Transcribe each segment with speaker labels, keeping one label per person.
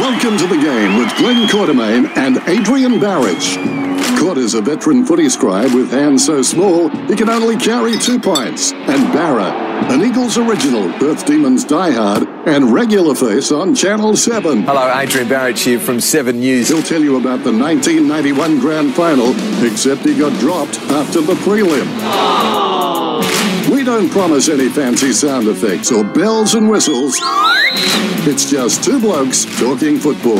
Speaker 1: Welcome to the game with Glenn Quartermain and Adrian Barrage. Quarter's a veteran footy scribe with hands so small he can only carry two pints. And Barra, an Eagles original, Earth Demons diehard, and regular face on Channel 7.
Speaker 2: Hello, Adrian Barrage here from Seven News.
Speaker 1: He'll tell you about the 1991 grand final, except he got dropped after the prelim. We don't promise any fancy sound effects or bells and whistles. It's just two blokes talking football.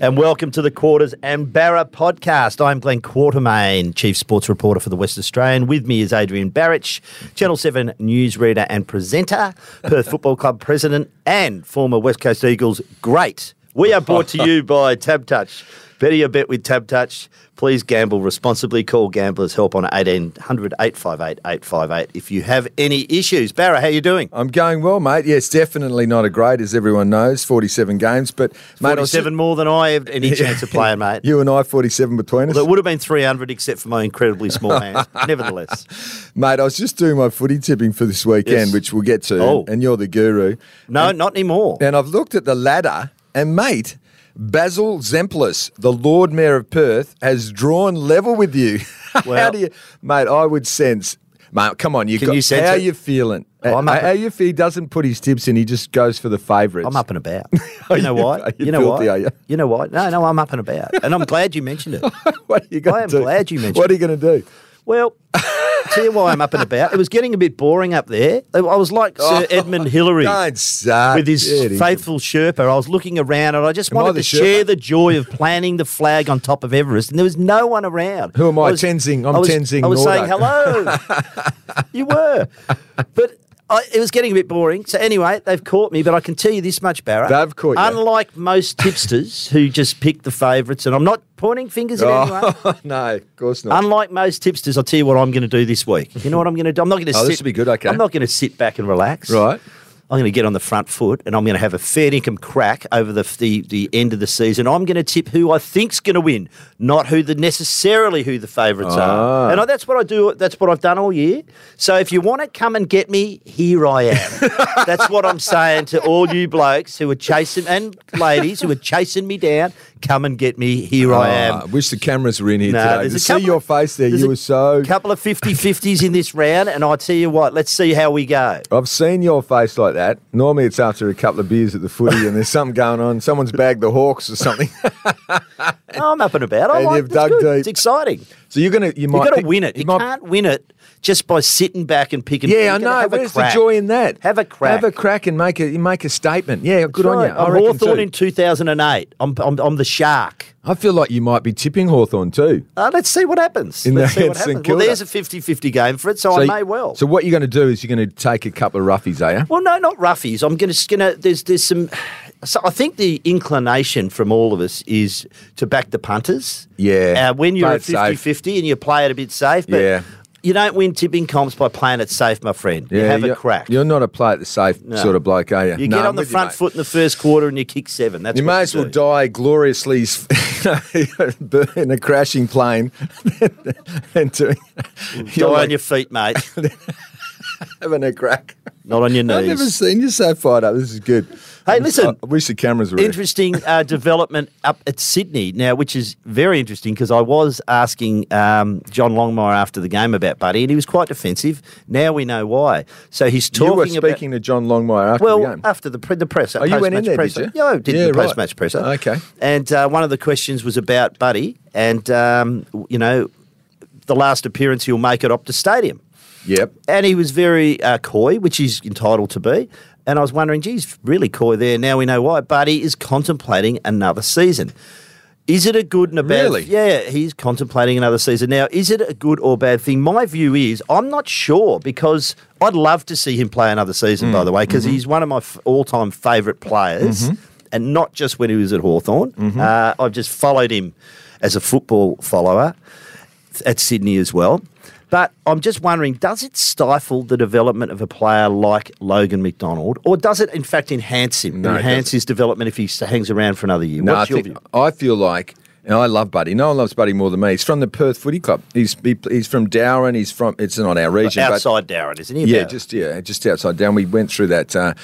Speaker 3: And welcome to the Quarters and Barra podcast. I'm Glenn Quartermain, Chief Sports Reporter for the West Australian. With me is Adrian Barrich, Channel 7 newsreader and presenter, Perth Football Club president, and former West Coast Eagles great. We are brought to you by Tab Touch. Better your bet with Tab Touch. Please gamble responsibly. Call Gamblers Help on 1800 858 858 if you have any issues. Barra, how you doing?
Speaker 2: I'm going well, mate. Yes, definitely not a great, as everyone knows. 47 games, but mate, I was-
Speaker 3: 47 more than I have any chance of playing, mate.
Speaker 2: You and I, 47 between us.
Speaker 3: Well, it would have been 300 except for my incredibly small hand. Nevertheless,
Speaker 2: Mate, I was just doing my footy tipping for this weekend,
Speaker 3: Yes.
Speaker 2: which we'll get to,
Speaker 3: Oh.
Speaker 2: and you're the guru.
Speaker 3: no, not anymore.
Speaker 2: And I've looked at the ladder, and mate, Basil Zemplis, the Lord Mayor of Perth, has drawn level with you. how
Speaker 3: Well-
Speaker 2: do you, mate? I would sense, mate. Come on, you
Speaker 3: Can
Speaker 2: got,
Speaker 3: you sense
Speaker 2: how
Speaker 3: it?
Speaker 2: you feeling?
Speaker 3: Oh, I'm up-
Speaker 2: how you feel? He doesn't put his tips in; he just goes for the favourites.
Speaker 3: I'm up and about. You know
Speaker 2: you-
Speaker 3: why?
Speaker 2: are you
Speaker 3: know
Speaker 2: filthy, are
Speaker 3: why?
Speaker 2: you?
Speaker 3: You know why? No, no, I'm up and about, and I'm glad you mentioned it.
Speaker 2: what are you going
Speaker 3: I
Speaker 2: to
Speaker 3: am
Speaker 2: do?
Speaker 3: glad you mentioned
Speaker 2: What are you going to do?
Speaker 3: Well, tell you why I'm up and about. It was getting a bit boring up there. I was like
Speaker 2: Oh.
Speaker 3: Sir Edmund Hillary.
Speaker 2: Don't start.
Speaker 3: With his
Speaker 2: It is-
Speaker 3: faithful Sherpa, I was looking around and I just
Speaker 2: Am I
Speaker 3: wanted
Speaker 2: the
Speaker 3: to share
Speaker 2: Sherpa?
Speaker 3: the joy of planting the flag on top of Everest, and there was no one around.
Speaker 2: Who am I?
Speaker 3: was-
Speaker 2: Tenzing. I'm
Speaker 3: I was,
Speaker 2: Tenzing
Speaker 3: I was saying hello.
Speaker 2: Nordo.
Speaker 3: you were, but I, it was getting a bit boring. So anyway, they've caught me. But I can tell you this much, Barra.
Speaker 2: They've caught you.
Speaker 3: Unlike most tipsters who just pick the favourites, and I'm not pointing fingers at anyone.
Speaker 2: Oh, no, of course not.
Speaker 3: Unlike most tipsters, I'll tell you what I'm going to do this week. You know what I'm going to do? I'm not going to
Speaker 2: Oh,
Speaker 3: sit.
Speaker 2: this will be good, okay.
Speaker 3: I'm not going to sit back and relax.
Speaker 2: right.
Speaker 3: I'm going to get on the front foot and I'm going to have a fair income crack over the, the the end of the season. I'm going to tip who I think's going to win, not who the necessarily who the favourites
Speaker 2: Ah.
Speaker 3: are. And I, that's what I do. That's what I've done all year. So if you want to come and get me, here I am. that's what I'm saying to all you blokes who are chasing and ladies who are chasing me down. Come and get me. Here I am.
Speaker 2: Ah, I wish the cameras were in here
Speaker 3: No,
Speaker 2: today. To
Speaker 3: there's
Speaker 2: see
Speaker 3: a couple
Speaker 2: your
Speaker 3: of-
Speaker 2: face there,
Speaker 3: there's
Speaker 2: you
Speaker 3: a
Speaker 2: were so.
Speaker 3: couple of 50-50s in this round, and I tell you what, let's see how we go.
Speaker 2: I've seen your face like that. Normally, it's after a couple of beers at the footy, and there's something going on. Someone's bagged the hawks or something.
Speaker 3: Oh, I'm up and about. I
Speaker 2: And
Speaker 3: like
Speaker 2: you've
Speaker 3: it.
Speaker 2: dug
Speaker 3: it's, good.
Speaker 2: deep.
Speaker 3: it's exciting.
Speaker 2: so you're gonna, you might
Speaker 3: You've got
Speaker 2: pick-
Speaker 3: to win it. You,
Speaker 2: might-
Speaker 3: can't win it just by sitting back and picking. You've
Speaker 2: Yeah, I
Speaker 3: gotta
Speaker 2: know.
Speaker 3: have a
Speaker 2: Where's the
Speaker 3: crack.
Speaker 2: joy in that?
Speaker 3: Have a crack.
Speaker 2: Have a crack and make a you make a statement. Yeah, good on
Speaker 3: Right.
Speaker 2: you. I
Speaker 3: I'm
Speaker 2: reckon
Speaker 3: Hawthorne
Speaker 2: too.
Speaker 3: in 2008. I'm, I'm, I'm the shark.
Speaker 2: I feel like you might be tipping Hawthorn too.
Speaker 3: Uh, let's see what happens.
Speaker 2: In
Speaker 3: let's
Speaker 2: the-
Speaker 3: see what
Speaker 2: at St
Speaker 3: happens. Well,
Speaker 2: Kilda.
Speaker 3: there's a 50-50 game for it, so, I
Speaker 2: you-
Speaker 3: may well.
Speaker 2: So what you're going to do is you're going to take a couple of roughies, are you?
Speaker 3: Well, no, not roughies. I'm going to, going to there's, there's some, so I think the inclination from all of us is to back the punters.
Speaker 2: Yeah.
Speaker 3: Uh, when you're
Speaker 2: Play
Speaker 3: at
Speaker 2: it safe.
Speaker 3: 50 50 and you play it a bit safe, but
Speaker 2: Yeah.
Speaker 3: you don't win tipping comps by playing it safe, my friend. you have a
Speaker 2: you're-
Speaker 3: crack.
Speaker 2: You're not a play at the safe sort of bloke, are you?
Speaker 3: You
Speaker 2: No,
Speaker 3: get
Speaker 2: I'm
Speaker 3: on the
Speaker 2: with you,
Speaker 3: front
Speaker 2: mate.
Speaker 3: foot in the first quarter and you kick seven. That's
Speaker 2: You
Speaker 3: what
Speaker 2: may as well
Speaker 3: do.
Speaker 2: die gloriously in a crashing plane than doing
Speaker 3: Die on your feet, mate.
Speaker 2: having a crack.
Speaker 3: Not on your
Speaker 2: I've never
Speaker 3: knees.
Speaker 2: seen you so fired up. This is good.
Speaker 3: Hey, listen.
Speaker 2: I wish the cameras were. in.
Speaker 3: Interesting uh, development up at Sydney now, which is very interesting because I was asking um, John Longmire after the game about Buddy, and he was quite defensive. Now we know why. So he's talking
Speaker 2: You were
Speaker 3: about.
Speaker 2: speaking to John Longmire after
Speaker 3: Well, uh,
Speaker 2: the game.
Speaker 3: after the pre- the presser,
Speaker 2: Oh, you went in
Speaker 3: post-match
Speaker 2: there, did
Speaker 3: presser.
Speaker 2: you?
Speaker 3: Yeah, I did
Speaker 2: Yeah,
Speaker 3: the
Speaker 2: right.
Speaker 3: post match presser.
Speaker 2: Okay.
Speaker 3: And uh, one of the questions was about Buddy, and um, w- you know, the last appearance he'll make at Optus Stadium,
Speaker 2: yep.
Speaker 3: and he was very uh, coy, which he's entitled to be. And I was wondering, geez, really coy there. Now we know why. Buddy is contemplating another season. Is it a good and a bad?
Speaker 2: Really?
Speaker 3: Yeah, he's contemplating another season now. Is it a good or bad thing? My view is I'm not sure because I'd love to see him play another season. by the way, because he's one of my f- all-time favourite players, and not just when he was at Hawthorn. Uh, I've just followed him as a football follower at Sydney as well. But I'm just wondering, does it stifle the development of a player like Logan McDonald, or does it in fact enhance him,
Speaker 2: No, it
Speaker 3: enhance
Speaker 2: doesn't.
Speaker 3: his development if he s- hangs around for another year?
Speaker 2: No,
Speaker 3: What's
Speaker 2: I
Speaker 3: your
Speaker 2: think
Speaker 3: view?
Speaker 2: I feel like, and I love Buddy. No one loves Buddy more than me. He's from the Perth Footy Club. He's he, he's from Darwin. He's from it's not our region, but
Speaker 3: Outside Darren, isn't he?
Speaker 2: yeah,
Speaker 3: About-
Speaker 2: just yeah, just outside Down. We went through that uh,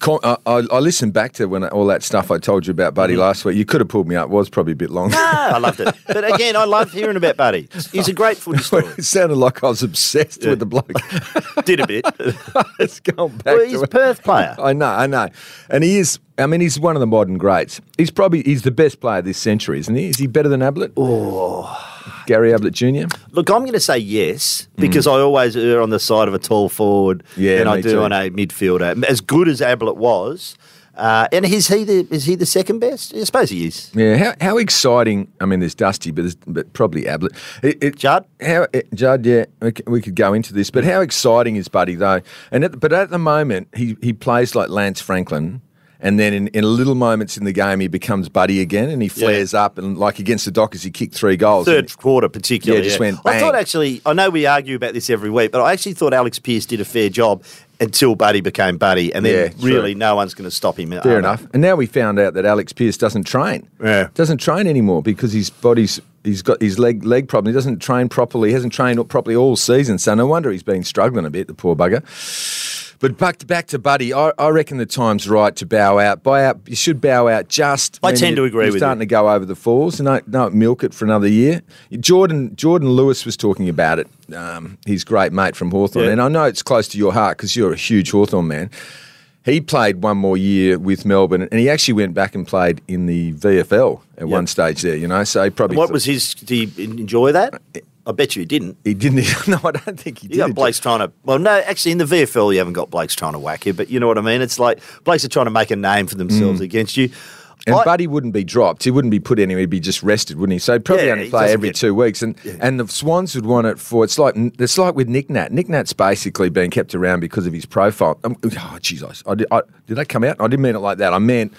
Speaker 2: co- I, I, I listened back to when I, all that stuff I told you about Buddy
Speaker 3: Mm-hmm.
Speaker 2: last week. You could have pulled me up. Was probably a bit long.
Speaker 3: Ah, I loved it. But again, I love hearing about Buddy. He's a great footy story.
Speaker 2: it sounded like I was obsessed with the bloke.
Speaker 3: Did a bit.
Speaker 2: it's gone back.
Speaker 3: well,
Speaker 2: to
Speaker 3: he's a
Speaker 2: it.
Speaker 3: Perth player.
Speaker 2: I know, I know, and he is. I mean, he's one of the modern greats. He's probably he's the best player this century, isn't he? Is he better than Ablett? Oh, Gary Ablett Jr.
Speaker 3: Look, I'm going to say yes because I always err on the side of a tall forward
Speaker 2: Mm. Yeah,
Speaker 3: than I
Speaker 2: me
Speaker 3: do
Speaker 2: too.
Speaker 3: on a midfielder. As good as Ablett was, uh, and is he the is he the second best? I suppose he is.
Speaker 2: Yeah, how, how exciting! I mean, there's Dusty, but there's, but probably Ablett. It, it,
Speaker 3: Judd?
Speaker 2: how it, Judd? Yeah, we, c- we could go into this, but how exciting is Buddy though? And at, but at the moment, he he plays like Lance Franklin, and then in, in little moments in the game, he becomes Buddy again, and he flares up, and like against the Dockers, he kicked three goals.
Speaker 3: Third
Speaker 2: And-
Speaker 3: quarter, particularly.
Speaker 2: Yeah, just went
Speaker 3: I thought
Speaker 2: bang.
Speaker 3: actually. I know we argue about this every week, but I actually thought Alex Pierce did a fair job until Buddy became Buddy, and then
Speaker 2: Yeah, true.
Speaker 3: really no one's going to stop him. Uh,
Speaker 2: Fair enough. And now we found out that Alex Pierce doesn't train.
Speaker 3: Yeah.
Speaker 2: Doesn't train anymore because his body's he's got his leg leg problem. He doesn't train properly. He hasn't trained properly all season. So no wonder he's been struggling a bit, the poor bugger. But back to, back to Buddy, I, I reckon the time's right to bow out. Bow out. You should bow out just.
Speaker 3: I
Speaker 2: when
Speaker 3: tend
Speaker 2: you-
Speaker 3: to agree
Speaker 2: you're
Speaker 3: with
Speaker 2: starting to go over the falls and don't, don't milk it for another year. Jordan Jordan Lewis was talking about it. Um, his great mate from Hawthorn,
Speaker 3: Yeah.
Speaker 2: and I know it's close to your heart because you're a huge Hawthorn man. He played one more year with Melbourne, and he actually went back and played in the VFL at one stage there. You know, so he probably
Speaker 3: What
Speaker 2: thought-
Speaker 3: was his? Did he enjoy that?
Speaker 2: Uh,
Speaker 3: I bet you he didn't.
Speaker 2: he didn't. No, I don't think he
Speaker 3: You got
Speaker 2: did.
Speaker 3: Blake's trying to. Well, no, actually, in the VFL, you haven't got Blake's trying to whack you, but you know what I mean. It's like Blake's are trying to make a name for themselves against you.
Speaker 2: Mm. And
Speaker 3: I-
Speaker 2: Buddy wouldn't be dropped. He wouldn't be put anywhere. He'd be just rested, wouldn't he? So he'd probably
Speaker 3: Yeah,
Speaker 2: only
Speaker 3: he
Speaker 2: play
Speaker 3: doesn't
Speaker 2: every
Speaker 3: get-
Speaker 2: two weeks. And and the Swans would want it for it's like it's like with Nick Nat. Nick Nat's basically been kept around because of his profile. Um, oh, jeez, I, I, did- I, did that come out? I didn't mean it like that. I meant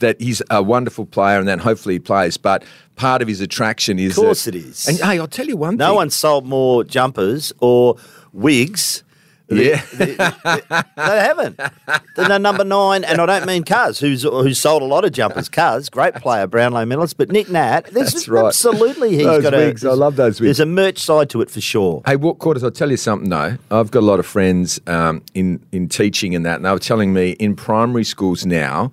Speaker 2: that he's a wonderful player and that hopefully he plays. But part of his attraction is.
Speaker 3: Of course
Speaker 2: that-
Speaker 3: it is.
Speaker 2: And hey, I'll tell you one
Speaker 3: no
Speaker 2: thing.
Speaker 3: one sold more jumpers or wigs.
Speaker 2: Yeah.
Speaker 3: they, they- they haven't. They're the number nine, and I don't mean Cuz, who's who's sold a lot of jumpers. Cuz, great player, Brownlow medalist, but Nick Nat, there's
Speaker 2: That's right.
Speaker 3: absolutely he's
Speaker 2: Those
Speaker 3: got
Speaker 2: wigs,
Speaker 3: a.
Speaker 2: I love those wigs.
Speaker 3: There's a merch side to it for sure.
Speaker 2: Hey, what quarters? I'll tell you something though. I've got a lot of friends um, in in teaching and that, and they were telling me in primary schools now,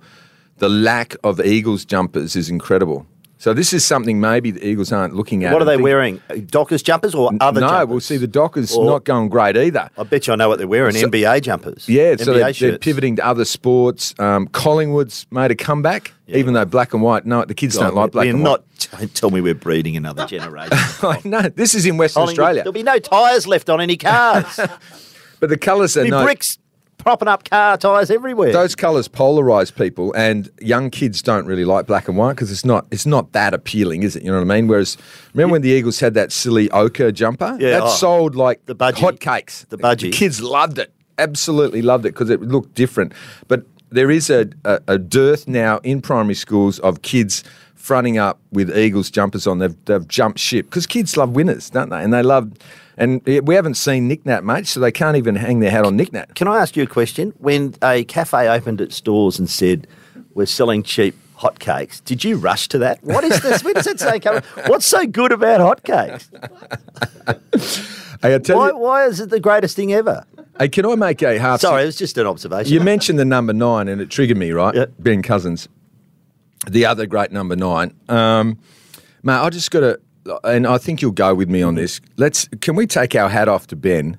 Speaker 2: the lack of Eagles jumpers is incredible. So this is something maybe the Eagles aren't looking at.
Speaker 3: What are
Speaker 2: and
Speaker 3: they
Speaker 2: think-
Speaker 3: wearing? Dockers jumpers or other?
Speaker 2: no,
Speaker 3: jumpers?
Speaker 2: we'll see. The Dockers
Speaker 3: Or-
Speaker 2: not going great either.
Speaker 3: I bet you I know what they're wearing. NBA jumpers.
Speaker 2: Yeah,
Speaker 3: NBA
Speaker 2: so they're, they're
Speaker 3: shirts.
Speaker 2: pivoting to other sports. Um, Collingwood's made a comeback, even though black and white. No, the kids don't like black
Speaker 3: we're
Speaker 2: and
Speaker 3: not. Don't tell me we're breeding another generation.
Speaker 2: white. no, this is in Western
Speaker 3: Colin,
Speaker 2: Australia,
Speaker 3: There'll be no tyres left on any cars. There'll
Speaker 2: but the colours are
Speaker 3: be
Speaker 2: no.
Speaker 3: bricks propping up car tyres everywhere.
Speaker 2: those colours polarise people, and young kids don't really like black and white because it's not it's not that appealing, is it? You know what I mean? Whereas, remember when the Eagles had that silly ochre jumper?
Speaker 3: Yeah,
Speaker 2: that
Speaker 3: oh.
Speaker 2: sold like
Speaker 3: The budgie.
Speaker 2: hotcakes.
Speaker 3: The budgie.
Speaker 2: kids loved it, absolutely loved it because it looked different. But there is a, a a dearth now in primary schools of kids. Fronting up with Eagles jumpers on, they've, they've jumped ship because kids love winners, don't they? And they love, and we haven't seen Nick Nat, mate, so they can't even hang their hat on Nick Nat.
Speaker 3: Can I ask you a question? When a cafe opened its doors and said, "We're selling cheap hotcakes," did you rush to that? What is this? Where does that say come? What's so good about hotcakes?
Speaker 2: Hey, I tell
Speaker 3: Why,
Speaker 2: you,
Speaker 3: why is it the greatest thing ever?
Speaker 2: hey, can I make a half?
Speaker 3: Sorry, it was just an observation.
Speaker 2: You mentioned the number nine, and it triggered me, right?
Speaker 3: Yeah.
Speaker 2: Ben Cousins, the other great number nine. Um, mate, I just got to, and I think you'll go with me on this. Let's can we take our hat off to Ben?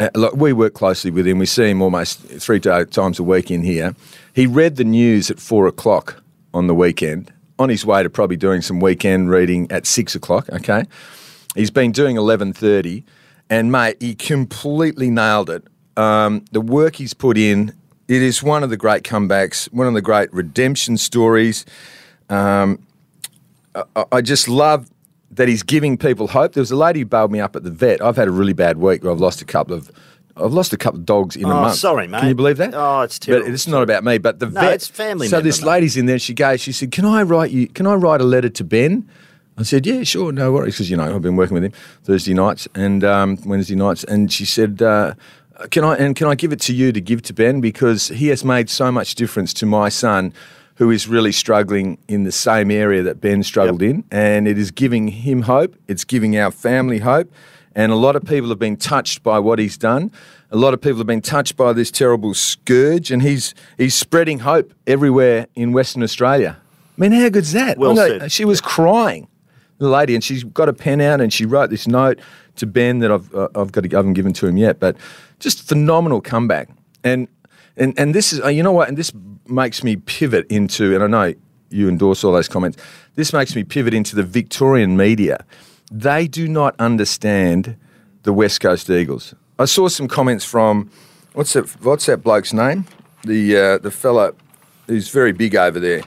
Speaker 2: Uh, look, we work closely with him. We see him almost three to- times a week in here. He read the news at four o'clock on the weekend, on his way to probably doing some weekend reading at six o'clock. Okay, he's been doing eleven thirty, and mate, he completely nailed it. Um, the work he's put in, it is one of the great comebacks, one of the great redemption stories. Um, I just love that he's giving people hope. There was a lady who bailed me up at the vet. I've had a really bad week where I've lost a couple of I've lost a couple of dogs in a
Speaker 3: Oh,
Speaker 2: month.
Speaker 3: sorry, mate.
Speaker 2: Can you believe that?
Speaker 3: Oh, it's
Speaker 2: But
Speaker 3: terrible.
Speaker 2: it's not about me. But the
Speaker 3: No,
Speaker 2: vet.
Speaker 3: it's family
Speaker 2: So this
Speaker 3: member, mate.
Speaker 2: lady's in there. She goes. She said, "Can I write you? Can I write a letter to Ben?" I said, "Yeah, sure, no worries." Because you know I've been working with him Thursday nights and um, Wednesday nights. And she said, uh, "Can I and can I give it to you to give to Ben because he has made so much difference to my son." Who is really struggling in the same area that Ben struggled in, and it is giving him hope. It's giving our family hope, And a lot of people have been touched by what he's done. A lot of people have been touched by this terrible scourge, and he's he's spreading hope everywhere in Western Australia. I mean, how good's that?
Speaker 3: Well
Speaker 2: I know-
Speaker 3: said.
Speaker 2: She was crying, the lady, and she's got a pen out and she wrote this note to Ben that I've uh, I've got to, I haven't given to him yet, but just phenomenal comeback. And and and this is uh, you know what, and this makes me pivot into, and I know you endorse all those comments. This makes me pivot into the Victorian media. They do not understand the West Coast Eagles. I saw some comments from what's that what's that bloke's name? The uh, the fellow who's very big over there.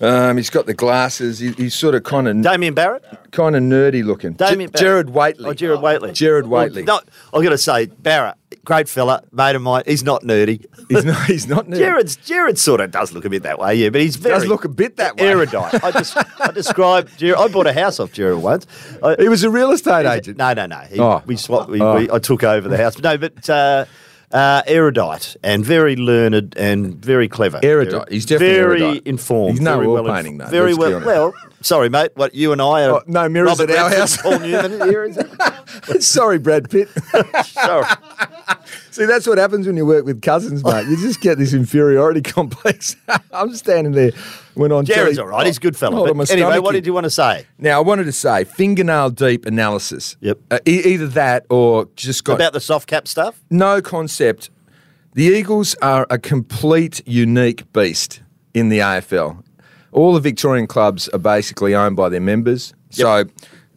Speaker 2: Um, he's got the glasses. He, he's sort of kind of
Speaker 3: Damien Barrett?
Speaker 2: kind of nerdy looking.
Speaker 3: Damien Barrett.
Speaker 2: Jared Waitley.
Speaker 3: Oh, Jared Waitley.
Speaker 2: Jared
Speaker 3: Well,
Speaker 2: Waitley.
Speaker 3: no, I'm going to say, Barrett, great fella, mate of mine. He's not nerdy.
Speaker 2: he's not. He's not nerdy.
Speaker 3: Jared's Jared sort of does look a bit that way, yeah, but he's very
Speaker 2: look a bit that way.
Speaker 3: Erudite. I just I described Jared. I bought a house off Jared once. I,
Speaker 2: He was a real estate agent.
Speaker 3: no, no, no. He,
Speaker 2: Oh.
Speaker 3: We swapped. We,
Speaker 2: Oh.
Speaker 3: we, I took over the house. No, but uh, uh, erudite and very learned and very clever.
Speaker 2: Erudite. He's definitely
Speaker 3: very
Speaker 2: erudite.
Speaker 3: informed.
Speaker 2: He's no
Speaker 3: very
Speaker 2: oil
Speaker 3: well inf-
Speaker 2: painting, though.
Speaker 3: Very
Speaker 2: Let's be
Speaker 3: well.
Speaker 2: honest.
Speaker 3: Well, sorry, mate. What you and I are.
Speaker 2: Oh, no mirrors
Speaker 3: Robert
Speaker 2: at our
Speaker 3: Redford,
Speaker 2: house.
Speaker 3: Paul Newman. Here is it.
Speaker 2: Sorry, Brad Pitt.
Speaker 3: Sorry.
Speaker 2: See, that's what happens when you work with cousins, mate. You just get this inferiority complex. I'm standing there when on
Speaker 3: Jared's all
Speaker 2: telly-
Speaker 3: right. He's a good
Speaker 2: Hold
Speaker 3: fellow.
Speaker 2: on, my
Speaker 3: But anyway,
Speaker 2: stomach
Speaker 3: what
Speaker 2: is-
Speaker 3: did you want to say
Speaker 2: Now, I wanted to say fingernail deep analysis.
Speaker 3: Yep.
Speaker 2: Uh, e- either that or just got
Speaker 3: about the soft cap stuff?
Speaker 2: no concept. The Eagles are a complete unique beast in the AFL. All the Victorian clubs are basically owned by their members. So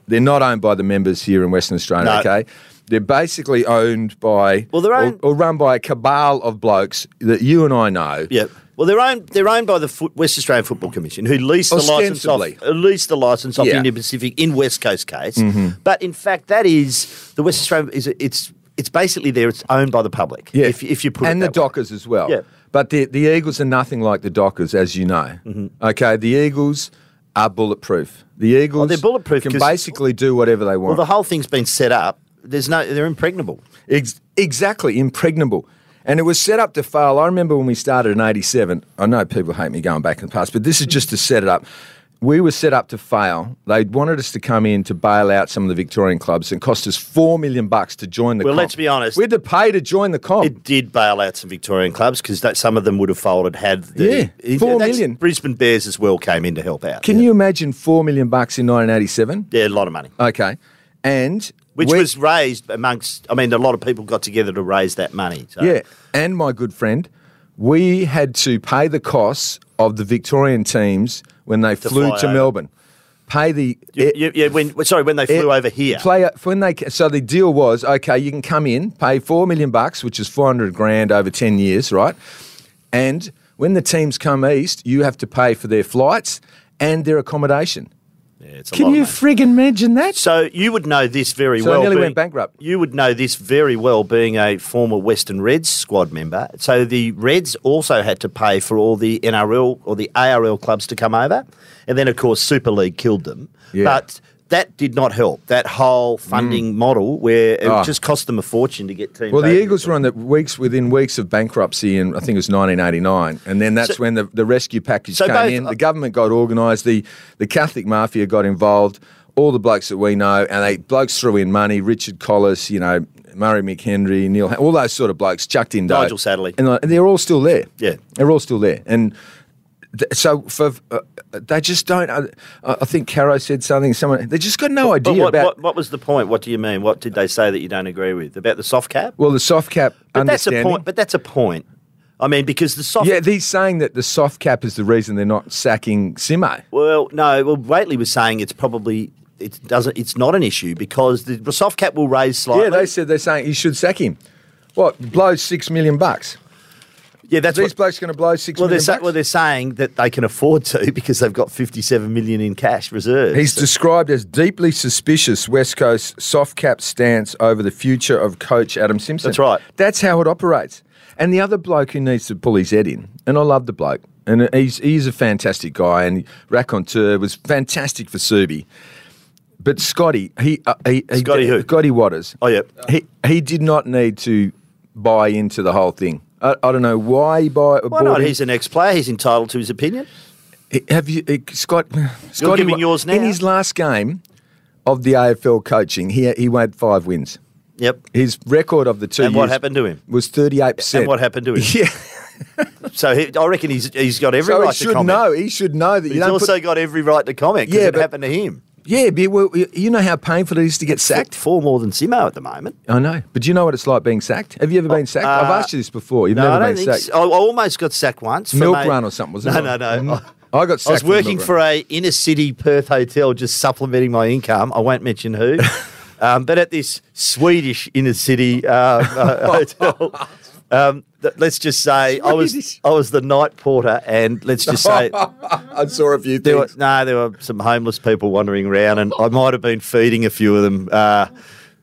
Speaker 2: they're not owned by the members here in Western Australia,
Speaker 3: No.
Speaker 2: okay? They're basically owned by
Speaker 3: Well, they're
Speaker 2: or-
Speaker 3: owned-
Speaker 2: or, run by a cabal of blokes that you and I know.
Speaker 3: Yeah. Well, they're owned they're owned by the foot, West Australian Football Commission, who leased the license off
Speaker 2: Ostensibly.
Speaker 3: leased the license off
Speaker 2: Yeah. Mm-hmm.
Speaker 3: Indian Pacific in West Coast case. But in fact, that is the West Australian is it's it's basically there. It's owned by the public.
Speaker 2: Yeah.
Speaker 3: If, if you put
Speaker 2: and
Speaker 3: it
Speaker 2: the
Speaker 3: that way.
Speaker 2: Dockers as well.
Speaker 3: Yeah.
Speaker 2: But the, the Eagles are nothing like the Dockers, as you know. Okay, the Eagles are bulletproof. The Eagles
Speaker 3: Mm-hmm. Oh, they're bulletproof
Speaker 2: can
Speaker 3: 'cause-
Speaker 2: basically do whatever they
Speaker 3: Well,
Speaker 2: want.
Speaker 3: the whole thing's been set up. There's no they're impregnable.
Speaker 2: Ex- exactly, impregnable. And it was set up to fail. I remember when we started in 87. I know people hate me going back in the past, but this is just to set it up. We were set up to fail. They wanted us to come in to bail out some of the Victorian clubs and cost us 4 million bucks to join the
Speaker 3: Well,
Speaker 2: comp.
Speaker 3: let's be honest.
Speaker 2: We had to pay to join the comp.
Speaker 3: It did bail out some Victorian clubs because some of them would have folded had the
Speaker 2: Yeah, four
Speaker 3: that's-
Speaker 2: million.
Speaker 3: Brisbane Bears as well came in to help out.
Speaker 2: Can
Speaker 3: yeah.
Speaker 2: you imagine 4 million bucks in 1987?
Speaker 3: Yeah, a lot of money.
Speaker 2: Okay. And
Speaker 3: Which
Speaker 2: we-
Speaker 3: was raised amongst, I mean, a lot of people got together to raise that money. So.
Speaker 2: Yeah, and my good friend, we had to pay the costs of the Victorian teams when they flew
Speaker 3: fly
Speaker 2: to
Speaker 3: over.
Speaker 2: Melbourne. Pay the
Speaker 3: You- you- yeah, when sorry, when they flew
Speaker 2: it-
Speaker 3: over here.
Speaker 2: Play when they so the deal was okay. You can come in, pay four million bucks, which is four hundred grand over ten years, right? And when the teams come east, you have to pay for their flights and their accommodation.
Speaker 3: Yeah, it's a
Speaker 2: Can
Speaker 3: lot
Speaker 2: you
Speaker 3: of money.
Speaker 2: friggin' imagine that?
Speaker 3: so you would know this very
Speaker 2: So I
Speaker 3: well.
Speaker 2: nearly went bankrupt.
Speaker 3: You would know this very well, being a former Western Reds squad member. So the Reds also had to pay for all the NRL or the ARL clubs to come over, and then of course Super League killed them.
Speaker 2: Yeah. Mm.
Speaker 3: But that did not help. That whole funding model, where it
Speaker 2: Ah.
Speaker 3: just cost them a fortune to get teams.
Speaker 2: Well, the
Speaker 3: over.
Speaker 2: Eagles were on the weeks within weeks of bankruptcy, and I think it was 1989, and then that's
Speaker 3: So-
Speaker 2: when the, the rescue package
Speaker 3: So
Speaker 2: came
Speaker 3: both-
Speaker 2: in. The government got organised. The the Catholic mafia got involved. All the blokes that we know, and they blokes threw in money. Richard Collis, you know, Murray McHenry, Neil, Ha- all those sort of blokes chucked in. dough.
Speaker 3: Nigel Sadley.
Speaker 2: and, like, they're all still there.
Speaker 3: Yeah.
Speaker 2: they're all still there, and. th- So for uh, they just don't. I, I think Caro said something. Someone they just got no idea
Speaker 3: But what,
Speaker 2: about.
Speaker 3: what, what was the point? What do you mean? What did they say that you don't agree with about the soft cap?
Speaker 2: well, the soft cap.
Speaker 3: But that's a
Speaker 2: understanding.
Speaker 3: point. But that's a point. I mean, because the soft.
Speaker 2: Yeah, he's saying that the soft cap is the reason they're not sacking Simo.
Speaker 3: Well, no. Well, Waitley was saying it's probably it doesn't. It's not an issue because the soft cap will raise slightly.
Speaker 2: Yeah, they said they're saying he should sack him. What blows six million bucks?
Speaker 3: Yeah, that's
Speaker 2: These
Speaker 3: what,
Speaker 2: blokes going to blow six
Speaker 3: well. They're
Speaker 2: million
Speaker 3: sa- well,
Speaker 2: bucks.
Speaker 3: they're saying that they can afford to because they've got fifty-seven million in cash reserves.
Speaker 2: He's described as deeply suspicious West Coast soft cap stance over the future of coach Adam Simpson.
Speaker 3: That's right.
Speaker 2: That's how it operates. And the other bloke who needs to pull his head in, and I love the bloke, and he's he's a fantastic guy, and raconteur was fantastic for Subi. But Scotty, he, uh, he, he
Speaker 3: Scotty who?
Speaker 2: Scotty Waters.
Speaker 3: Oh, yep.
Speaker 2: He he did not need to buy into the whole thing. I, I don't know why he buy.
Speaker 3: Why not? He's an ex-player. He's entitled to his opinion.
Speaker 2: Have you, eh, Scott? Scotty,
Speaker 3: giving
Speaker 2: Wa-
Speaker 3: yours now?
Speaker 2: In his last game, of the AFL coaching, he he had five wins.
Speaker 3: Yep.
Speaker 2: His record of the two
Speaker 3: And what
Speaker 2: years
Speaker 3: happened to him?
Speaker 2: was thirty eight percent.
Speaker 3: And what happened to him?
Speaker 2: Yeah,
Speaker 3: So he, I reckon he's he's got every
Speaker 2: so
Speaker 3: right
Speaker 2: he
Speaker 3: to
Speaker 2: should
Speaker 3: comment.
Speaker 2: know. He should know that you
Speaker 3: He's
Speaker 2: don't.
Speaker 3: also
Speaker 2: put,
Speaker 3: got every right to comment because
Speaker 2: Yeah,
Speaker 3: it
Speaker 2: but-
Speaker 3: happened to him.
Speaker 2: yeah, but well, you know how painful it is to get sacked.
Speaker 3: Four more than Simo at the moment.
Speaker 2: I know, but do you know what it's like being sacked? Have you ever been sacked? I've asked you this before. You've
Speaker 3: Oh, uh, No,
Speaker 2: never
Speaker 3: I don't
Speaker 2: been
Speaker 3: think
Speaker 2: sacked.
Speaker 3: so. I, I almost got sacked once. from
Speaker 2: Milk
Speaker 3: a-
Speaker 2: run or something, was it?
Speaker 3: No, no, no.
Speaker 2: Mm.
Speaker 3: I-
Speaker 2: I got sacked.
Speaker 3: I was
Speaker 2: from milk
Speaker 3: working
Speaker 2: run.
Speaker 3: for a inner city Perth hotel, just supplementing my income. I won't mention who, um, but at this Swedish inner city uh, uh, hotel, um, th- let's just say I was
Speaker 2: Swedish.
Speaker 3: I was the night porter, and let's just say
Speaker 2: I saw a few
Speaker 3: there were
Speaker 2: things.
Speaker 3: no, there were some homeless people wandering around, and I might have been feeding a few of them uh,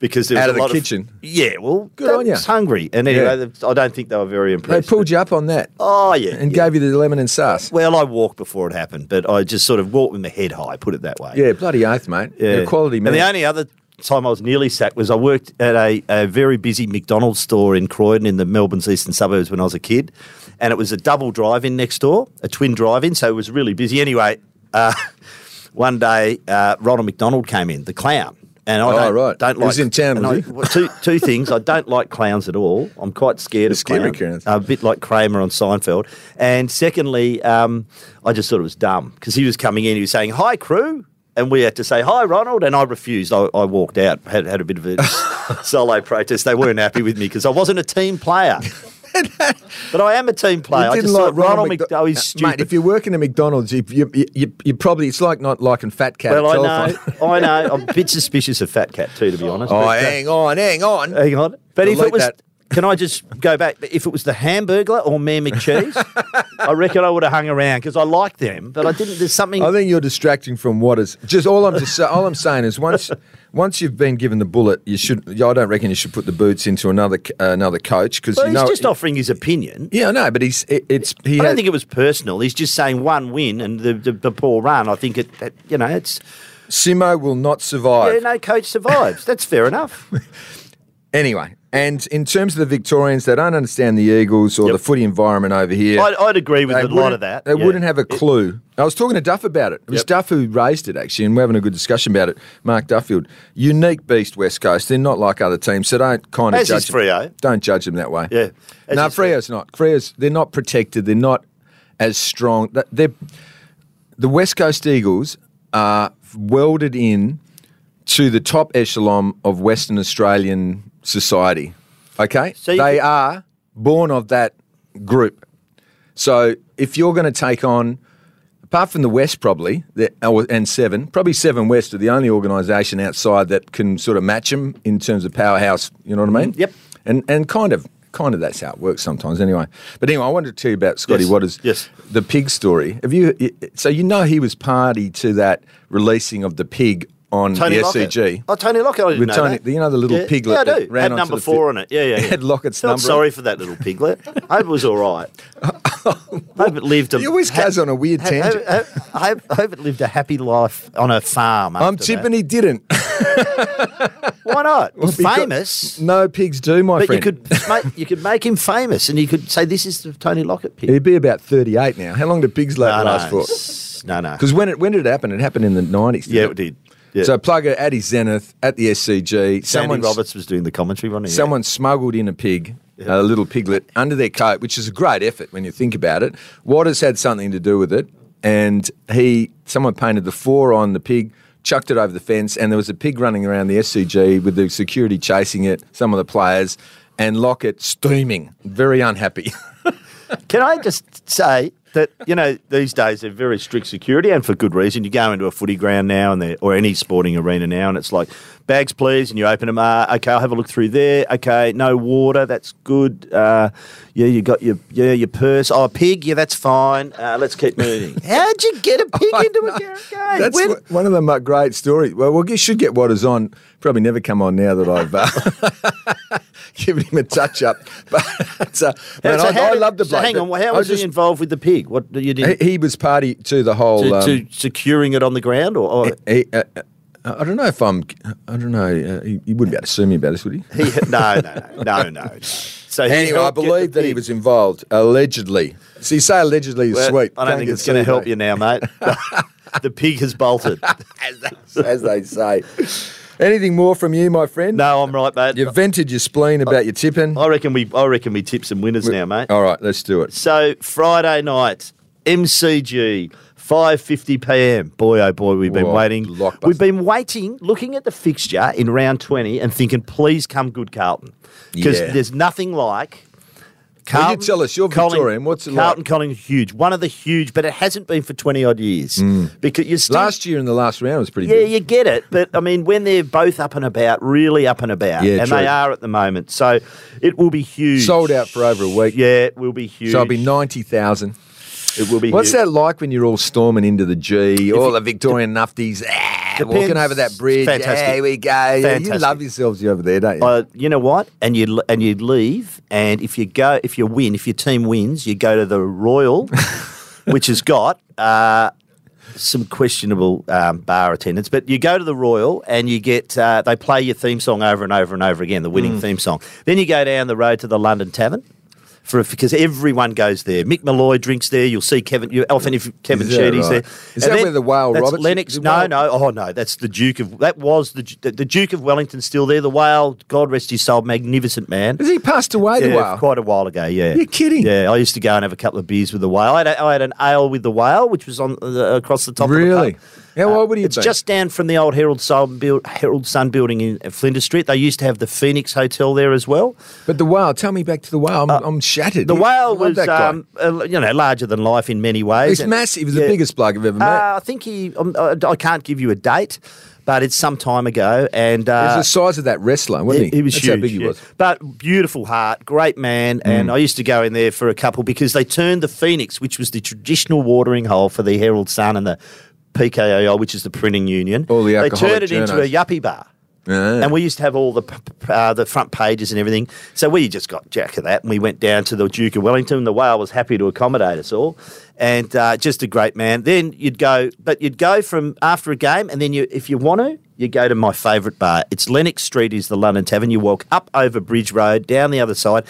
Speaker 3: because there was
Speaker 2: Out
Speaker 3: a
Speaker 2: of the
Speaker 3: lot
Speaker 2: kitchen?
Speaker 3: yeah, well,
Speaker 2: Good
Speaker 3: they
Speaker 2: on ya.
Speaker 3: was hungry, and anyway,
Speaker 2: Yeah.
Speaker 3: th- I don't think they were very
Speaker 2: They
Speaker 3: impressed.
Speaker 2: pulled you up on that
Speaker 3: oh yeah,
Speaker 2: and
Speaker 3: yeah.
Speaker 2: gave you the lemon and sauce.
Speaker 3: Well, I walked before it happened, but I just sort of walked with my head high, put it that way.
Speaker 2: Yeah, bloody oath, mate.
Speaker 3: Yeah.
Speaker 2: You're a quality man.
Speaker 3: And the only other time I was nearly sacked was I worked at a, a very busy McDonald's store in Croydon in the Melbourne's eastern suburbs when I was a kid. And it was a double drive in next door, a twin drive in. So it was really busy. Anyway, uh, one day uh, Ronald McDonald came in, the clown. And I
Speaker 2: Oh,
Speaker 3: don't,
Speaker 2: right.
Speaker 3: don't
Speaker 2: He
Speaker 3: like
Speaker 2: was in town,
Speaker 3: and
Speaker 2: was
Speaker 3: I-
Speaker 2: he?
Speaker 3: well, two two things. I don't like clowns at all. I'm quite scared of
Speaker 2: scary
Speaker 3: clowns.
Speaker 2: clowns.
Speaker 3: A bit like Kramer on Seinfeld. And secondly, um, I just thought it was dumb because he was coming in. He was saying hi crew, and we had to say hi Ronald, and I refused. I, I walked out. Had had a bit of a solo protest. They weren't happy with me because I wasn't a team player. but I am a team player. I
Speaker 2: You
Speaker 3: just
Speaker 2: didn't
Speaker 3: thought Ronald,
Speaker 2: Mc-
Speaker 3: McDonald. Oh, he's
Speaker 2: Mate,
Speaker 3: stupid.
Speaker 2: if you're working at McDonald's, you, you, you, you probably, it's like not liking Fat Cat
Speaker 3: well,
Speaker 2: at
Speaker 3: I
Speaker 2: telephone.
Speaker 3: know. I know. I'm a bit suspicious of Fat Cat too, to be honest.
Speaker 2: oh,
Speaker 3: but, uh,
Speaker 2: hang on, hang on.
Speaker 3: Hang on. But if it
Speaker 2: Delete
Speaker 3: was,
Speaker 2: that.
Speaker 3: can I just go back? If it was the Hamburglar or Mayor McCheese, I reckon I would have hung around because I like them. But I didn't. There's something.
Speaker 2: I think you're distracting from what is just all I'm just all I'm saying is once once you've been given the bullet, you should. I don't reckon you should put the boots into another c- uh, another coach because
Speaker 3: well,
Speaker 2: you
Speaker 3: he's
Speaker 2: know.
Speaker 3: just offering his opinion.
Speaker 2: yeah, no, but he's it, it's he.
Speaker 3: I
Speaker 2: had-
Speaker 3: don't think it was personal. He's just saying one win and the the, the poor run. I think it. That, you know, it's
Speaker 2: Simo will not survive.
Speaker 3: yeah, no coach survives. That's fair enough.
Speaker 2: Anyway, and in terms of the Victorians, they don't understand the Eagles or
Speaker 3: Yep.
Speaker 2: the footy environment over here.
Speaker 3: I'd, I'd agree with
Speaker 2: They
Speaker 3: a lot
Speaker 2: wouldn't-
Speaker 3: of that.
Speaker 2: They
Speaker 3: yeah.
Speaker 2: wouldn't have a clue. I was talking to Duff about it. It was
Speaker 3: Yep.
Speaker 2: Duff who raised it actually, and we're having a good discussion about it. Mark Duffield, unique beast, West Coast. They're not like other teams, so don't kind of
Speaker 3: As
Speaker 2: judge
Speaker 3: is
Speaker 2: them.
Speaker 3: Freo.
Speaker 2: Don't judge them that way.
Speaker 3: Yeah, as
Speaker 2: no,
Speaker 3: is Freo.
Speaker 2: Freo's not. Freo's they're not protected. They're not as strong. Th- They're the West Coast Eagles are welded in to the top echelon of Western Australian society. Okay,
Speaker 3: So
Speaker 2: they
Speaker 3: you could-
Speaker 2: are born of that group. So if you're going to take on, apart from the West, probably the, oh, and Seven, probably Seven West are the only organisation outside that can sort of match them in terms of powerhouse. You know what I mean?
Speaker 3: Yep.
Speaker 2: And and kind of kind of that's how it works sometimes. Anyway, but anyway, I wanted to tell you about Scotty
Speaker 3: Yes.
Speaker 2: Waters
Speaker 3: Yes.
Speaker 2: the pig story. Have you? So you know he was party to that releasing of the pig on
Speaker 3: Tony
Speaker 2: the
Speaker 3: Lockett.
Speaker 2: SCG.
Speaker 3: Oh, Tony Lockett. I didn't
Speaker 2: With
Speaker 3: know
Speaker 2: Tony-
Speaker 3: that.
Speaker 2: you know, the little
Speaker 3: yeah.
Speaker 2: piglet
Speaker 3: Yeah, I do.
Speaker 2: that ran
Speaker 3: Had
Speaker 2: only
Speaker 3: number
Speaker 2: to the
Speaker 3: four on
Speaker 2: fi-
Speaker 3: it. Yeah, yeah. yeah.
Speaker 2: Had Lockett's
Speaker 3: Felt
Speaker 2: number on
Speaker 3: Sorry
Speaker 2: it.
Speaker 3: for that little piglet. Hope it was all right. hope it lived. A,
Speaker 2: He always goes on a weird
Speaker 3: hope-
Speaker 2: tangent.
Speaker 3: Hope, hope- hope it lived a happy life on a farm.
Speaker 2: I'm
Speaker 3: after
Speaker 2: tipping
Speaker 3: that.
Speaker 2: he didn't.
Speaker 3: Why not? He's
Speaker 2: Because-
Speaker 3: famous.
Speaker 2: No pigs do, my
Speaker 3: But
Speaker 2: friend.
Speaker 3: you could make, you could make him famous, and you could say this is the Tony Lockett pig.
Speaker 2: He'd be about 38 now. How long did pigs la-
Speaker 3: no,
Speaker 2: last
Speaker 3: no,
Speaker 2: for?
Speaker 3: s- no, no.
Speaker 2: Because when it when did it happen? It happened in the 90s. didn't
Speaker 3: Yeah, it did. Yeah.
Speaker 2: So plug it at his Zenith at the SCG.
Speaker 3: Sandy
Speaker 2: someone's-
Speaker 3: Roberts was doing the commentary, wasn't he? Yeah.
Speaker 2: Someone smuggled in a pig, a little piglet, under their coat, which is a great effort when you think about it. Waters had something to do with it, and he someone painted the four on the pig, chucked it over the fence, and there was a pig running around the SCG with the security chasing it, some of the players, and Lockett steaming, very unhappy.
Speaker 3: Can I just say that you know these days they're very strict security, and for good reason. You go into a footy ground now, and they're- or any sporting arena now, and it's like bags, please, and you open them. Uh, okay, I'll have a look through there. Okay, no water, that's good. Uh, yeah, you got your yeah your purse. Oh, a pig, yeah, that's fine. Uh, let's keep moving. How'd you get a pig into a ground game?
Speaker 2: That's
Speaker 3: When-
Speaker 2: wh- one of the mu- great stories. Well, we should get Waters on. Probably never come on now that I've uh, given him a touch up. But uh, man,
Speaker 3: so
Speaker 2: I,
Speaker 3: how
Speaker 2: I
Speaker 3: did-
Speaker 2: love the
Speaker 3: so
Speaker 2: bloke.
Speaker 3: hang on,
Speaker 2: but
Speaker 3: how
Speaker 2: I
Speaker 3: was
Speaker 2: just-
Speaker 3: he involved with the pig? What you did
Speaker 2: He, he was party to the whole.
Speaker 3: to,
Speaker 2: um,
Speaker 3: to securing it on the ground, or, or
Speaker 2: he- uh, uh, I don't know if I'm. I don't know. Uh, he, he wouldn't be able to sue me about this, would he?
Speaker 3: he, no, no, no, no, no, no. So he
Speaker 2: Anyway, I
Speaker 3: helped get the
Speaker 2: believe that he
Speaker 3: pig.
Speaker 2: was involved allegedly. So you say allegedly is
Speaker 3: Well,
Speaker 2: sweet.
Speaker 3: I don't think it's going to help you now, mate. the pig has bolted.
Speaker 2: as, they, as they say. Anything more from you, my friend?
Speaker 3: No, I'm right, mate.
Speaker 2: You vented your spleen about your tipping.
Speaker 3: I reckon we I reckon we tip some winners now, mate.
Speaker 2: All right, let's do it.
Speaker 3: So Friday night, MCG, five fifty PM. Boy, oh boy, we've been
Speaker 2: Whoa,
Speaker 3: waiting.
Speaker 2: blockbuster.
Speaker 3: We've been waiting, looking at the fixture in round twenty, and thinking, please come, good Carlton, because
Speaker 2: Yeah.
Speaker 3: there's nothing like.
Speaker 2: Well, you tell us, you're Victorian, what's it like?
Speaker 3: Carlton Collingwood huge, one of the huge, but it hasn't been for twenty odd years because you're still
Speaker 2: Mm. Last year in the last round was pretty
Speaker 3: yeah,
Speaker 2: good.
Speaker 3: you get it. But I mean, when they're both up and about, really up and about,
Speaker 2: Yeah,
Speaker 3: and
Speaker 2: true.
Speaker 3: they are at the moment, so it will be huge.
Speaker 2: Sold out for over a week.
Speaker 3: Yeah, it will be huge.
Speaker 2: So it'll be 90,000.
Speaker 3: It will be.
Speaker 2: What's
Speaker 3: huge.
Speaker 2: that like when you're all storming into the G, all
Speaker 3: it-
Speaker 2: the Victorian nufties, ah, walking
Speaker 3: Depends.
Speaker 2: over that bridge?
Speaker 3: Fantastic.
Speaker 2: Hey, we go. You
Speaker 3: Fantastic.
Speaker 2: love yourselves over there, don't you?
Speaker 3: Uh, you know what? And you and you leave, and if you go, if you win, if your team wins, you go to the Royal, which has got uh, some questionable um, bar attendance. But you go to the Royal, and you get uh, they play your theme song over and over and over again, the
Speaker 2: Mm.
Speaker 3: winning theme song. Then you go down the road to the London Tavern. For, because everyone goes there. Mick Malloy drinks there. You'll see Kevin. You, often if Kevin
Speaker 2: Is that
Speaker 3: Sheedy's
Speaker 2: right?
Speaker 3: there. And
Speaker 2: Is that
Speaker 3: then-
Speaker 2: where the Whale
Speaker 3: that's
Speaker 2: Roberts-
Speaker 3: Lennox.
Speaker 2: the
Speaker 3: No,
Speaker 2: Whale-
Speaker 3: no. No, oh no, that's the Duke of that was the the, the Duke of Wellington still there. The whale, God rest his soul, magnificent man.
Speaker 2: Has he passed away, the
Speaker 3: Yeah,
Speaker 2: whale?
Speaker 3: quite a while ago. Yeah,
Speaker 2: You're kidding.
Speaker 3: Yeah, I used to go and have a couple of beers with the whale. I had, a, I had an ale with the whale, which was on the, across the top.
Speaker 2: Really?
Speaker 3: Of the pub.
Speaker 2: How old would he
Speaker 3: Uh,
Speaker 2: have
Speaker 3: It's
Speaker 2: been?
Speaker 3: just down from the old Herald Sun, build, Herald Sun building in Flinders Street. They used to have the Phoenix Hotel there as well.
Speaker 2: But the whale, tell me back to the whale. I'm, I'm shattered.
Speaker 3: Uh, The
Speaker 2: I
Speaker 3: whale
Speaker 2: love
Speaker 3: was,
Speaker 2: that guy.
Speaker 3: um, uh, you know, larger than life in many ways.
Speaker 2: He's
Speaker 3: And-
Speaker 2: massive. He's the
Speaker 3: yeah.
Speaker 2: biggest bloke I've ever met.
Speaker 3: Uh, I think he. Um, uh, I can't give you a date, but it's some time ago, and
Speaker 2: he was
Speaker 3: uh,
Speaker 2: the size of that wrestler, wasn't he?
Speaker 3: he, he was
Speaker 2: That's
Speaker 3: huge.
Speaker 2: how big he
Speaker 3: yeah.
Speaker 2: was. Mm.
Speaker 3: But beautiful heart, great man, and I used to go in there for a couple because they turned the Phoenix, which was the traditional watering hole for the Herald Sun and the PKAI, which is the printing union.
Speaker 2: All the
Speaker 3: they
Speaker 2: alcoholic
Speaker 3: turned it into a
Speaker 2: journos.
Speaker 3: yuppie bar.
Speaker 2: Ah.
Speaker 3: And we used to have all the p- p- uh, the front pages and everything. So we just got jack of that, and we went down to the Duke of Wellington. The whale was happy to accommodate us all, and uh, just a great man. Then you'd go, but you'd go from after a game, and then you, if you want to, you go to my favourite bar. It's Lennox Street, is the London Tavern. You walk up over Bridge Road, down the other side.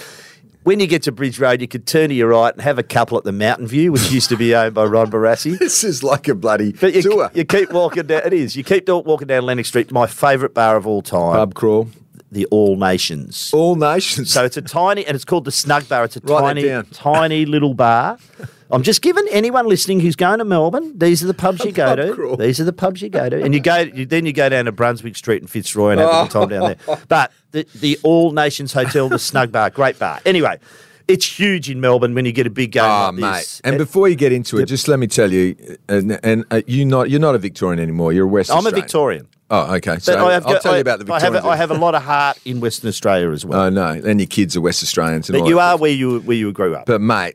Speaker 3: When you get to Bridge Road, you could turn to your right and have a couple at the Mountain View, which used to be owned by Ron Barassi.
Speaker 2: This is like a bloody
Speaker 3: But you,
Speaker 2: tour.
Speaker 3: you keep walking down. It is. You keep do- walking down Lennox Street. My favourite bar of all time
Speaker 2: Pub crawl.
Speaker 3: the All Nations.
Speaker 2: All nations.
Speaker 3: So it's a tiny, and it's called the Snug Bar. It's a
Speaker 2: Write that
Speaker 3: tiny,
Speaker 2: down.
Speaker 3: tiny little bar. I'm just giving anyone listening who's going to Melbourne. These are the pubs you go
Speaker 2: Pub
Speaker 3: to.
Speaker 2: crawl.
Speaker 3: These are the pubs you go to, and you go. You, then you go down to Brunswick Street and Fitzroy and have a good time down there. But the, the All Nations Hotel, the Snug Bar, great bar. Anyway, it's huge in Melbourne when you get a big game
Speaker 2: Ah,
Speaker 3: like
Speaker 2: mate.
Speaker 3: this.
Speaker 2: And
Speaker 3: It-
Speaker 2: before you get into it, just let me tell you, and, and uh, you not you're not a Victorian anymore. You're a West.
Speaker 3: I'm a
Speaker 2: Australian.
Speaker 3: Victorian.
Speaker 2: Oh, okay.
Speaker 3: But
Speaker 2: So I
Speaker 3: I have,
Speaker 2: will
Speaker 3: got-
Speaker 2: tell
Speaker 3: I-
Speaker 2: you about the
Speaker 3: I
Speaker 2: Victorian.
Speaker 3: have, a, I have a lot of heart in Western Australia as well.
Speaker 2: Oh no, and your kids are West Australians. And
Speaker 3: but
Speaker 2: all
Speaker 3: you
Speaker 2: that.
Speaker 3: are where you where you grew up.
Speaker 2: But mate,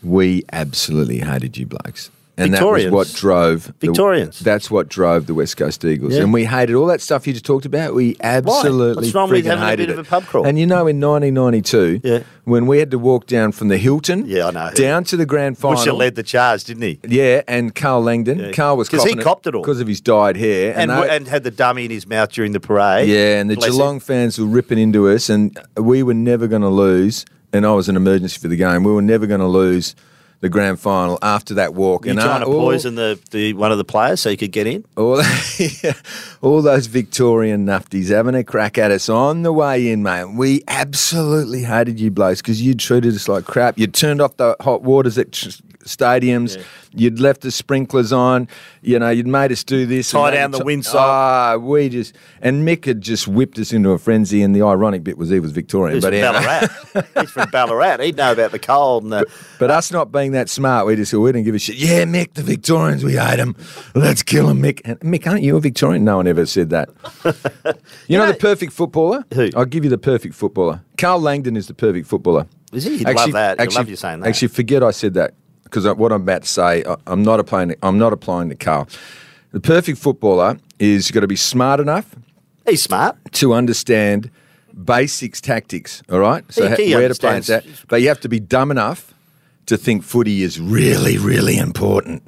Speaker 2: we absolutely hated you blokes. And that was
Speaker 3: Victorians.
Speaker 2: what drove the-
Speaker 3: Victorians.
Speaker 2: that's what drove the West Coast Eagles,
Speaker 3: Yeah.
Speaker 2: and we hated all that stuff you just talked about. We absolutely
Speaker 3: What's wrong with
Speaker 2: friggin'
Speaker 3: having a
Speaker 2: hated
Speaker 3: bit of
Speaker 2: it.
Speaker 3: a pub crawl?
Speaker 2: And you know, in 1992,
Speaker 3: Yeah.
Speaker 2: when we had to walk down from the Hilton,
Speaker 3: Yeah, I know.
Speaker 2: down to the grand final,
Speaker 3: Busher led the charge, didn't he?
Speaker 2: yeah, and Carl Langdon,
Speaker 3: Yeah.
Speaker 2: Carl was
Speaker 3: 'Cause he
Speaker 2: copping
Speaker 3: copped it all.
Speaker 2: because of his dyed hair,
Speaker 3: and,
Speaker 2: they-
Speaker 3: w and had the dummy in his mouth during the parade.
Speaker 2: yeah, and the
Speaker 3: Bless him.
Speaker 2: Geelong fans were ripping into us, and we were never going to lose. And I was an emergency for the game. We were never going to lose the grand final after that walk.
Speaker 3: You
Speaker 2: and uh,
Speaker 3: trying to
Speaker 2: all-
Speaker 3: poison the, the one of the players so you could get in?
Speaker 2: all, all those Victorian nufties having a crack at us on the way in, mate. We absolutely hated you blokes because you treated us like crap. You turned off the hot waters at tr- stadiums. You'd left the sprinklers on. You know, you'd made us do this. and
Speaker 3: Tie
Speaker 2: that.
Speaker 3: down the
Speaker 2: Ti-
Speaker 3: windsock.
Speaker 2: Ah, we just and Mick had just whipped us into a frenzy. And the ironic bit was he was Victorian,
Speaker 3: He's
Speaker 2: but
Speaker 3: from
Speaker 2: anyhow.
Speaker 3: Ballarat. He's from Ballarat. He'd know about the cold and the.
Speaker 2: But us not being that smart, we just we didn't give a shit. Yeah, Mick, the Victorians, we hate them. Let's kill them, Mick. And, Mick, aren't you a Victorian? No one ever said that. you, know,
Speaker 3: know-
Speaker 2: the perfect footballer?
Speaker 3: Who?
Speaker 2: I'll give you the perfect footballer. Carl Langdon is the perfect footballer.
Speaker 3: Is he? He'd love that. He'd love you saying that.
Speaker 2: Actually, forget I said that because what I'm about to say, I, I'm not applying. I'm not applying to Carl. The perfect footballer is got to be smart enough
Speaker 3: He's smart.
Speaker 2: to understand basics tactics. All right,
Speaker 3: He-
Speaker 2: so ha-
Speaker 3: he
Speaker 2: where to play and that,
Speaker 3: understands.
Speaker 2: but you have to be dumb enough to think footy is really, really important.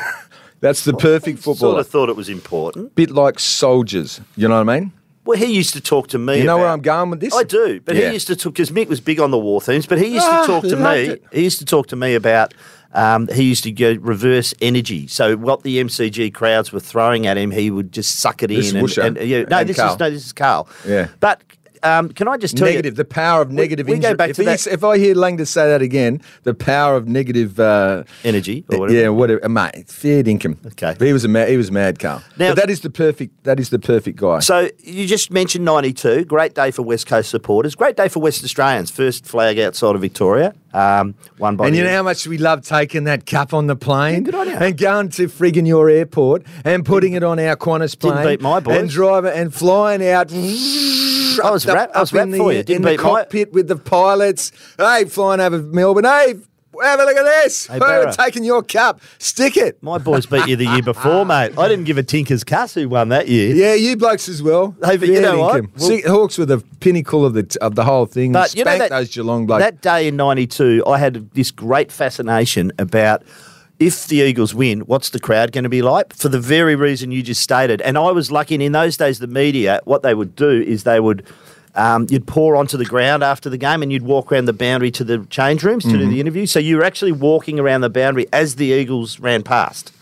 Speaker 2: That's the perfect
Speaker 3: Sort
Speaker 2: footballer.
Speaker 3: of thought it was important.
Speaker 2: Bit like soldiers, you know what I mean?
Speaker 3: Well, he used to talk to me.
Speaker 2: You know
Speaker 3: about-
Speaker 2: where I'm going with this?
Speaker 3: I do, but
Speaker 2: Yeah.
Speaker 3: he used to talk because Mick was big on the war themes. But he used
Speaker 2: Ah,
Speaker 3: to talk to
Speaker 2: loved
Speaker 3: me.
Speaker 2: it.
Speaker 3: He used to talk to me about. Um, he used to go reverse energy. So what the MCG crowds were throwing at him, he would just suck it
Speaker 2: This
Speaker 3: in.
Speaker 2: is Woosha
Speaker 3: and, and, yeah, no,
Speaker 2: and
Speaker 3: this
Speaker 2: Carl.
Speaker 3: is no, this is Carl.
Speaker 2: Yeah.
Speaker 3: but um, can I just tell
Speaker 2: negative.
Speaker 3: you?
Speaker 2: The power of negative.
Speaker 3: we go
Speaker 2: injury-
Speaker 3: back
Speaker 2: if
Speaker 3: to
Speaker 2: he-
Speaker 3: that-
Speaker 2: If I hear Langdon say that again, the power of negative uh,
Speaker 3: Energy or whatever.
Speaker 2: Yeah, whatever. Mate, feared income.
Speaker 3: Okay.
Speaker 2: he was a mad, he was mad, Carl.
Speaker 3: Now-
Speaker 2: but that is the perfect. That is the perfect guy.
Speaker 3: So you just mentioned '92. Great day for West Coast supporters. Great day for West Australians. First flag outside of Victoria, um, won by
Speaker 2: and you
Speaker 3: the-
Speaker 2: know how much we love taking that cup on the plane
Speaker 3: good on ya.
Speaker 2: and going to friggin' your airport and putting it on our Qantas plane.
Speaker 3: beat my boys.
Speaker 2: And driving and flying out.
Speaker 3: I was rap- I was
Speaker 2: up
Speaker 3: rap
Speaker 2: in the,
Speaker 3: for you. Didn't
Speaker 2: in
Speaker 3: beat
Speaker 2: the
Speaker 3: my-
Speaker 2: cockpit with the pilots. Hey, flying over Melbourne. Hey, have a look at this.
Speaker 3: Hey,
Speaker 2: We're
Speaker 3: Barra.
Speaker 2: taking your cup. Stick it.
Speaker 3: My boys beat you the year before, mate. I didn't give a tinker's cuss who won that year.
Speaker 2: Yeah, you blokes as well.
Speaker 3: Hey, but you
Speaker 2: Yeah,
Speaker 3: know what?
Speaker 2: Dinkum. See, Hawks were the pinnacle of the of the whole thing.
Speaker 3: But you know
Speaker 2: Spank
Speaker 3: that,
Speaker 2: those Geelong blokes.
Speaker 3: that day in '92, I had this great fascination about if the Eagles win, what's the crowd going to be like? For the very reason you just stated, and I was lucky. And in those days, the media, what they would do is they would. Um, you'd pour onto the ground after the game and you'd walk around the boundary to the change rooms to
Speaker 2: Mm-hmm.
Speaker 3: do the interview. So you were actually walking around the boundary as the Eagles ran past.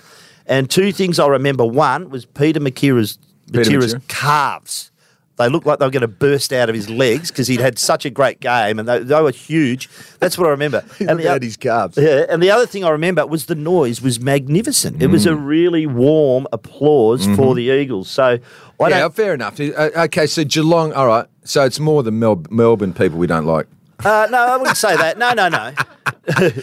Speaker 3: And two things I remember one was Peter Makira's,
Speaker 2: Peter
Speaker 3: Makira's
Speaker 2: Makira.
Speaker 3: calves. They looked like they were going to burst out of his legs because he'd had such a great game and they, they were huge. That's what I remember. and,
Speaker 2: Look
Speaker 3: the,
Speaker 2: at his calves.
Speaker 3: yeah, and the other thing I remember was the noise was magnificent. It was a
Speaker 2: Mm.
Speaker 3: really warm applause for the Eagles. So I
Speaker 2: Mm-hmm. yeah,
Speaker 3: don't.
Speaker 2: fair enough. Uh, Okay, so Geelong. All right, so it's more the Mel- Melbourne people we don't like.
Speaker 3: Uh, no, I wouldn't say that. No, no, no.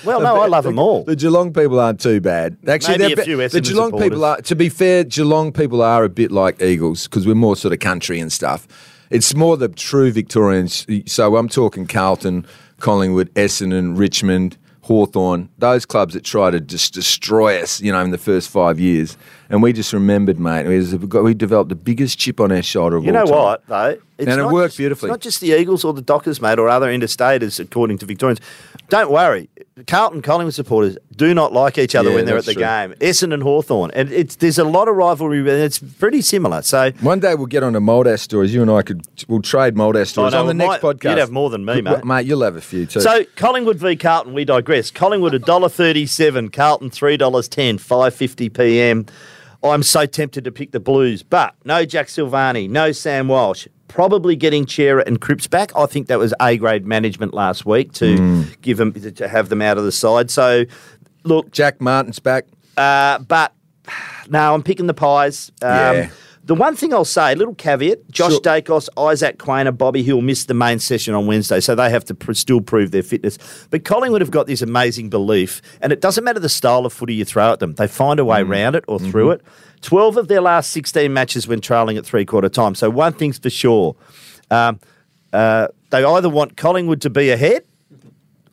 Speaker 3: well, no, I love them all.
Speaker 2: The Geelong people aren't too bad. Actually,
Speaker 3: Maybe
Speaker 2: they're
Speaker 3: a few
Speaker 2: be- the
Speaker 3: Essendon
Speaker 2: Geelong people
Speaker 3: supporters.
Speaker 2: are. To be fair, Geelong people are a bit like Eagles because we're more sort of country and stuff. It's more the true Victorians. So I'm talking Carlton, Collingwood, Essendon, Richmond, Hawthorn. Those clubs that try to just destroy us, you know, in the first five years. And we just remembered, mate. We, was- we got- we developed the biggest chip on our shoulder. Of
Speaker 3: You
Speaker 2: all
Speaker 3: know
Speaker 2: time.
Speaker 3: what, though? It's
Speaker 2: And it
Speaker 3: not
Speaker 2: worked
Speaker 3: just-
Speaker 2: beautifully.
Speaker 3: It's not just the Eagles or the Dockers, mate, or other interstaters, according to Victorians. Don't worry. Carlton Collingwood supporters do not like each other
Speaker 2: Yeah,
Speaker 3: when they're at
Speaker 2: that's
Speaker 3: the game.
Speaker 2: true.
Speaker 3: Essendon and Hawthorn. And it's, there's a lot of rivalry, and it's pretty similar. So.
Speaker 2: One day we'll get on to Moldass stories. You and I could we'll trade Moldass stories
Speaker 3: know,
Speaker 2: on the
Speaker 3: Oh, we
Speaker 2: next
Speaker 3: might-
Speaker 2: podcast.
Speaker 3: you'd have more than me, mate.
Speaker 2: Mate, you'll have a few too.
Speaker 3: So Collingwood v Carlton, we digress. Collingwood $1.37, Carlton $3.10, 5.50 p.m. I'm so tempted to pick the Blues, but no Jack Silvani, no Sam Walsh. Probably getting Chera and Cripps back. I think that was A grade management last week to give them to have them out of the side. So, look,
Speaker 2: Jack Martin's back.
Speaker 3: uh, but no, I'm picking the pies. Um,
Speaker 2: Yeah.
Speaker 3: The one thing I'll say, little caveat: Josh
Speaker 2: Sure.
Speaker 3: Dacos, Isaac Quainer, Bobby Hill missed the main session on Wednesday, so they have to pr- still prove their fitness. But Collingwood have got this amazing belief, and it doesn't matter the style of footy you throw at them; they find a
Speaker 2: Mm.
Speaker 3: way round it or
Speaker 2: Mm-hmm.
Speaker 3: through it. Twelve of their last sixteen matches when trailing at three quarter time. So one thing's for sure: um, uh, they either want Collingwood to be ahead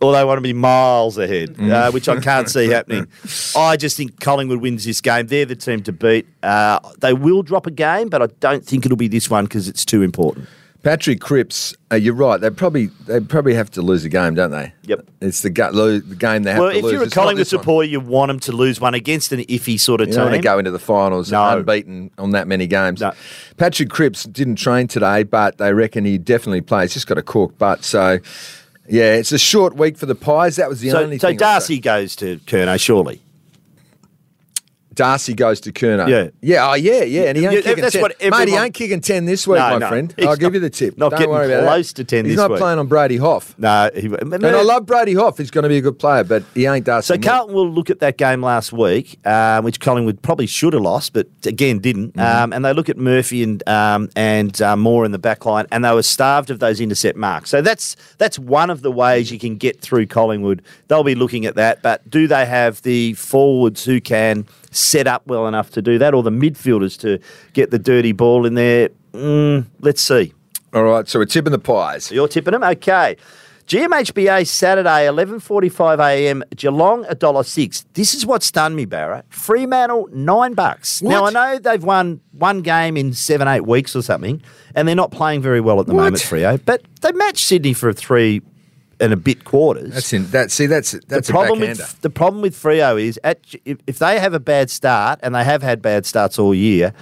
Speaker 3: or they want to be miles ahead, uh, which I can't see happening. I just think Collingwood wins this game. They're the team to beat. Uh, they will drop a game, but I don't think it'll be this one because it's too important.
Speaker 2: Patrick Cripps, uh, you're right. They probably they probably have to lose a game, don't they?
Speaker 3: Yep.
Speaker 2: It's the, gut, lo- the game they have
Speaker 3: Well,
Speaker 2: to
Speaker 3: if
Speaker 2: lose.
Speaker 3: you're a
Speaker 2: It's not
Speaker 3: Collingwood
Speaker 2: this one.
Speaker 3: supporter, you want them to lose one against an iffy sort of
Speaker 2: You
Speaker 3: team.
Speaker 2: don't want to go into the finals
Speaker 3: No.
Speaker 2: unbeaten on that many games.
Speaker 3: No.
Speaker 2: Patrick Cripps didn't train today, but they reckon he definitely plays. Just got a cork butt, so yeah, it's a short week for the Pies. That was the
Speaker 3: so,
Speaker 2: only
Speaker 3: so
Speaker 2: thing. I'd say.
Speaker 3: Darcy goes to Kerno, surely.
Speaker 2: Darcy goes to Kurnow.
Speaker 3: Yeah.
Speaker 2: Yeah, oh, yeah, yeah. And he ain't
Speaker 3: Yeah,
Speaker 2: kicking
Speaker 3: that's
Speaker 2: 10.
Speaker 3: what
Speaker 2: Mate, he
Speaker 3: everyone-
Speaker 2: ain't kicking 10 this week,
Speaker 3: No,
Speaker 2: my
Speaker 3: no,
Speaker 2: friend.
Speaker 3: he's
Speaker 2: I'll
Speaker 3: not-
Speaker 2: give you the tip.
Speaker 3: not
Speaker 2: Don't
Speaker 3: getting
Speaker 2: worry about
Speaker 3: close
Speaker 2: that.
Speaker 3: to 10
Speaker 2: He's
Speaker 3: this
Speaker 2: not
Speaker 3: week.
Speaker 2: playing on Brady Hoff.
Speaker 3: No, he,
Speaker 2: And I love Brady Hoff. He's going to be a good player, but he ain't
Speaker 3: Uh, So
Speaker 2: Darcy. Moore.
Speaker 3: Carlton will look at that game last week, um, which Collingwood probably should have lost, but again didn't. Um, and they look at Murphy and um, and uh, Moore in the back line, and they were starved of those intercept marks. So that's that's one of the ways you can get through Collingwood. They'll be looking at that, but do they have the forwards who can set up well enough to do that, or the midfielders to get the dirty ball in there? Mm, let's see.
Speaker 2: All right, so we're tipping the Pies.
Speaker 3: You're tipping them? Okay. GMHBA Saturday, 11.45am, Geelong, $1.06. This is what stunned me, Barra. Fremantle, 9 bucks. Now, I
Speaker 2: What?
Speaker 3: know they've won one game in seven, eight weeks or something, and they're not playing very well at the
Speaker 2: What?
Speaker 3: moment, Frio, but they matched Sydney for three and a bit quarters.
Speaker 2: That's in that. See, that's that's
Speaker 3: the problem
Speaker 2: a backhander.
Speaker 3: with the problem with Frio is at, if, if they have a bad start and they have had bad starts all year,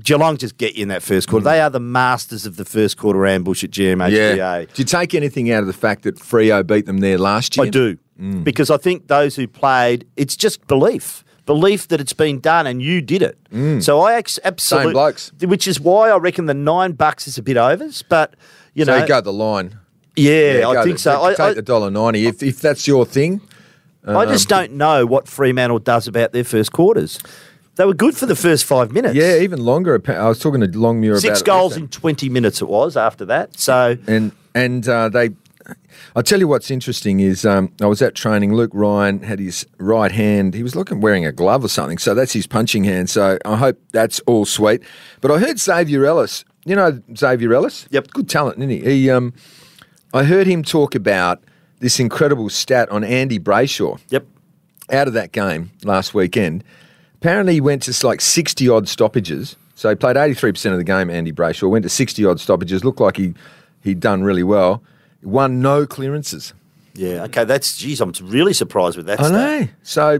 Speaker 3: Geelong just get you in that first
Speaker 2: Hmm.
Speaker 3: quarter. They are the masters of the first quarter ambush at GMHBA.
Speaker 2: Yeah. Do you take anything out of the fact that Frio beat them there last year?
Speaker 3: I do.
Speaker 2: Mm.
Speaker 3: Because I think those who played, it's just belief. Belief that it's been done and you did it. So I ex- absolutely.
Speaker 2: Mm. blokes.
Speaker 3: Which is why I reckon the nine bucks is a bit overs, but you
Speaker 2: So
Speaker 3: know.
Speaker 2: you go the line.
Speaker 3: yeah,
Speaker 2: Yeah,
Speaker 3: I
Speaker 2: go
Speaker 3: think
Speaker 2: the-
Speaker 3: so. I,
Speaker 2: Take
Speaker 3: I,
Speaker 2: the dollar ninety if if that's your thing.
Speaker 3: I just
Speaker 2: um,
Speaker 3: don't know what Fremantle does about their first quarters. They were good for the first five minutes.
Speaker 2: Yeah, even longer. appa- I was talking to Longmuir about
Speaker 3: Six
Speaker 2: it
Speaker 3: goals
Speaker 2: yesterday.
Speaker 3: in 20 minutes it was after that. So,
Speaker 2: and and uh, they. I tell you what's interesting is um, I was at training. Luke Ryan had his right hand. He was looking wearing a glove or something, so that's his punching hand. So I hope that's all sweet. But I heard Xavier Ellis. You know Xavier Ellis.
Speaker 3: Yep.
Speaker 2: good talent, isn't he? He. Um, I heard him talk about this incredible stat on Andy Brayshaw
Speaker 3: yep.
Speaker 2: out of that game last weekend. Apparently, he went to like 60 odd stoppages. So he played 83% of the game, Andy Brayshaw. Went to 60 odd stoppages. Looked like he, he'd done really well. Won no clearances.
Speaker 3: Yeah, okay. That's, geez, I'm really surprised with that.
Speaker 2: I
Speaker 3: stat.
Speaker 2: know. So,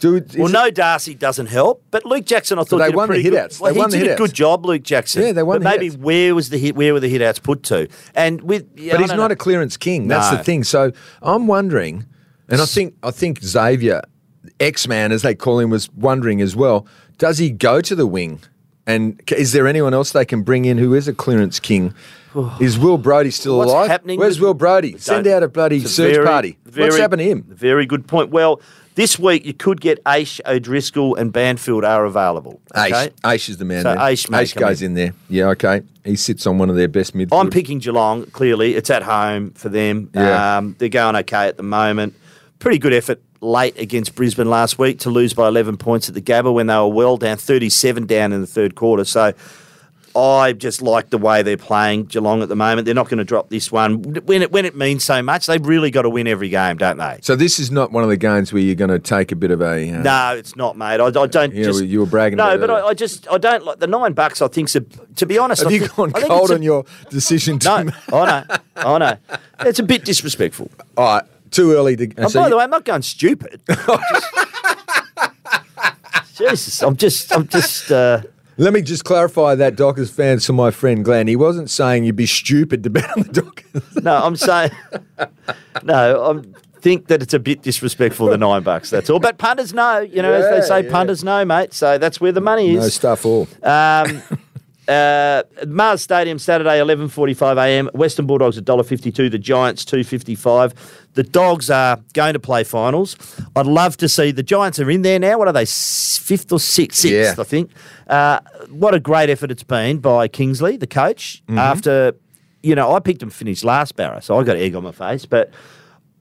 Speaker 2: dude. is
Speaker 3: Well,
Speaker 2: it-
Speaker 3: no, Darcy doesn't help, but Luke Jackson, I thought
Speaker 2: they
Speaker 3: did a
Speaker 2: won the
Speaker 3: pretty
Speaker 2: hit-outs.
Speaker 3: Good, well,
Speaker 2: They
Speaker 3: he
Speaker 2: won the
Speaker 3: did a
Speaker 2: hit-outs.
Speaker 3: good job, Luke Jackson.
Speaker 2: Yeah, they won the
Speaker 3: But maybe
Speaker 2: hit-outs.
Speaker 3: where was the hit? Where were the hit outs put to? And with, yeah,
Speaker 2: but
Speaker 3: I
Speaker 2: he's
Speaker 3: don't
Speaker 2: not
Speaker 3: know.
Speaker 2: a clearance king. That's
Speaker 3: No.
Speaker 2: the thing. So I'm wondering, and I think I think Xavier, X Man as they call him, was wondering as well. Does he go to the wing? And c- is there anyone else they can bring in who is a clearance king? Is Will Brody still
Speaker 3: What's
Speaker 2: alive?
Speaker 3: happening
Speaker 2: Where's
Speaker 3: with-
Speaker 2: Will Brody?
Speaker 3: Don't-
Speaker 2: Send out a bloody
Speaker 3: It's a
Speaker 2: search
Speaker 3: very-
Speaker 2: party. What's
Speaker 3: very-
Speaker 2: happened to him?
Speaker 3: Very good point. Well, this week you could get Aish O'Driscoll and Banfield are available.
Speaker 2: Aish,
Speaker 3: okay?
Speaker 2: Aish is the man.
Speaker 3: So
Speaker 2: there.
Speaker 3: Aish may come
Speaker 2: goes
Speaker 3: in.
Speaker 2: in. there. Yeah, okay. He sits on one of their best midfielders.
Speaker 3: I'm picking Geelong. Clearly, it's at home for them.
Speaker 2: Yeah.
Speaker 3: Um, they're going okay at the moment. Pretty good effort late against Brisbane last week to lose by 11 points at the Gabba when they were well down, 37 down in the third quarter. So. I just like the way they're playing Geelong at the moment. They're not going to drop this one when it when it means so much. They've really got to win every game, don't they?
Speaker 2: So this is not one of the games where you're going to take a bit of a. Uh,
Speaker 3: No, it's not, mate. I, I don't.
Speaker 2: Yeah,
Speaker 3: just,
Speaker 2: well, you were bragging
Speaker 3: No,
Speaker 2: about it
Speaker 3: but I,
Speaker 2: earlier.
Speaker 3: I just I don't like the nine bucks. I think's a. To be honest,
Speaker 2: Have
Speaker 3: I
Speaker 2: you
Speaker 3: think,
Speaker 2: gone
Speaker 3: I think
Speaker 2: cold
Speaker 3: it's a-
Speaker 2: on your decision to
Speaker 3: No, I know, I know. It's a bit disrespectful.
Speaker 2: All right, too early to.
Speaker 3: And
Speaker 2: so
Speaker 3: Oh, by
Speaker 2: you-
Speaker 3: the way, I'm not going stupid. I'm just- Jesus, I'm just, I'm just. Uh,
Speaker 2: let me just clarify that Dockers fans to my friend Glenn. He wasn't saying you'd be stupid to bet on the Dockers.
Speaker 3: no, I'm saying. No, I'm. Think that it's a bit disrespectful, the nine bucks. That's all. But punters know, you know, as they
Speaker 2: Yeah,
Speaker 3: say,
Speaker 2: yeah.
Speaker 3: punters know, mate. So that's where the money is.
Speaker 2: no stuff all.
Speaker 3: Um, uh, Mars Stadium Saturday, eleven forty-five a.m. Western Bulldogs $1.52, the Giants two fifty-five. The Dogs are going to play finals. I'd love to see the Giants are in there now. What are they? s- Fifth or sixth? Sixth,
Speaker 2: Yeah.
Speaker 3: I think. Uh, what a great effort it's been by Kingsley, the coach. After you know, I picked them finish last barra, so I got egg on my face, but.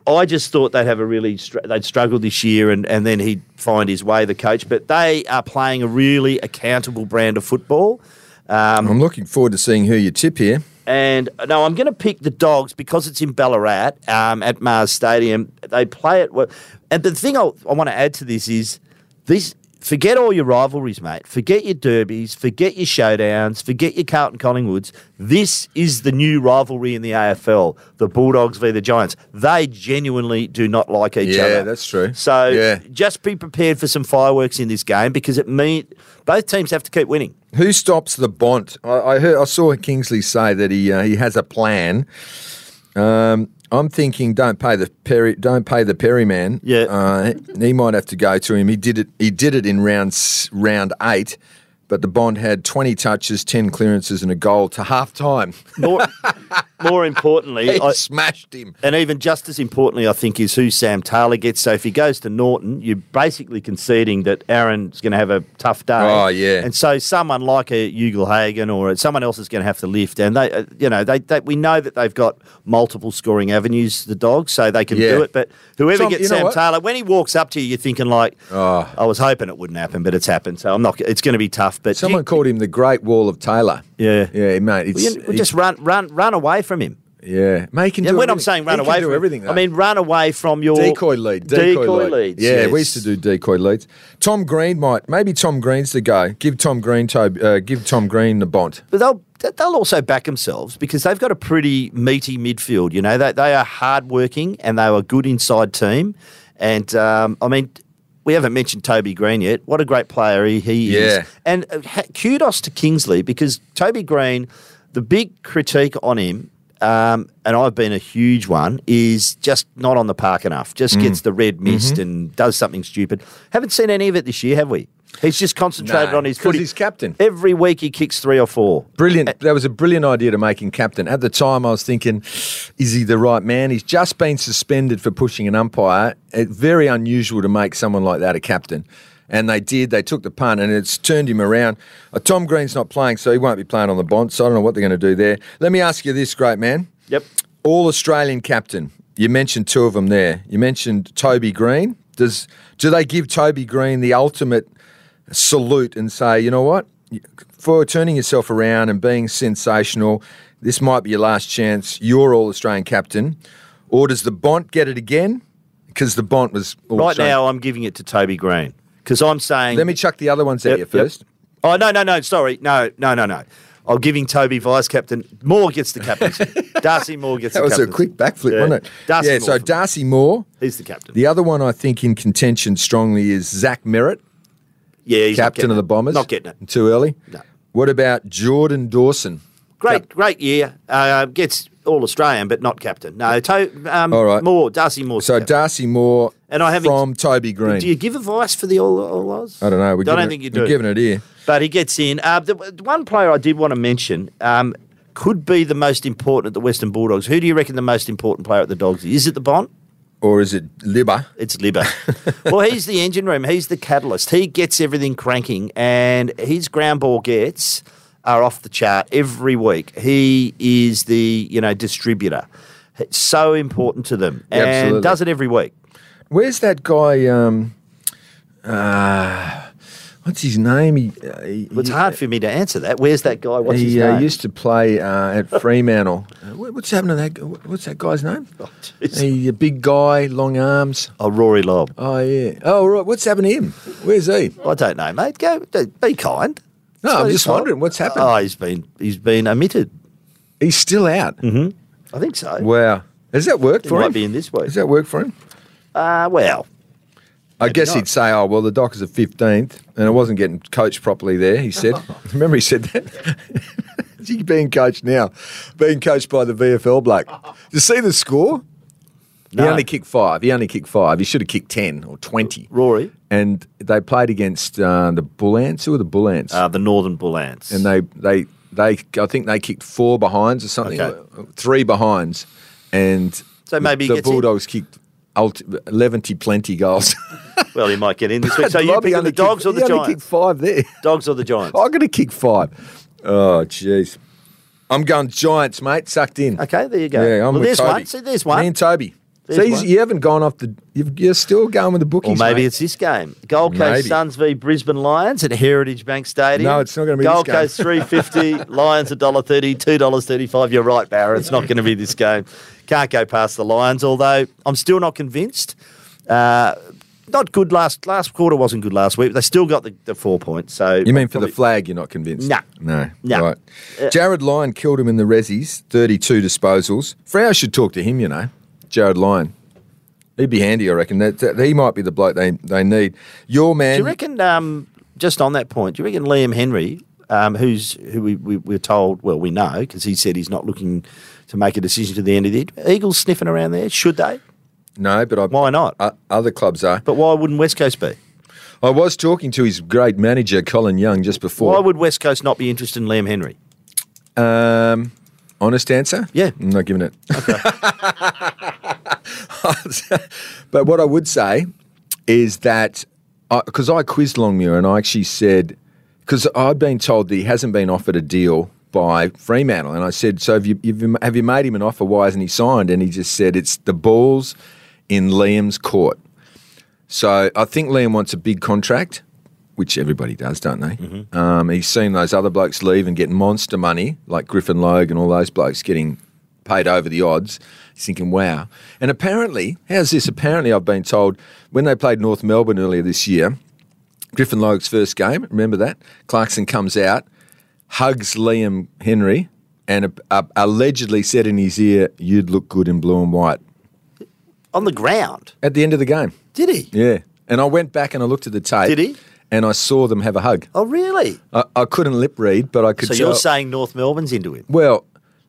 Speaker 3: I just thought they'd have a really str- they'd struggle this year, and, and then he'd find his way, the coach. But they are playing a really accountable brand of football.
Speaker 2: I'm looking forward to seeing who you tip here.
Speaker 3: And no, I'm going to pick the dogs because it's in Ballarat um, at Mars Stadium. They play it well. And the thing I, I want to add to this is this. Forget all your rivalries, mate. Forget your derbies. Forget your showdowns. Forget your Carlton Collingwoods. This is the new rivalry in the AFL: the Bulldogs v the Giants. They genuinely do not like each
Speaker 2: Yeah,
Speaker 3: other.
Speaker 2: that's true.
Speaker 3: So
Speaker 2: Yeah.
Speaker 3: just be prepared for some fireworks in this game because it mean both teams have to keep winning.
Speaker 2: Who stops the Bont? I, I heard. I saw Kingsley say that he uh, he has a plan. Um, I'm thinking, don't pay the Perry, don't pay the Perry man.
Speaker 3: Yeah.
Speaker 2: uh, he might have to go to him. He did it. He did it in round s- round eight, but the Bond had 20 touches, 10 clearances, and a goal to half time.
Speaker 3: More, more importantly,
Speaker 2: He
Speaker 3: I-
Speaker 2: smashed him.
Speaker 3: And even just as importantly, I think, is who Sam Taylor gets. So if he goes to Norton, you're basically conceding that Aaron's going to have a tough day.
Speaker 2: Oh, yeah.
Speaker 3: And so someone like a Hugel Hagen or someone else is going to have to lift. And they, uh, you know, they, they we know that they've got multiple scoring avenues, the dogs, so they can
Speaker 2: Yeah.
Speaker 3: do it. But whoever
Speaker 2: Tom,
Speaker 3: gets
Speaker 2: you know
Speaker 3: Sam
Speaker 2: what?
Speaker 3: Taylor, when he walks up to you, you're thinking like,
Speaker 2: Oh.
Speaker 3: I was hoping it wouldn't happen, but it's happened. So I'm not. It's going to be tough. But
Speaker 2: Someone
Speaker 3: you-
Speaker 2: called him the Great Wall of Taylor.
Speaker 3: Yeah.
Speaker 2: yeah, mate. It's,
Speaker 3: you- just run, run, run away from him.
Speaker 2: it's- yeah, mate. He can
Speaker 3: Yeah,
Speaker 2: do
Speaker 3: when I'm
Speaker 2: everything.
Speaker 3: saying run
Speaker 2: He can
Speaker 3: away
Speaker 2: do
Speaker 3: from
Speaker 2: everything.
Speaker 3: I
Speaker 2: though.
Speaker 3: mean, run away from your
Speaker 2: Decoy lead. Decoy, lead.
Speaker 3: leads.
Speaker 2: Yeah, we
Speaker 3: yes.
Speaker 2: used to do decoy leads. Tom Green might. Maybe Tom Green's the guy. Give Tom Green to, uh, give Tom Green the bond.
Speaker 3: But they'll they'll also back themselves because they've got a pretty meaty midfield. You know, they they are hardworking and they are a good inside team. And um, I mean, we haven't mentioned Toby Green yet. What a great player he, he
Speaker 2: Yeah.
Speaker 3: is. And uh, ha- kudos to Kingsley because Toby Green, the big critique on him, um, and I've been a huge one, is just not on the park enough. Just gets the red mist and does something stupid. Haven't seen any of it this year, have we? He's just concentrated
Speaker 2: No,
Speaker 3: on his
Speaker 2: 'cause
Speaker 3: footy.
Speaker 2: he's captain.
Speaker 3: Every week he kicks three or four.
Speaker 2: Brilliant. That was a brilliant idea to make him captain. At the time, I was thinking, is he the right man? He's just been suspended for pushing an umpire. It's very unusual to make someone like that a captain. And they did. They took the punt, and it's turned him around. Uh, Tom Green's not playing, so he won't be playing on the bond. So I don't know what they're going to do there. Let me ask you this, great man.
Speaker 3: Yep.
Speaker 2: All Australian captain. You mentioned two of them there. You mentioned Toby Green. Does do they give Toby Green the ultimate salute and say, you know what, for turning yourself around and being sensational, this might be your last chance. You're All Australian captain, or does the Bont get it again? Because the Bont was all
Speaker 3: Right
Speaker 2: Australian.
Speaker 3: now, I'm giving it to Toby Green because I'm saying.
Speaker 2: Let me chuck the other ones at
Speaker 3: Yep,
Speaker 2: you
Speaker 3: yep.
Speaker 2: first.
Speaker 3: Oh no, no, no! Sorry, no, no, no, no. I'm giving Toby vice captain. Moore gets the captaincy. Darcy Moore gets
Speaker 2: That
Speaker 3: the
Speaker 2: was a
Speaker 3: captaincy.
Speaker 2: quick backflip,
Speaker 3: Yeah.
Speaker 2: wasn't it?
Speaker 3: Darcy
Speaker 2: yeah.
Speaker 3: Moore
Speaker 2: So
Speaker 3: for-
Speaker 2: Darcy Moore.
Speaker 3: He's the captain.
Speaker 2: The other one I think in contention strongly is Zach Merritt.
Speaker 3: yeah, he's not
Speaker 2: captain
Speaker 3: getting
Speaker 2: of the
Speaker 3: it.
Speaker 2: Bombers.
Speaker 3: Not getting it.
Speaker 2: Too early?
Speaker 3: No.
Speaker 2: What about Jordan Dawson?
Speaker 3: Great, great year. Uh, gets all Australian, but not captain. No, to, um,
Speaker 2: All right.
Speaker 3: Moore, Darcy Moore.
Speaker 2: So Darcy Moore
Speaker 3: And I haven't-
Speaker 2: from Toby Green.
Speaker 3: do you give advice for the all, all Oz?
Speaker 2: I don't know.
Speaker 3: I
Speaker 2: We're
Speaker 3: don't
Speaker 2: giving
Speaker 3: think you
Speaker 2: it,
Speaker 3: do.
Speaker 2: We're giving it here.
Speaker 3: But he gets in. Uh, the, the one player I did want to mention um, could be the most important at the Western Bulldogs. Who do you reckon the most important player at the Dogs is? Is it the Bond?
Speaker 2: Or is it Libba?
Speaker 3: It's Libba. well, he's the engine room. He's the catalyst. He gets everything cranking, and his ground ball gets are off the chart every week. He is the you know distributor. It's so important to them,
Speaker 2: Yeah,
Speaker 3: and
Speaker 2: absolutely.
Speaker 3: does it every week.
Speaker 2: Where's that guy? Um, uh, what's his name? He, uh, he,
Speaker 3: Well, it's hard for me to answer that. Where's that guy? What's his
Speaker 2: he uh,
Speaker 3: name?
Speaker 2: used to play uh, at Fremantle. Uh, what- what's happened to that? gu- What's that guy's name?
Speaker 3: oh, jeez.
Speaker 2: He, a big guy, long arms.
Speaker 3: oh, Rory Lobb.
Speaker 2: Oh yeah. Oh right. What's happened to him? Where's he?
Speaker 3: I don't know, mate. Go don't- be kind.
Speaker 2: No,
Speaker 3: That's
Speaker 2: I'm
Speaker 3: what
Speaker 2: just
Speaker 3: he's like.
Speaker 2: wondering what's happened.
Speaker 3: Oh, he's been he's been omitted.
Speaker 2: He's still out.
Speaker 3: I think so.
Speaker 2: Wow. Has that worked
Speaker 3: He
Speaker 2: for
Speaker 3: might
Speaker 2: him?
Speaker 3: be in this week.
Speaker 2: Has that worked for him?
Speaker 3: Uh, well,
Speaker 2: I guess
Speaker 3: not.
Speaker 2: he'd say, "Oh well, the Dockers are fifteenth, and it wasn't getting coached properly there." He said. Remember, he said that. He's being coached now, being coached by the VFL bloke. Did you see the score?
Speaker 3: No.
Speaker 2: He only kicked five. He only kicked five. He should have kicked ten or twenty.
Speaker 3: Rory,
Speaker 2: And they played against uh, the Bull Ants. Who were the Bull Ants?
Speaker 3: uh, the Northern Bull Ants.
Speaker 2: and they they they I think they kicked four behinds or something,
Speaker 3: Okay.
Speaker 2: uh, three behinds, and
Speaker 3: So maybe he
Speaker 2: the
Speaker 3: gets in.
Speaker 2: Bulldogs kicked ulti- eleventy plenty goals.
Speaker 3: Well, he might get in this week. So you're
Speaker 2: Lobby
Speaker 3: picking
Speaker 2: only
Speaker 3: the dogs
Speaker 2: kicked-
Speaker 3: or the
Speaker 2: he only kicked
Speaker 3: Giants?
Speaker 2: five there.
Speaker 3: Dogs or the Giants?
Speaker 2: I'm going to kick five. Oh jeez, I'm going Giants, mate. Sucked in.
Speaker 3: Okay, there you go.
Speaker 2: Yeah,
Speaker 3: well,
Speaker 2: I'm with
Speaker 3: there's
Speaker 2: Toby.
Speaker 3: one. See, there's one.
Speaker 2: Me and Toby.
Speaker 3: There's
Speaker 2: See, he's-
Speaker 3: one.
Speaker 2: you haven't gone off the. You've, you're still going with the bookies.
Speaker 3: or maybe
Speaker 2: mate.
Speaker 3: it's this game: Gold Coast
Speaker 2: Maybe.
Speaker 3: Suns v Brisbane Lions at Heritage Bank Stadium.
Speaker 2: No, it's not gonna be
Speaker 3: Gold
Speaker 2: this game.
Speaker 3: Coast three fifty, Lions a dollar thirty, two dollars thirty five. You're right, Barra. It's not going to be this game. Can't go past the Lions. Although I'm still not convinced. Uh, not good last last quarter wasn't good last week. They still got the, the four points. So
Speaker 2: You mean for the flag? You're not convinced?
Speaker 3: Nah.
Speaker 2: no,
Speaker 3: Nah.
Speaker 2: Right.
Speaker 3: Uh,
Speaker 2: Jared Lyon killed him in the resis. Thirty-two disposals. Freo should talk to him. You know, Jared Lyon. He'd be handy, I reckon. That, that- he might be the bloke they, they need. Your man.
Speaker 3: Do you reckon? Um, just on that point, do you reckon Liam Henry, um, who's who we, we we're told, well, we know because he said he's not looking to make a decision to the end of the Eagles sniffing around there. Should they?
Speaker 2: No, but I,
Speaker 3: Why not?
Speaker 2: o- other clubs are.
Speaker 3: But why wouldn't West Coast be?
Speaker 2: I was talking to his great manager Colin Young just before.
Speaker 3: Why would West Coast not be interested in Liam Henry?
Speaker 2: Um, honest answer?
Speaker 3: Yeah.
Speaker 2: I'm not giving it. but what I would say is that because I, quizzed Longmuir and I actually said, because I'd been told that he hasn't been offered a deal by Fremantle. And I said, So have you, you've, have you made him an offer? Why hasn't he signed? And he just said, It's the balls in Liam's court. So I think Liam wants a big contract, which everybody does, don't they? Um, he's seen those other blokes leave and get monster money, like Griffin Logue and all those blokes getting paid over the odds. He's thinking, wow. And apparently, how's this? Apparently, I've been told when they played North Melbourne earlier this year, Griffin Logue's first game, remember that? Clarkson comes out, hugs Liam Henry, and uh, allegedly said in his ear, You'd look good in blue and white
Speaker 3: On the ground,
Speaker 2: at the end of the game.
Speaker 3: did he?
Speaker 2: Yeah. And I went back and I looked at the tape.
Speaker 3: Did he?
Speaker 2: And I saw them have a hug.
Speaker 3: Oh, really?
Speaker 2: I, I couldn't lip read, but I could.
Speaker 3: So
Speaker 2: tell-
Speaker 3: you're saying North Melbourne's into it?
Speaker 2: Well,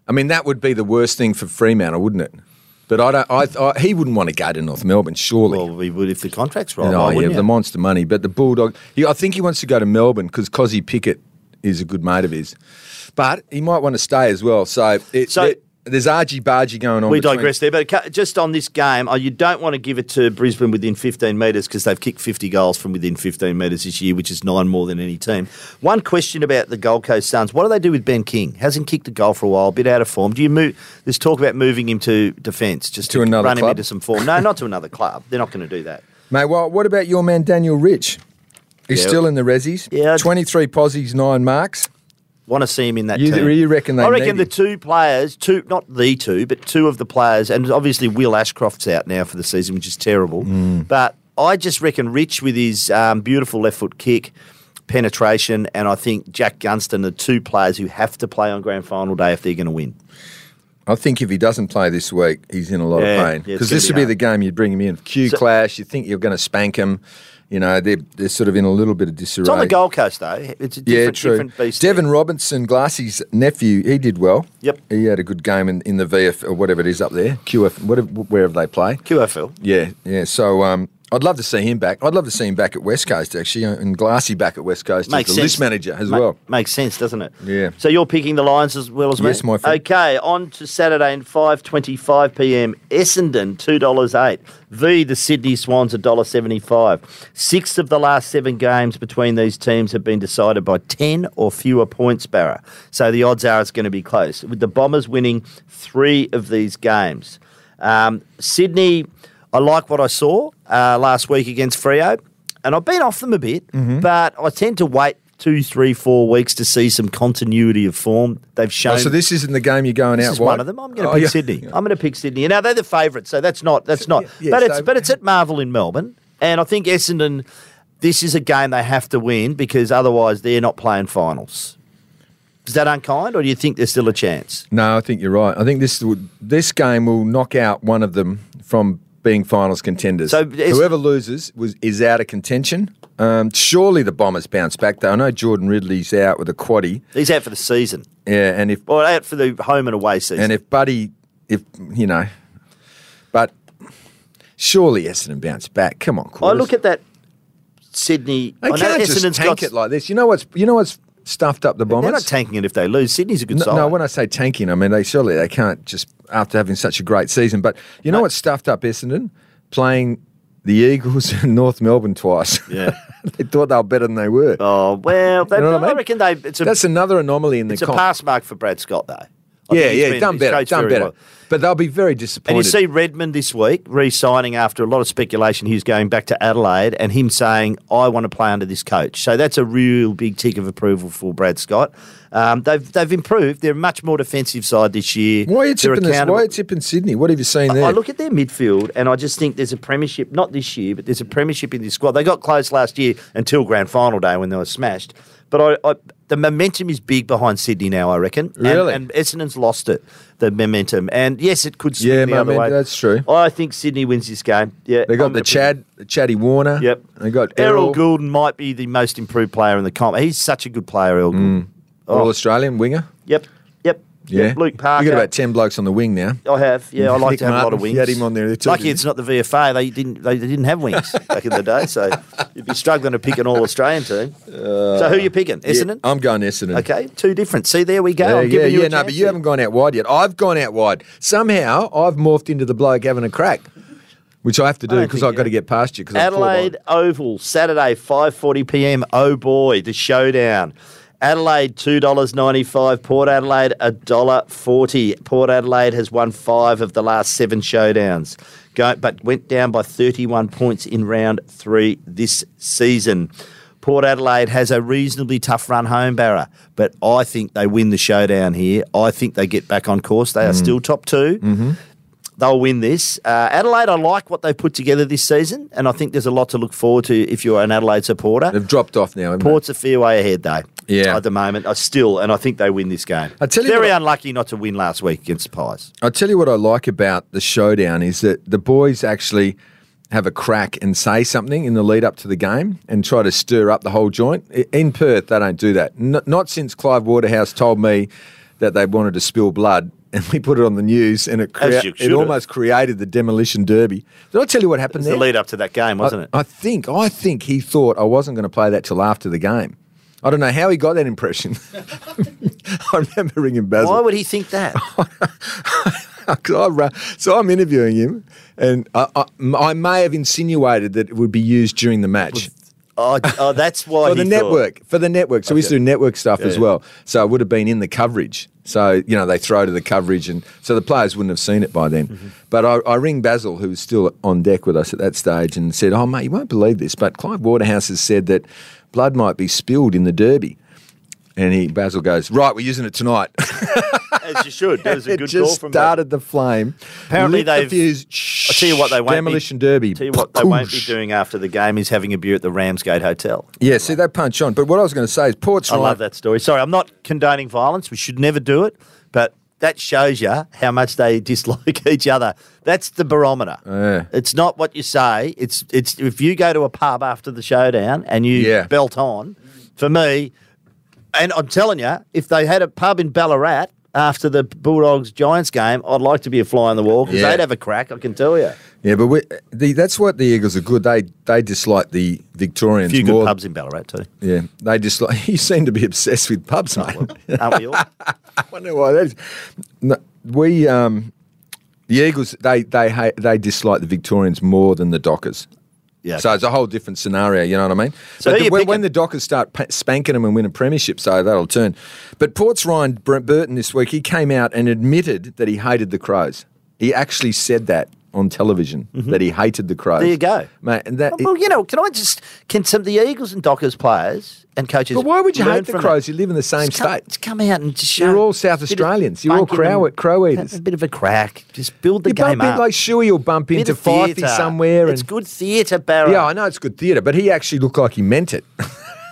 Speaker 2: I mean that would be the worst thing for Fremantle, wouldn't it? But I don't. I, I, he wouldn't want to go to North Melbourne, surely.
Speaker 3: Well, we would if the contract's right.
Speaker 2: And, oh
Speaker 3: why
Speaker 2: yeah,
Speaker 3: wouldn't
Speaker 2: the
Speaker 3: you?
Speaker 2: monster money. But the bulldog. He, I think he wants to go to Melbourne because Cozzy Pickett is a good mate of his. But he might want to stay as well. So, it,
Speaker 3: So-
Speaker 2: there- there's argy bargy going on.
Speaker 3: we
Speaker 2: between-
Speaker 3: digress there, but ca- just on this game, oh, you don't want to give it to Brisbane within 15 metres because they've kicked 50 goals from within 15 metres this year, which is nine more than any team. One question about the Gold Coast Suns: What do they do with Ben King? Hasn't kicked a goal for a while, a bit out of form. Do you move? There's talk about moving him to defence, just
Speaker 2: To another
Speaker 3: run him
Speaker 2: club?
Speaker 3: into some form. No, not to another club. They're not going to do that.
Speaker 2: Mate, well, what about your man Daniel Rich? He's
Speaker 3: Yeah.
Speaker 2: still in the resis.
Speaker 3: Yeah.
Speaker 2: 23 posies, nine marks.
Speaker 3: Want to see him in that
Speaker 2: You-
Speaker 3: team?
Speaker 2: you reckon they
Speaker 3: I reckon
Speaker 2: need
Speaker 3: the
Speaker 2: him?
Speaker 3: two players, two not the two, but two of the players, and obviously Will Ashcroft's out now for the season, which is terrible.
Speaker 2: Mm.
Speaker 3: But I just reckon Rich with his um, beautiful left foot kick, penetration, and I think Jack Gunston are two players who have to play on Grand Final day if they're going to win.
Speaker 2: I think if he doesn't play this week, he's in a lot
Speaker 3: Yeah,
Speaker 2: of pain
Speaker 3: yeah, it's
Speaker 2: because
Speaker 3: gonna
Speaker 2: this
Speaker 3: be
Speaker 2: would be
Speaker 3: hard.
Speaker 2: the game you'd bring him in. Q
Speaker 3: So-
Speaker 2: clash. You think you're going to spank him. You know they're they're sort of in a little bit of disarray.
Speaker 3: It's on the Gold Coast though. It's a different,
Speaker 2: Yeah, true.
Speaker 3: different beast. there.
Speaker 2: Devin Robinson, Glassy's nephew, he did well.
Speaker 3: Yep.
Speaker 2: he had a good game in, in the VF or whatever it is up there. QF, whatever, wherever they play.
Speaker 3: QFL.
Speaker 2: Yeah, yeah. So um, I'd love to see him back. I'd love to see him back at West Coast actually, uh, and Glassy back at West Coast
Speaker 3: Makes
Speaker 2: as the
Speaker 3: sense.
Speaker 2: list manager as
Speaker 3: Ma-
Speaker 2: well.
Speaker 3: Makes sense, doesn't it?
Speaker 2: Yeah.
Speaker 3: So you're picking the Lions as well as me.
Speaker 2: Yes, my friend.
Speaker 3: Okay, on to Saturday in five twenty-five p.m. Essendon two dollars eight v the Sydney Swans a dollar seventy-five. Six of the last seven games between these teams have been decided by ten or fewer points, Barra. So the odds are it's going to be close. With the Bombers winning three of these games, um, Sydney. I like what I saw uh, last week against Frio and I've been off them a bit,
Speaker 2: Mm-hmm.
Speaker 3: but I tend to wait two, three, four weeks to see some continuity of form. They've shown.
Speaker 2: Oh, so this isn't the game you're going
Speaker 3: this
Speaker 2: out.
Speaker 3: is
Speaker 2: wide?
Speaker 3: one of them. I'm going to
Speaker 2: Oh,
Speaker 3: pick
Speaker 2: yeah.
Speaker 3: Sydney. I'm going to pick Sydney. And now they're the favourites, so that's not that's not.
Speaker 2: yeah,
Speaker 3: but it's
Speaker 2: so-
Speaker 3: but it's at Marvel in Melbourne, and I think Essendon. This is a game they have to win because otherwise they're not playing finals. Is that unkind, or do you think there's still a chance?
Speaker 2: No, I think you're right. I think this would, this game will knock out one of them from being finals contenders.
Speaker 3: So it's-
Speaker 2: whoever loses was is out of contention. Um, surely the Bombers bounce back though. I know Jordan Ridley's out with a quaddy.
Speaker 3: He's out for the season,
Speaker 2: Yeah, and if
Speaker 3: or out for the home and away season.
Speaker 2: and if Buddy, if you know, but surely Essendon bounce back. Come on,
Speaker 3: I
Speaker 2: Quarters.
Speaker 3: look at that Sydney.
Speaker 2: They
Speaker 3: I know
Speaker 2: can't just
Speaker 3: Essendon's
Speaker 2: tank
Speaker 3: got-
Speaker 2: it like this. You know what's you know what's stuffed up the Bombers.
Speaker 3: They're not tanking it if they lose. Sydney's a good
Speaker 2: No,
Speaker 3: side.
Speaker 2: no, when I say tanking, I mean they surely they can't just after having such a great season. But you know
Speaker 3: No.
Speaker 2: what stuffed up Essendon playing the Eagles and North Melbourne twice.
Speaker 3: Yeah.
Speaker 2: they thought they were better than they were.
Speaker 3: oh well, they,
Speaker 2: You know what
Speaker 3: I,
Speaker 2: I mean?
Speaker 3: reckon they. It's a
Speaker 2: That's another anomaly in the
Speaker 3: it's a
Speaker 2: comp.
Speaker 3: pass mark for Brad Scott though. I think
Speaker 2: yeah,
Speaker 3: he's
Speaker 2: yeah,
Speaker 3: been-
Speaker 2: done
Speaker 3: he's
Speaker 2: better,
Speaker 3: coached
Speaker 2: done
Speaker 3: very
Speaker 2: better.
Speaker 3: well.
Speaker 2: But they'll be very disappointed.
Speaker 3: And you see Redmond this week re-signing after a lot of speculation. He's going back to Adelaide, and him saying, "I want to play under this coach." So that's a real big tick of approval for Brad Scott. Um, they've they've improved. They're a much more defensive side this year.
Speaker 2: why are you
Speaker 3: They're
Speaker 2: tipping this? Why
Speaker 3: accountable-
Speaker 2: are you tipping Sydney? What have you seen there?
Speaker 3: I look at their midfield and I just think there's a premiership, not this year, but there's a premiership in this squad. They got close last year until grand final day when they were smashed. But I, I, the momentum is big behind Sydney now, I reckon. And-
Speaker 2: Really?
Speaker 3: And, Essendon's lost it, the momentum. And yes, it could swing
Speaker 2: Yeah,
Speaker 3: the other
Speaker 2: moment-
Speaker 3: way.
Speaker 2: that's true.
Speaker 3: I think Sydney wins this game. Yeah,
Speaker 2: they got
Speaker 3: I'm
Speaker 2: the
Speaker 3: gonna pick-
Speaker 2: Chad, the Chaddy Warner.
Speaker 3: Yep.
Speaker 2: They got
Speaker 3: Errol
Speaker 2: Errol,
Speaker 3: Goulden might be the most improved player in the comp. He's such a good player, Errol Goulden.
Speaker 2: all Australian winger.
Speaker 3: Yep, yep.
Speaker 2: Mm. Yeah.
Speaker 3: Yep. Luke Parker.
Speaker 2: You got about ten blokes on the wing now.
Speaker 3: I have. Yeah, I like
Speaker 2: Nick
Speaker 3: to have a lot of
Speaker 2: Martin,
Speaker 3: wings.
Speaker 2: you had him on there too,
Speaker 3: Lucky
Speaker 2: didn't
Speaker 3: it's not the VFA. They didn't. They didn't have wings back in the day, so you'd be struggling to pick an All Australian team. so who are you picking? Essendon.
Speaker 2: Uh, Yeah, I'm going Essendon.
Speaker 3: okay, two different. See, there we go.
Speaker 2: Yeah,
Speaker 3: I'm
Speaker 2: yeah,
Speaker 3: giving you
Speaker 2: yeah,
Speaker 3: a
Speaker 2: no,
Speaker 3: chance
Speaker 2: but you
Speaker 3: here.
Speaker 2: haven't gone out wide yet. I've gone out wide. Somehow I've morphed into the bloke having a crack, which I have to do
Speaker 3: don't
Speaker 2: because
Speaker 3: think
Speaker 2: I've got to
Speaker 3: you-
Speaker 2: get past you. 'cause I'm four
Speaker 3: Adelaide Oval, Saturday, 5.40 p.m. Oh boy, the showdown. Adelaide, $2.95. Port Adelaide, $1.40. Port Adelaide has won five of the last seven showdowns, go, but went down by 31 points in round three this season. Port Adelaide has a reasonably tough run home, Barra, but I think they win the showdown here. I think they get back on course. They are still top 2 they'll win this. Uh, Adelaide, I like what they put together this season, and I think there's a lot to look forward to if you're an Adelaide supporter.
Speaker 2: They've dropped off now. haven't they?
Speaker 3: Port's a fair way ahead, though.
Speaker 2: Yeah.
Speaker 3: at the moment, I still, and I think they win this game.
Speaker 2: I tell you
Speaker 3: very
Speaker 2: what I-
Speaker 3: unlucky not to win last week against the Pies.
Speaker 2: I'll tell you what I like about the showdown is that the boys actually have a crack and say something in the lead up to the game and try to stir up the whole joint. I- In Perth, they don't do that. N- not since Clive Waterhouse told me that they wanted to spill blood. And we put it on the news, and it
Speaker 3: As
Speaker 2: crea-
Speaker 3: you
Speaker 2: it
Speaker 3: should.
Speaker 2: almost created the demolition derby. Did I tell you what happened
Speaker 3: was
Speaker 2: there?
Speaker 3: the lead up to that game, wasn't it?
Speaker 2: I, I think I think he thought I wasn't going to play that till after the game. I don't know how he got that impression. I remember ringing Basil.
Speaker 3: Why would he think that?
Speaker 2: 'Cause I ra- so I'm interviewing him, and I, I, I may have insinuated that it would be used during the match
Speaker 3: oh, oh, that's why
Speaker 2: for
Speaker 3: he
Speaker 2: the
Speaker 3: thought-
Speaker 2: network. For the network, so we used to do network stuff as
Speaker 3: yeah.
Speaker 2: well. So it would have been in the coverage. So you know they throw to the coverage, and so the players wouldn't have seen it by then.
Speaker 3: Mm-hmm.
Speaker 2: But I, I ring Basil, who was still on deck with us at that stage, and said, "Oh mate, you won't believe this, but Clive Waterhouse has said that blood might be spilled in the derby." And he Basil goes, "Right, we're using it tonight."
Speaker 3: As you should. That was a
Speaker 2: it
Speaker 3: good
Speaker 2: just
Speaker 3: call from Basil.
Speaker 2: started the flame.
Speaker 3: Apparently
Speaker 2: Lit the
Speaker 3: they've-
Speaker 2: fuse.
Speaker 3: I'll tell you what they won't be-
Speaker 2: demolition derby.
Speaker 3: Tell you what they won't be doing after the game is having a beer at the Ramsgate Hotel.
Speaker 2: Yeah, see they punch on. But what I was going to say is Port's
Speaker 3: I love that story. Sorry, I'm not condoning violence. We should never do it, but that shows you how much they dislike each other. That's the barometer. It's not what you say. It's it's if you go to a pub after the showdown and you
Speaker 2: Yeah.
Speaker 3: belt on. For me, and I'm telling you, if they had a pub in Ballarat after the Bulldogs Giants game, I'd like to be a fly on the wall because
Speaker 2: Yeah.
Speaker 3: they'd have a crack. I can tell you.
Speaker 2: Yeah, but we, the, that's what the Eagles are good. They they dislike the Victorians
Speaker 3: A few
Speaker 2: more.
Speaker 3: good pubs in Ballarat too,
Speaker 2: Yeah, they dislike. You seem to be obsessed with pubs,
Speaker 3: Oh,
Speaker 2: mate.
Speaker 3: aren't we all?
Speaker 2: I wonder why that is. No, we um, the Eagles they they ha- they dislike the Victorians more than the Dockers.
Speaker 3: Yeah.
Speaker 2: So it's a whole different scenario, you know what I mean?
Speaker 3: So
Speaker 2: But
Speaker 3: who
Speaker 2: the-
Speaker 3: you
Speaker 2: when,
Speaker 3: picking?
Speaker 2: when the Dockers start pa- spanking them and win a premiership, so that'll turn. But Ports Ryan Br- Burton this week, he came out and admitted that he hated the Crows. He actually said that on television that he hated the Crows.
Speaker 3: Mm-hmm. There you go.
Speaker 2: mate. And that.
Speaker 3: Well, you know, can I just can some of the Eagles and Dockers players and coaches?
Speaker 2: but why would you
Speaker 3: learn
Speaker 2: hate the
Speaker 3: from
Speaker 2: Crows?
Speaker 3: it?
Speaker 2: You live in the same
Speaker 3: Just come,
Speaker 2: state.
Speaker 3: just come out and just show.
Speaker 2: You're all South
Speaker 3: bit of
Speaker 2: Australians. You're all
Speaker 3: bunk in
Speaker 2: crow-
Speaker 3: them,
Speaker 2: crow eaters.
Speaker 3: A bit of a crack. Just build the
Speaker 2: You
Speaker 3: game
Speaker 2: bump in
Speaker 3: up.
Speaker 2: like Shuey will bump
Speaker 3: Bit
Speaker 2: into
Speaker 3: of theatre.
Speaker 2: Fifey somewhere.
Speaker 3: It's
Speaker 2: and,
Speaker 3: good theatre, Barra.
Speaker 2: Yeah, I know it's good theatre, but he actually looked like he meant it.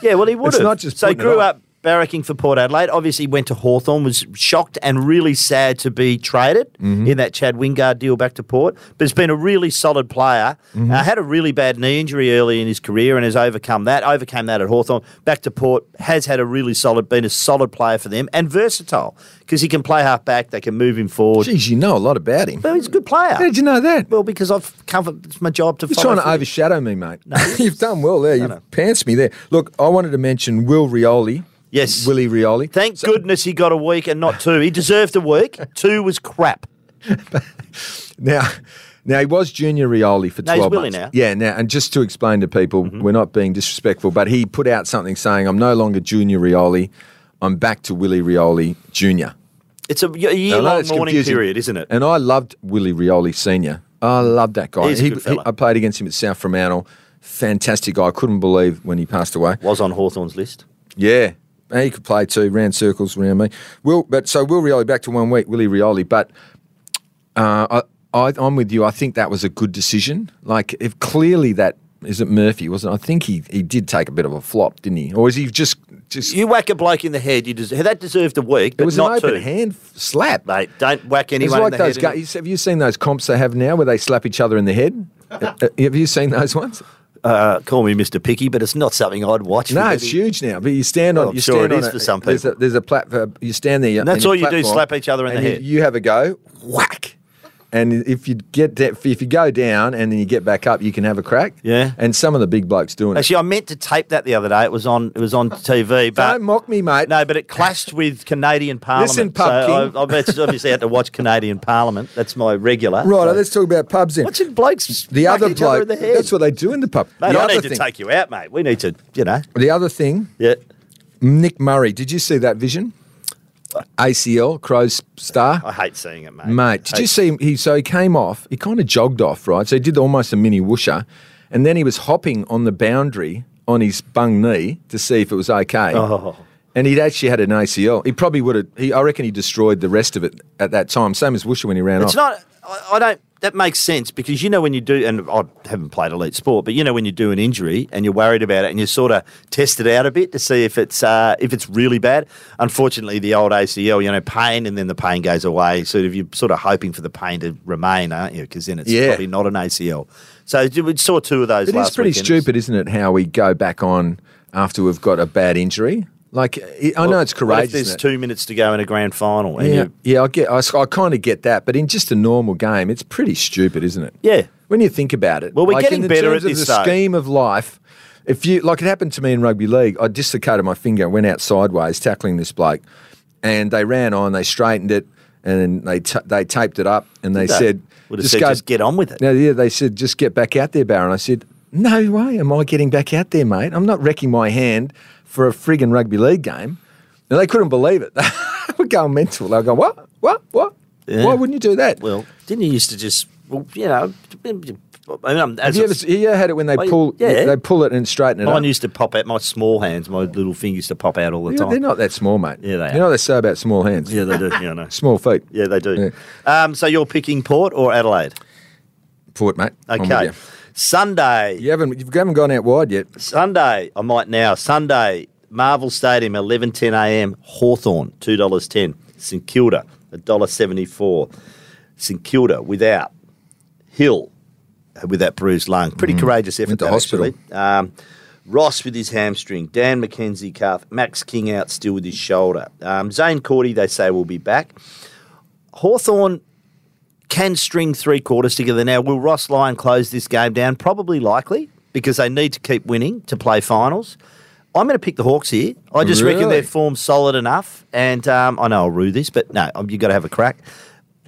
Speaker 3: Yeah, well, he would
Speaker 2: It's
Speaker 3: have.
Speaker 2: not just
Speaker 3: so
Speaker 2: putting it
Speaker 3: grew
Speaker 2: on.
Speaker 3: up barracking for Port Adelaide. Obviously, went to Hawthorn. Was shocked and really sad to be traded
Speaker 2: Mm-hmm.
Speaker 3: in that Chad Wingard deal back to Port. But has been a really solid player.
Speaker 2: Mm-hmm.
Speaker 3: Uh, had a really bad knee injury early in his career and has overcome that. Overcame that at Hawthorn. Back to Port. Has had a really solid. Been a solid player for them and versatile because he can play half back. They can move him forward.
Speaker 2: Geez, you know a lot about him.
Speaker 3: But he's a good player.
Speaker 2: How did you know that?
Speaker 3: Well, because I've covered. It's my job to.
Speaker 2: You're
Speaker 3: follow
Speaker 2: trying to
Speaker 3: through.
Speaker 2: overshadow me, mate. You've done well there. You've pantsed me there. Look, I wanted to mention Will Rioli.
Speaker 3: Yes.
Speaker 2: Willie Rioli.
Speaker 3: Thank goodness he got a week and not two. He deserved a week. two was crap.
Speaker 2: Now, now he was junior Rioli for
Speaker 3: No, he's
Speaker 2: 12
Speaker 3: Willie
Speaker 2: months.
Speaker 3: now. Mm-hmm.
Speaker 2: Yeah, now, and just to explain to people, we're not being disrespectful, but he put out something saying, I'm no longer junior Rioli. I'm back to Willie Rioli Jr.
Speaker 3: It's a year
Speaker 2: I know
Speaker 3: long
Speaker 2: it's
Speaker 3: mourning
Speaker 2: confusing.
Speaker 3: period, isn't it?
Speaker 2: And I loved Willie Rioli Senior. I loved that guy.
Speaker 3: He's a
Speaker 2: He-
Speaker 3: good fella.
Speaker 2: he- I played against him at South Fremantle. Fantastic guy. I couldn't believe when he passed away.
Speaker 3: Was on Hawthorn's list.
Speaker 2: Yeah. And he could play too, ran circles around me. Will, but so Will Rioli back to one week, Willie Rioli. But uh, I, I, I'm with you. I think that was a good decision. Like, if clearly that is it Murphy, wasn't it? I think he, he did take a bit of a flop, didn't he? Or is he just just?
Speaker 3: You whack a bloke in the head, you des- that deserved a week, but
Speaker 2: it was an
Speaker 3: not
Speaker 2: open
Speaker 3: two.
Speaker 2: hand f- slap.
Speaker 3: Mate, don't whack
Speaker 2: It's
Speaker 3: anyone
Speaker 2: like
Speaker 3: in the
Speaker 2: those
Speaker 3: head.
Speaker 2: guys. Have you seen those comps they have now where they slap each other in the head? Uh, uh, have you seen those ones?
Speaker 3: uh, call me Mr. Picky, but it's not something I'd watch.
Speaker 2: No,
Speaker 3: for
Speaker 2: it's
Speaker 3: the-
Speaker 2: huge now. But you stand on.
Speaker 3: Well, I'm
Speaker 2: you
Speaker 3: sure
Speaker 2: stand
Speaker 3: it
Speaker 2: on
Speaker 3: is
Speaker 2: a-
Speaker 3: for some
Speaker 2: There's a,
Speaker 3: people.
Speaker 2: there's a platform. You stand there.
Speaker 3: And that's
Speaker 2: in a
Speaker 3: all you do,
Speaker 2: platform,
Speaker 3: slap each other in the
Speaker 2: and you-
Speaker 3: head.
Speaker 2: You have a go. Whack. And if you get da- if you go down and then you get back up, you can have a crack.
Speaker 3: Yeah.
Speaker 2: And some of the big blokes doing it.
Speaker 3: Actually, I meant to tape that the other day. It was on. It was on TV. But
Speaker 2: Don't mock me, mate.
Speaker 3: No, but it clashed with Canadian Parliament.
Speaker 2: Listen, Pub
Speaker 3: so
Speaker 2: King.
Speaker 3: I, I've actually obviously had to watch Canadian Parliament. That's my regular.
Speaker 2: Right.
Speaker 3: So-
Speaker 2: Let's talk about pubs then.
Speaker 3: Watching blokes.
Speaker 2: the
Speaker 3: whack
Speaker 2: other
Speaker 3: each other
Speaker 2: bloke.
Speaker 3: in the head.
Speaker 2: That's what they do in the pub.
Speaker 3: Mate,
Speaker 2: the
Speaker 3: I
Speaker 2: other
Speaker 3: need
Speaker 2: thing.
Speaker 3: to take you out, mate. We need to, you know.
Speaker 2: the other thing.
Speaker 3: Yeah.
Speaker 2: Nick Murray. Did you see that vision? ACL Crows star.
Speaker 3: I hate seeing it, mate.
Speaker 2: Mate, did you see him? He, so he came off, he kind of jogged off, right? So he did almost a mini whoosher. And then he was hopping on the boundary on his bung knee to see if it was okay.
Speaker 3: Oh.
Speaker 2: And he'd actually had an ACL. He probably would have. He, I reckon he destroyed the rest of it at that time. Same as Woosha when he ran
Speaker 3: It's
Speaker 2: off.
Speaker 3: not. I, I don't. That makes sense because you know when you do, and I haven't played elite sport, but you know when you do an injury and you're worried about it and you sort of test it out a bit to see if it's uh, if it's really bad. Unfortunately, the old ACL, you know, pain and then the pain goes away. So if you're sort of hoping for the pain to remain, aren't you? Because then it's
Speaker 2: Yeah.
Speaker 3: probably not an ACL. So d- we saw two of those.
Speaker 2: It
Speaker 3: last
Speaker 2: is pretty
Speaker 3: weekend.
Speaker 2: stupid, isn't it? How we go back on after we've got a bad injury. Like I I know it's
Speaker 3: What
Speaker 2: courageous.
Speaker 3: if there's
Speaker 2: isn't it?
Speaker 3: two minutes to go in a grand final? And
Speaker 2: Yeah,
Speaker 3: you,
Speaker 2: yeah, I get, I, kind of get that, but in just a normal game, it's pretty stupid, isn't it?
Speaker 3: Yeah.
Speaker 2: When you think about it,
Speaker 3: Well, we're
Speaker 2: like,
Speaker 3: getting
Speaker 2: in the
Speaker 3: better
Speaker 2: terms
Speaker 3: at
Speaker 2: of
Speaker 3: this,
Speaker 2: the
Speaker 3: though.
Speaker 2: scheme of life. If you like, it happened to me in rugby league. I dislocated my finger, went out sideways tackling this bloke, and they ran on, they straightened it, and then they ta they taped it up, and they
Speaker 3: they?
Speaker 2: said,
Speaker 3: Would have said, "Just get on with it."
Speaker 2: No, yeah, they said, "Just get back out there, Barron." I said, "No way, am I getting back out there, mate? I'm not wrecking my hand for a friggin' rugby league game." And they couldn't believe it. they were going mental. They were going, "What? What? What?
Speaker 3: Yeah.
Speaker 2: Why wouldn't you do that?"
Speaker 3: Well, didn't you used to just, well, you know, I mean, I'm, as
Speaker 2: have you
Speaker 3: a-
Speaker 2: ever have you ever had it when they
Speaker 3: Well,
Speaker 2: pull?
Speaker 3: yeah.
Speaker 2: they pull it and straighten it up.
Speaker 3: Mine used to pop out. My small hands, my little fingers used to pop out all the
Speaker 2: Yeah,
Speaker 3: time.
Speaker 2: They're not that small, mate.
Speaker 3: Yeah, they
Speaker 2: You
Speaker 3: are.
Speaker 2: know what they say about small hands?
Speaker 3: Yeah, they do. Yeah, I know.
Speaker 2: Small feet.
Speaker 3: Yeah, they do. Um, so you're picking Port or Adelaide?
Speaker 2: Port, mate. I'm with
Speaker 3: Okay.
Speaker 2: you.
Speaker 3: Sunday.
Speaker 2: You haven't you haven't gone out wide yet.
Speaker 3: Sunday. I might now. Sunday. Marvel Stadium, 11.10 a.m. Hawthorn, $2.10. St Kilda, $1.74. St Kilda without Hill uh, with that bruised lung. Pretty courageous effort.
Speaker 2: Mm-hmm. Went to
Speaker 3: that,
Speaker 2: hospital.
Speaker 3: actually. Um, Ross with his hamstring. Dan McKenzie calf. Max King out still with his shoulder. Um, Zane Cordy, they say, will be back. Hawthorn can string three quarters together. Now, will Ross Lyon close this game down? Probably likely because they need to keep winning to play finals. I'm going to pick the Hawks here. I just reckon
Speaker 2: Really?
Speaker 3: their form's solid enough. And um, I know I'll rue this, but no, you've got to have a crack.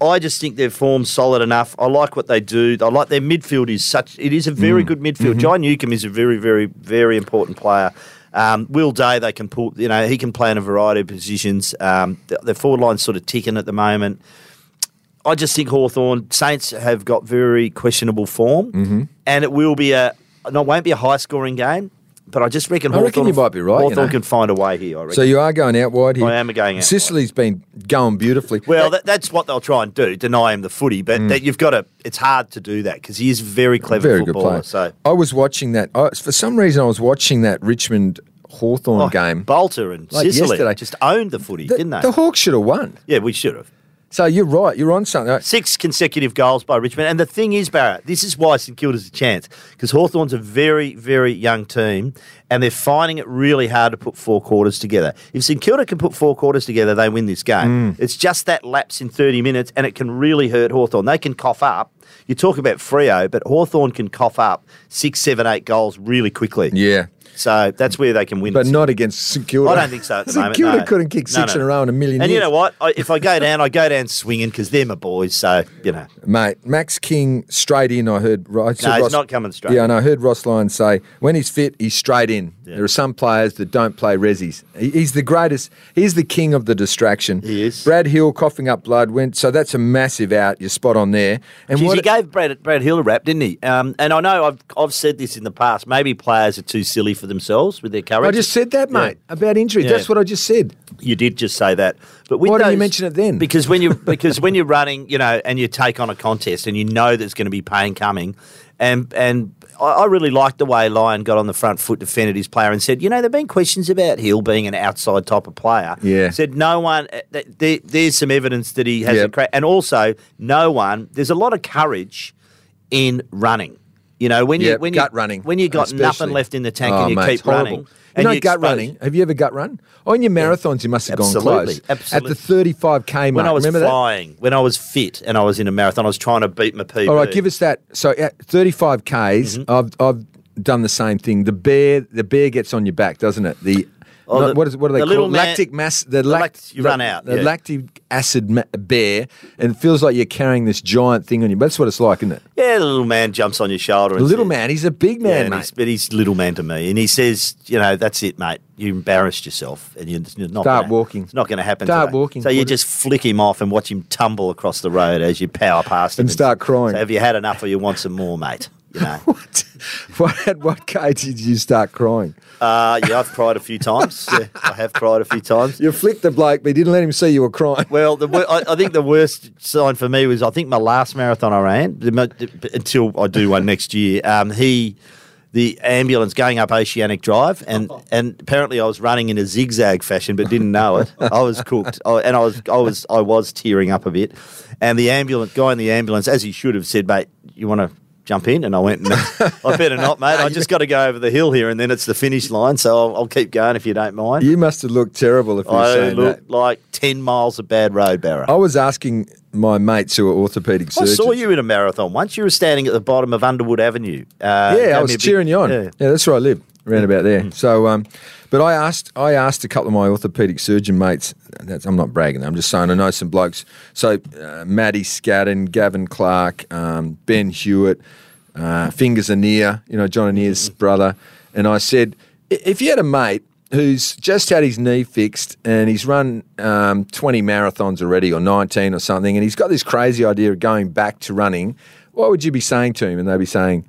Speaker 3: I just think their form's solid enough. I like what they do. I like their midfield is such. It is a very good midfield. John Newcomb is a very, very, very important player. Um, Will Day, they can pull. You know, he can play in a variety of positions. Um, th- their forward line's sort of ticking at the moment. I just think Hawthorn Saints have got very questionable form,
Speaker 2: Mm-hmm.
Speaker 3: and it will be a. No, it won't be a high scoring game, but I just reckon
Speaker 2: I
Speaker 3: Hawthorn
Speaker 2: reckon you might be right, you
Speaker 3: Hawthorn
Speaker 2: know.
Speaker 3: can find a way here. I reckon.
Speaker 2: So you are going out wide here.
Speaker 3: I am going out
Speaker 2: Sicily's been going beautifully.
Speaker 3: Well, that, that's what they'll try and do: deny him the footy. But that you've got to. It's hard to do that because he is a very clever
Speaker 2: Mm. very good
Speaker 3: footballer.
Speaker 2: player.
Speaker 3: So
Speaker 2: I was watching that. I, for some reason, I was watching that Richmond Hawthorn
Speaker 3: Oh,
Speaker 2: game.
Speaker 3: Bolter and
Speaker 2: Like
Speaker 3: Sicily
Speaker 2: yesterday.
Speaker 3: just owned the footy,
Speaker 2: the,
Speaker 3: didn't they?
Speaker 2: the Hawks should have won.
Speaker 3: yeah, we should have.
Speaker 2: So you're right. You're on something.
Speaker 3: Six consecutive goals by Richmond. And the thing is, Barrett, this is why St Kilda's a chance because Hawthorn's a very, very young team and they're finding it really hard to put four quarters together. If St Kilda can put four quarters together, they win this game.
Speaker 2: Mm.
Speaker 3: It's just that lapse in 30 minutes and it can really hurt Hawthorn. They can cough up. You talk about Frio, but Hawthorn can cough up six, seven, eight goals really quickly.
Speaker 2: Yeah,
Speaker 3: So that's where they can win.
Speaker 2: but
Speaker 3: this
Speaker 2: not against St Kilda.
Speaker 3: I don't think so. At the
Speaker 2: St
Speaker 3: moment,
Speaker 2: Kilda
Speaker 3: no.
Speaker 2: couldn't kick
Speaker 3: No,
Speaker 2: six
Speaker 3: no.
Speaker 2: in a row in a million
Speaker 3: And
Speaker 2: years.
Speaker 3: you know what? I, if I go down, I go down swinging because they're my boys. So you know,
Speaker 2: Mate, Max King straight in. I heard. I said
Speaker 3: No, he's
Speaker 2: Ross-
Speaker 3: not coming straight
Speaker 2: Yeah,
Speaker 3: in.
Speaker 2: and I heard Ross Lyon say when he's fit, he's straight in. There are some players that don't play resis. He- He's the greatest. He's the king of the distraction.
Speaker 3: He is.
Speaker 2: Brad Hill coughing up blood went. So that's a massive out. You're spot on there. And
Speaker 3: Geez,
Speaker 2: what?
Speaker 3: he gave Brad, Brad Hill a rap, didn't he? Um, and I know I've I've said this in the past. Maybe players are too silly for themselves with their courage.
Speaker 2: I just said that,
Speaker 3: Yeah.
Speaker 2: mate, about injury.
Speaker 3: Yeah.
Speaker 2: That's what I just said.
Speaker 3: You did just say that, but with
Speaker 2: Why didn't you
Speaker 3: those-
Speaker 2: mention it then?
Speaker 3: Because when you because when you're running, you know, and you take on a contest, and you know there's going to be pain coming, and and I, I really liked the way Lyon got on the front foot, defended his player, and said, you know, there've been questions about Hill being an outside type of player.
Speaker 2: Yeah.
Speaker 3: said no one. uh, th- There, there's some evidence that he has a
Speaker 2: Yep.
Speaker 3: crack, and also no one. There's a lot of courage in running. You know, when you
Speaker 2: Yep,
Speaker 3: when
Speaker 2: gut
Speaker 3: you,
Speaker 2: running,
Speaker 3: when you got
Speaker 2: especially.
Speaker 3: nothing left in the tank
Speaker 2: Oh,
Speaker 3: and you
Speaker 2: mate, it's
Speaker 3: keep
Speaker 2: horrible.
Speaker 3: running,
Speaker 2: You
Speaker 3: and
Speaker 2: know,
Speaker 3: you
Speaker 2: gut
Speaker 3: expose-
Speaker 2: running. Have you ever gut run? Oh, in your marathons, you must have gone
Speaker 3: Absolutely,
Speaker 2: close.
Speaker 3: absolutely.
Speaker 2: At the 35k mark,
Speaker 3: when I was
Speaker 2: remember that?
Speaker 3: flying, when I was fit and I was in a marathon, I was trying to beat my PB.
Speaker 2: All right, give us that. So at 35 Ks,
Speaker 3: Mm-hmm.
Speaker 2: I've I've done the same thing. The bear the bear gets on your back, doesn't it? The,
Speaker 3: Oh,
Speaker 2: not-
Speaker 3: the-
Speaker 2: what is what are they
Speaker 3: the
Speaker 2: called?
Speaker 3: little man-
Speaker 2: lactic mass. The,
Speaker 3: lact- you run out,
Speaker 2: The
Speaker 3: yeah.
Speaker 2: lactic acid ma- bear, and it feels like you're carrying this giant thing on you. But that's what it's like, isn't it?
Speaker 3: Yeah, the little man jumps on your shoulder.
Speaker 2: The
Speaker 3: and
Speaker 2: little
Speaker 3: says-
Speaker 2: man, he's a big
Speaker 3: Yeah,
Speaker 2: man,
Speaker 3: and
Speaker 2: mate.
Speaker 3: he's, but he's little man to me, and he says, "You know, that's it, mate. You embarrassed yourself, and you're you're not
Speaker 2: Start
Speaker 3: gonna,
Speaker 2: walking.
Speaker 3: It's not going to happen.
Speaker 2: Start
Speaker 3: today."
Speaker 2: walking,
Speaker 3: So you
Speaker 2: Porter.
Speaker 3: just flick him off and watch him tumble across the road as you power past him
Speaker 2: And start crying.
Speaker 3: So have you had enough, or you want some more, mate? you know.
Speaker 2: What? what? At what age did you start crying?
Speaker 3: Uh, yeah, I've cried a few times. Yeah, I have cried a few times.
Speaker 2: You flicked the bloke, but you didn't let him see you were crying.
Speaker 3: Well, the, wor- I, I think the worst sign for me was I think my last marathon I ran the mo- the- until I do one next year. Um, he, the ambulance going up Oceanic Drive, and and apparently I was running in a zigzag fashion, but didn't know it. I was cooked, I, and I was I was I was tearing up a bit. And the ambulance guy in the ambulance, as he should have said, mate, you want to jump in? And I went, no, I better not, mate. I just got to go over the hill here, and then it's the finish line. So I'll, I'll keep going if you don't mind.
Speaker 2: You must have looked terrible if you were
Speaker 3: I
Speaker 2: saying that.
Speaker 3: looked like 10 miles of bad road, Barra.
Speaker 2: I was asking my mates who are orthopedic
Speaker 3: I
Speaker 2: surgeons.
Speaker 3: saw you in a marathon once. You were standing at the bottom of Underwood Avenue. Uh, gave
Speaker 2: Yeah, I
Speaker 3: me
Speaker 2: was
Speaker 3: a big-
Speaker 2: cheering you on.
Speaker 3: yeah. Mm.
Speaker 2: Yeah. that's where I live, around about there. So, um, but I asked, I asked a couple of my orthopedic surgeon mates. That's, I'm not bragging. I'm just saying I know some blokes. So, uh, Matty Scadden, Gavin Clark, um, Ben Hewitt, uh, Fingers Anir, you know John Anir's
Speaker 3: Mm-hmm.
Speaker 2: brother, and I said, "I- if you had a mate who's just had his knee fixed and he's run um, 20 marathons already or 19 or something, and he's got this crazy idea of going back to running, what would you be saying to him? And they'd be saying,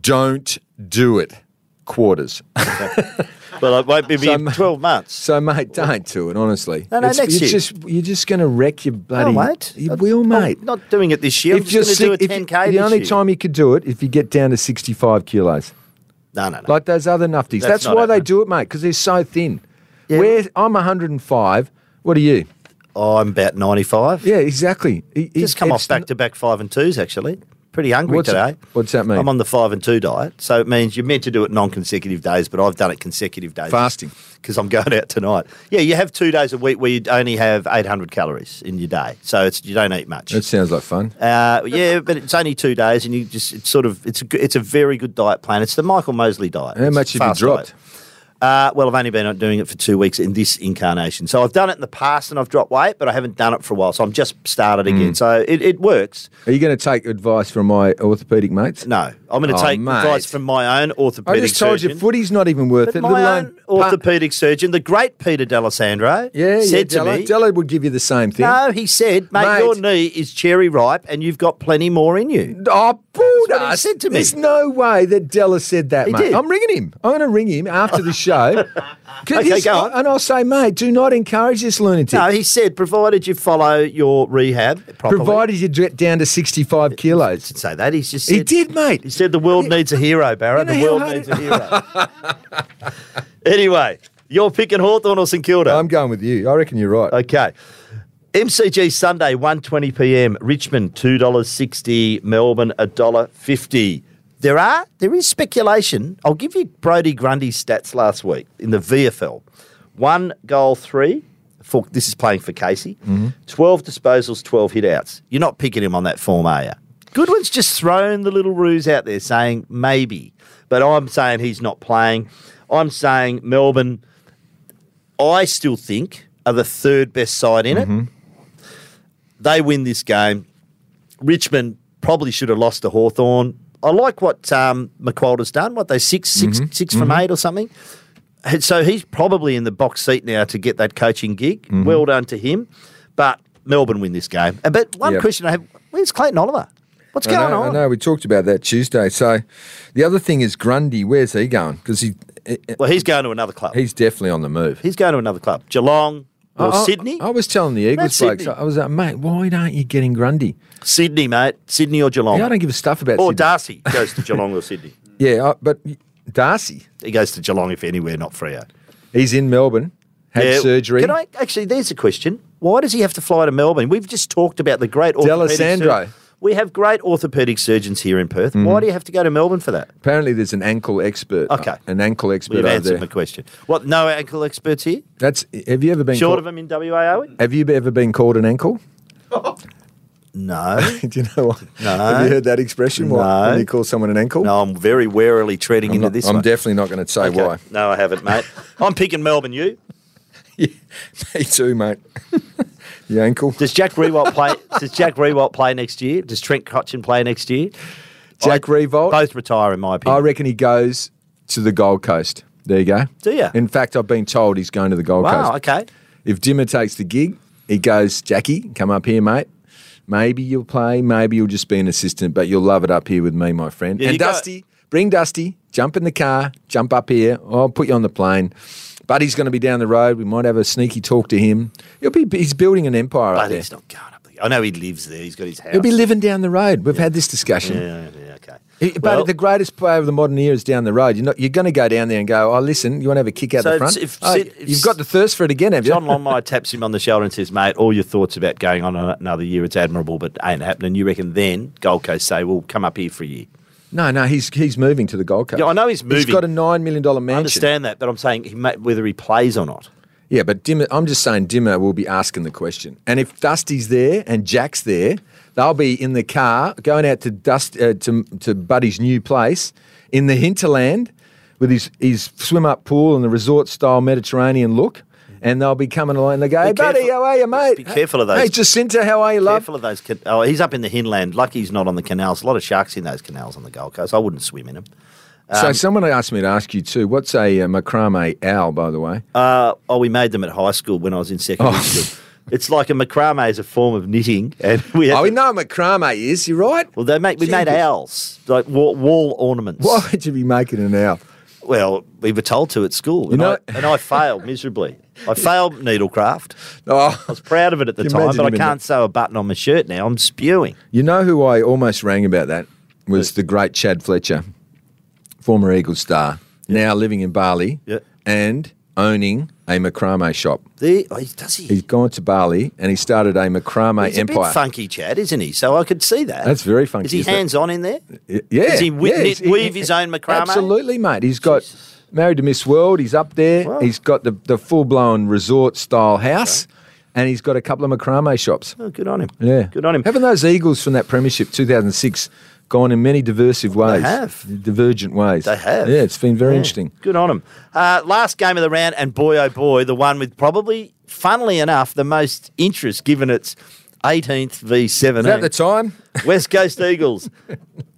Speaker 2: don't do it. Quarters.
Speaker 3: Well, it won't be me in 12 months.
Speaker 2: So, mate, don't do it, honestly.
Speaker 3: No, no,
Speaker 2: It's-
Speaker 3: next
Speaker 2: you're
Speaker 3: year.
Speaker 2: Just, you're just going to wreck your bloody.
Speaker 3: No, mate.
Speaker 2: You
Speaker 3: I-
Speaker 2: will,
Speaker 3: I'm
Speaker 2: Oh, mate.
Speaker 3: not doing it this year. I'm
Speaker 2: you're
Speaker 3: just going to
Speaker 2: sick-
Speaker 3: do
Speaker 2: if
Speaker 3: a
Speaker 2: you-
Speaker 3: 10K
Speaker 2: the
Speaker 3: this
Speaker 2: only
Speaker 3: year.
Speaker 2: time you could do it if you get down to 65 kilos.
Speaker 3: No, no, no.
Speaker 2: like those other nufties.
Speaker 3: That's
Speaker 2: That's,
Speaker 3: not
Speaker 2: why they
Speaker 3: happening.
Speaker 2: do it, mate, because they're so thin.
Speaker 3: Yeah.
Speaker 2: Where I'm 105. What are you?
Speaker 3: oh, I'm about 95.
Speaker 2: Yeah, exactly. He- he-
Speaker 3: Just come off
Speaker 2: it's
Speaker 3: back to back five and twos, actually. Pretty hungry
Speaker 2: What's-
Speaker 3: today.
Speaker 2: what's that mean?
Speaker 3: I'm on the five and two diet. So it means you're meant to do it non consecutive days, but I've done it consecutive days.
Speaker 2: Fasting.
Speaker 3: Because I'm going out tonight. Yeah, you have two days a week where you only have 800 calories in your day. So it's you don't eat much.
Speaker 2: That sounds like fun.
Speaker 3: Uh, yeah, but it's only two days, and you just it's sort of it's a good- it's a very good diet plan. It's the Michael Mosley diet.
Speaker 2: How
Speaker 3: It's
Speaker 2: much have you
Speaker 3: fast
Speaker 2: dropped?
Speaker 3: diet. Uh, well, I've only been doing it for two weeks in this incarnation. So I've done it in the past, and I've dropped weight, but I haven't done it for a while. So I'm just started
Speaker 2: Mm.
Speaker 3: again. So it, it works.
Speaker 2: Are you going to take advice from my orthopedic mates?
Speaker 3: No, I'm going to
Speaker 2: Oh,
Speaker 3: take
Speaker 2: mate.
Speaker 3: advice from my own orthopedic.
Speaker 2: I just told
Speaker 3: surgeon.
Speaker 2: you, footy's not even worth
Speaker 3: But
Speaker 2: it.
Speaker 3: my
Speaker 2: let
Speaker 3: own
Speaker 2: alone pa-
Speaker 3: orthopedic surgeon, the great Peter D'Alessandro,
Speaker 2: yeah, yeah,
Speaker 3: said to
Speaker 2: Della.
Speaker 3: me,
Speaker 2: Della would give you the same thing.
Speaker 3: "No," he said, mate,
Speaker 2: Mate.
Speaker 3: your knee is cherry ripe, and you've got plenty more in you."
Speaker 2: Oh,
Speaker 3: what he
Speaker 2: Buddha!
Speaker 3: said to me.
Speaker 2: There's no way that Della said that,
Speaker 3: He
Speaker 2: mate.
Speaker 3: did.
Speaker 2: I'm ringing him. I'm going to ring him after the show.
Speaker 3: Okay, go on.
Speaker 2: And I'll say, mate, do not encourage this lunatic.
Speaker 3: No, he said, provided you follow your rehab properly.
Speaker 2: provided you get down to 65
Speaker 3: he
Speaker 2: kilos.
Speaker 3: didn't say that. He's just said,
Speaker 2: He did, mate.
Speaker 3: He said the world needs a hero, Barra.
Speaker 2: You know
Speaker 3: the
Speaker 2: how
Speaker 3: world
Speaker 2: hard
Speaker 3: needs
Speaker 2: it-
Speaker 3: a hero. anyway, you're picking Hawthorn or St Kilda.
Speaker 2: I'm going with you. I reckon you're right.
Speaker 3: okay. MCG Sunday, 1.20 p.m. Richmond, $2.60. Melbourne, $1.50. There are, there is speculation. I'll give you Brody Grundy's stats last week in the VFL. One goal, three. For, this is playing for Casey. 12 disposals, 12 hit outs. You're not picking him on that form, are you? Goodwin's just thrown the little ruse out there saying maybe. But I'm saying he's not playing. I'm saying Melbourne I still think are the third best side in it.
Speaker 2: Mm-hmm.
Speaker 3: They win this game. Richmond probably should have lost to Hawthorn. I like what um, McWilder's done. What they six
Speaker 2: Mm-hmm.
Speaker 3: six- six from eight or something. And so he's probably in the box seat now to get that coaching gig.
Speaker 2: Mm-hmm.
Speaker 3: Well done to him. But Melbourne win this game. And- But one
Speaker 2: Yep.
Speaker 3: question I have: Where's Clayton Oliver? What's
Speaker 2: I
Speaker 3: going
Speaker 2: know,
Speaker 3: on?
Speaker 2: I know. We talked about that Tuesday. So the other thing is Grundy. Where's he going? Because he
Speaker 3: Well, he's going to another club.
Speaker 2: he's definitely on the move.
Speaker 3: He's going to another club. Geelong or
Speaker 2: I- I-
Speaker 3: Sydney.
Speaker 2: I, was telling the Eagles
Speaker 3: Sydney.
Speaker 2: blokes. I was like, mate, why aren't you getting Grundy?
Speaker 3: Sydney, mate. Sydney or Geelong.
Speaker 2: Yeah, I don't give a stuff about.
Speaker 3: Or
Speaker 2: Sydney.
Speaker 3: Darcy goes to Geelong or Sydney.
Speaker 2: yeah, I, but Darcy,
Speaker 3: He goes to Geelong if anywhere, not Freo.
Speaker 2: he's in Melbourne. Had
Speaker 3: Yeah.
Speaker 2: surgery.
Speaker 3: Can I actually? There's a question. Why does he have to fly to Melbourne? We've just talked about the great orthopedic
Speaker 2: D'Alessandro. Mm.
Speaker 3: sur- We have great orthopedic surgeons here in Perth. Why do you have to go to Melbourne for that?
Speaker 2: Apparently, there's an ankle expert. uh,
Speaker 3: Okay.
Speaker 2: an ankle expert
Speaker 3: We've
Speaker 2: over
Speaker 3: answered
Speaker 2: there.
Speaker 3: my question. What? No ankle experts here.
Speaker 2: That's. Have you ever been
Speaker 3: Short
Speaker 2: called,
Speaker 3: of them in WA, are we?
Speaker 2: Have you ever been called an ankle?
Speaker 3: No.
Speaker 2: Do you know what?
Speaker 3: No.
Speaker 2: Have you heard that expression? What,
Speaker 3: No.
Speaker 2: When you call someone an ankle?
Speaker 3: No, I'm very warily treading into
Speaker 2: I'm, not-
Speaker 3: this
Speaker 2: I'm
Speaker 3: one.
Speaker 2: definitely not going to say
Speaker 3: Okay.
Speaker 2: why.
Speaker 3: No, I haven't, mate. I'm picking Melbourne. You?
Speaker 2: Me too, mate. the ankle.
Speaker 3: Does Jack Rewalt play? does Jack Rewalt play next year? Does Trent Cotchin play next year?
Speaker 2: Jack Revolt.
Speaker 3: Both retire, in my
Speaker 2: I
Speaker 3: opinion.
Speaker 2: reckon he goes to the Gold Coast. There you go.
Speaker 3: Do ya?
Speaker 2: In fact, I've been told he's going to the Gold
Speaker 3: wow.
Speaker 2: Coast.
Speaker 3: Okay.
Speaker 2: If Dimmer takes the gig, he goes, Jackie, come up here, mate. Maybe you'll play. Maybe you'll just be an assistant, but you'll love it up here with me, my friend.
Speaker 3: Yeah,
Speaker 2: and
Speaker 3: you got-
Speaker 2: Dusty, bring Dusty. Jump in the car. Jump up here. I'll put you on the plane. Buddy's going to be down the road. We might have a sneaky talk to him. He'll be. He's building an empire up
Speaker 3: But
Speaker 2: there.
Speaker 3: he's not going up. The, I know he lives there. He's got his house.
Speaker 2: He'll be living down the road. We've had this discussion.
Speaker 3: Yeah, yeah, okay.
Speaker 2: He- But
Speaker 3: Well,
Speaker 2: the greatest player of the modern era is down the road. You're, not, you're going to go down there and go, oh, listen, you want to have a kick out
Speaker 3: So
Speaker 2: the front?
Speaker 3: if-
Speaker 2: Oh,
Speaker 3: if-
Speaker 2: you've got the thirst for it again, have you?
Speaker 3: John Longmire taps him on the shoulder and says, "Mate, all your thoughts about going on another year, it's admirable, but ain't happening." You reckon then Gold Coast say, "Well, come up here for a year."
Speaker 2: no, no, he's he's moving to the Gold Coast.
Speaker 3: Yeah, I know he's
Speaker 2: He's
Speaker 3: moving.
Speaker 2: got a $9 million mansion.
Speaker 3: I understand that, but I'm saying he may, whether he plays or not.
Speaker 2: Yeah, but Dimmer, I'm just saying Dimmer will be asking the question. And if Dusty's there and Jack's there, they'll be in the car going out to Dust uh, to to Buddy's new place in the hinterland with his his swim up pool and the resort style Mediterranean look. And they'll be coming along and they go,
Speaker 3: Be
Speaker 2: hey, buddy,
Speaker 3: careful-
Speaker 2: how are you, mate?
Speaker 3: be careful of those-
Speaker 2: Hey, Jacinta, how are you, love?
Speaker 3: Careful of those. Can- oh, he's up in the hinland. Lucky he's not on the canals. A lot of sharks in those canals on the Gold Coast. I wouldn't swim in them. Um,
Speaker 2: so someone asked me to ask you too, what's a uh, macrame owl, by the way?
Speaker 3: Uh, oh, we made them at high school when I was in secondary
Speaker 2: Oh.
Speaker 3: school. It's like a macrame is a form of knitting, and we had
Speaker 2: oh,
Speaker 3: to-
Speaker 2: we know what macrame is, you're right.
Speaker 3: Well, they make we made
Speaker 2: Jeepers.
Speaker 3: owls like wall, wall ornaments.
Speaker 2: Why would you be making an owl?
Speaker 3: Well, we were told to at school, and,
Speaker 2: know-
Speaker 3: I, and I failed miserably. I failed needlecraft.
Speaker 2: Oh.
Speaker 3: I was proud of it at the
Speaker 2: You
Speaker 3: time,
Speaker 2: imagine
Speaker 3: but I
Speaker 2: him in
Speaker 3: can't sew a button on my shirt now. I'm spewing.
Speaker 2: You know who I almost rang about that was the great Chad Fletcher, former Eagles star, now living in Bali
Speaker 3: Yeah.
Speaker 2: and owning a macrame shop.
Speaker 3: The, oh, does he?
Speaker 2: He's gone to Bali and he started a macrame
Speaker 3: He's a
Speaker 2: empire.
Speaker 3: bit funky, Chad, isn't he? So I could see that.
Speaker 2: That's very funky,
Speaker 3: Is he
Speaker 2: isn't it?
Speaker 3: hands on in there?
Speaker 2: Y- Yeah,
Speaker 3: Does he wi-
Speaker 2: yeah,
Speaker 3: knit-
Speaker 2: he's-
Speaker 3: weave his own macrame?
Speaker 2: Absolutely, mate. He's got married to Miss World. He's up there.
Speaker 3: Wow.
Speaker 2: He's got the, the full blown resort style house, and he's got a couple of macrame shops.
Speaker 3: Oh, good on him.
Speaker 2: Yeah,
Speaker 3: good on him.
Speaker 2: Haven't those Eagles from that Premiership 2006 gone in many diversive ways?
Speaker 3: have.
Speaker 2: divergent ways.
Speaker 3: They have.
Speaker 2: Yeah, it's been very
Speaker 3: Yeah,
Speaker 2: interesting.
Speaker 3: Good on him. Uh, last game of the round, and boy, oh boy, the one with probably, funnily enough, the most interest given it's 18th v 17th.
Speaker 2: Is that the time?
Speaker 3: West Coast Eagles,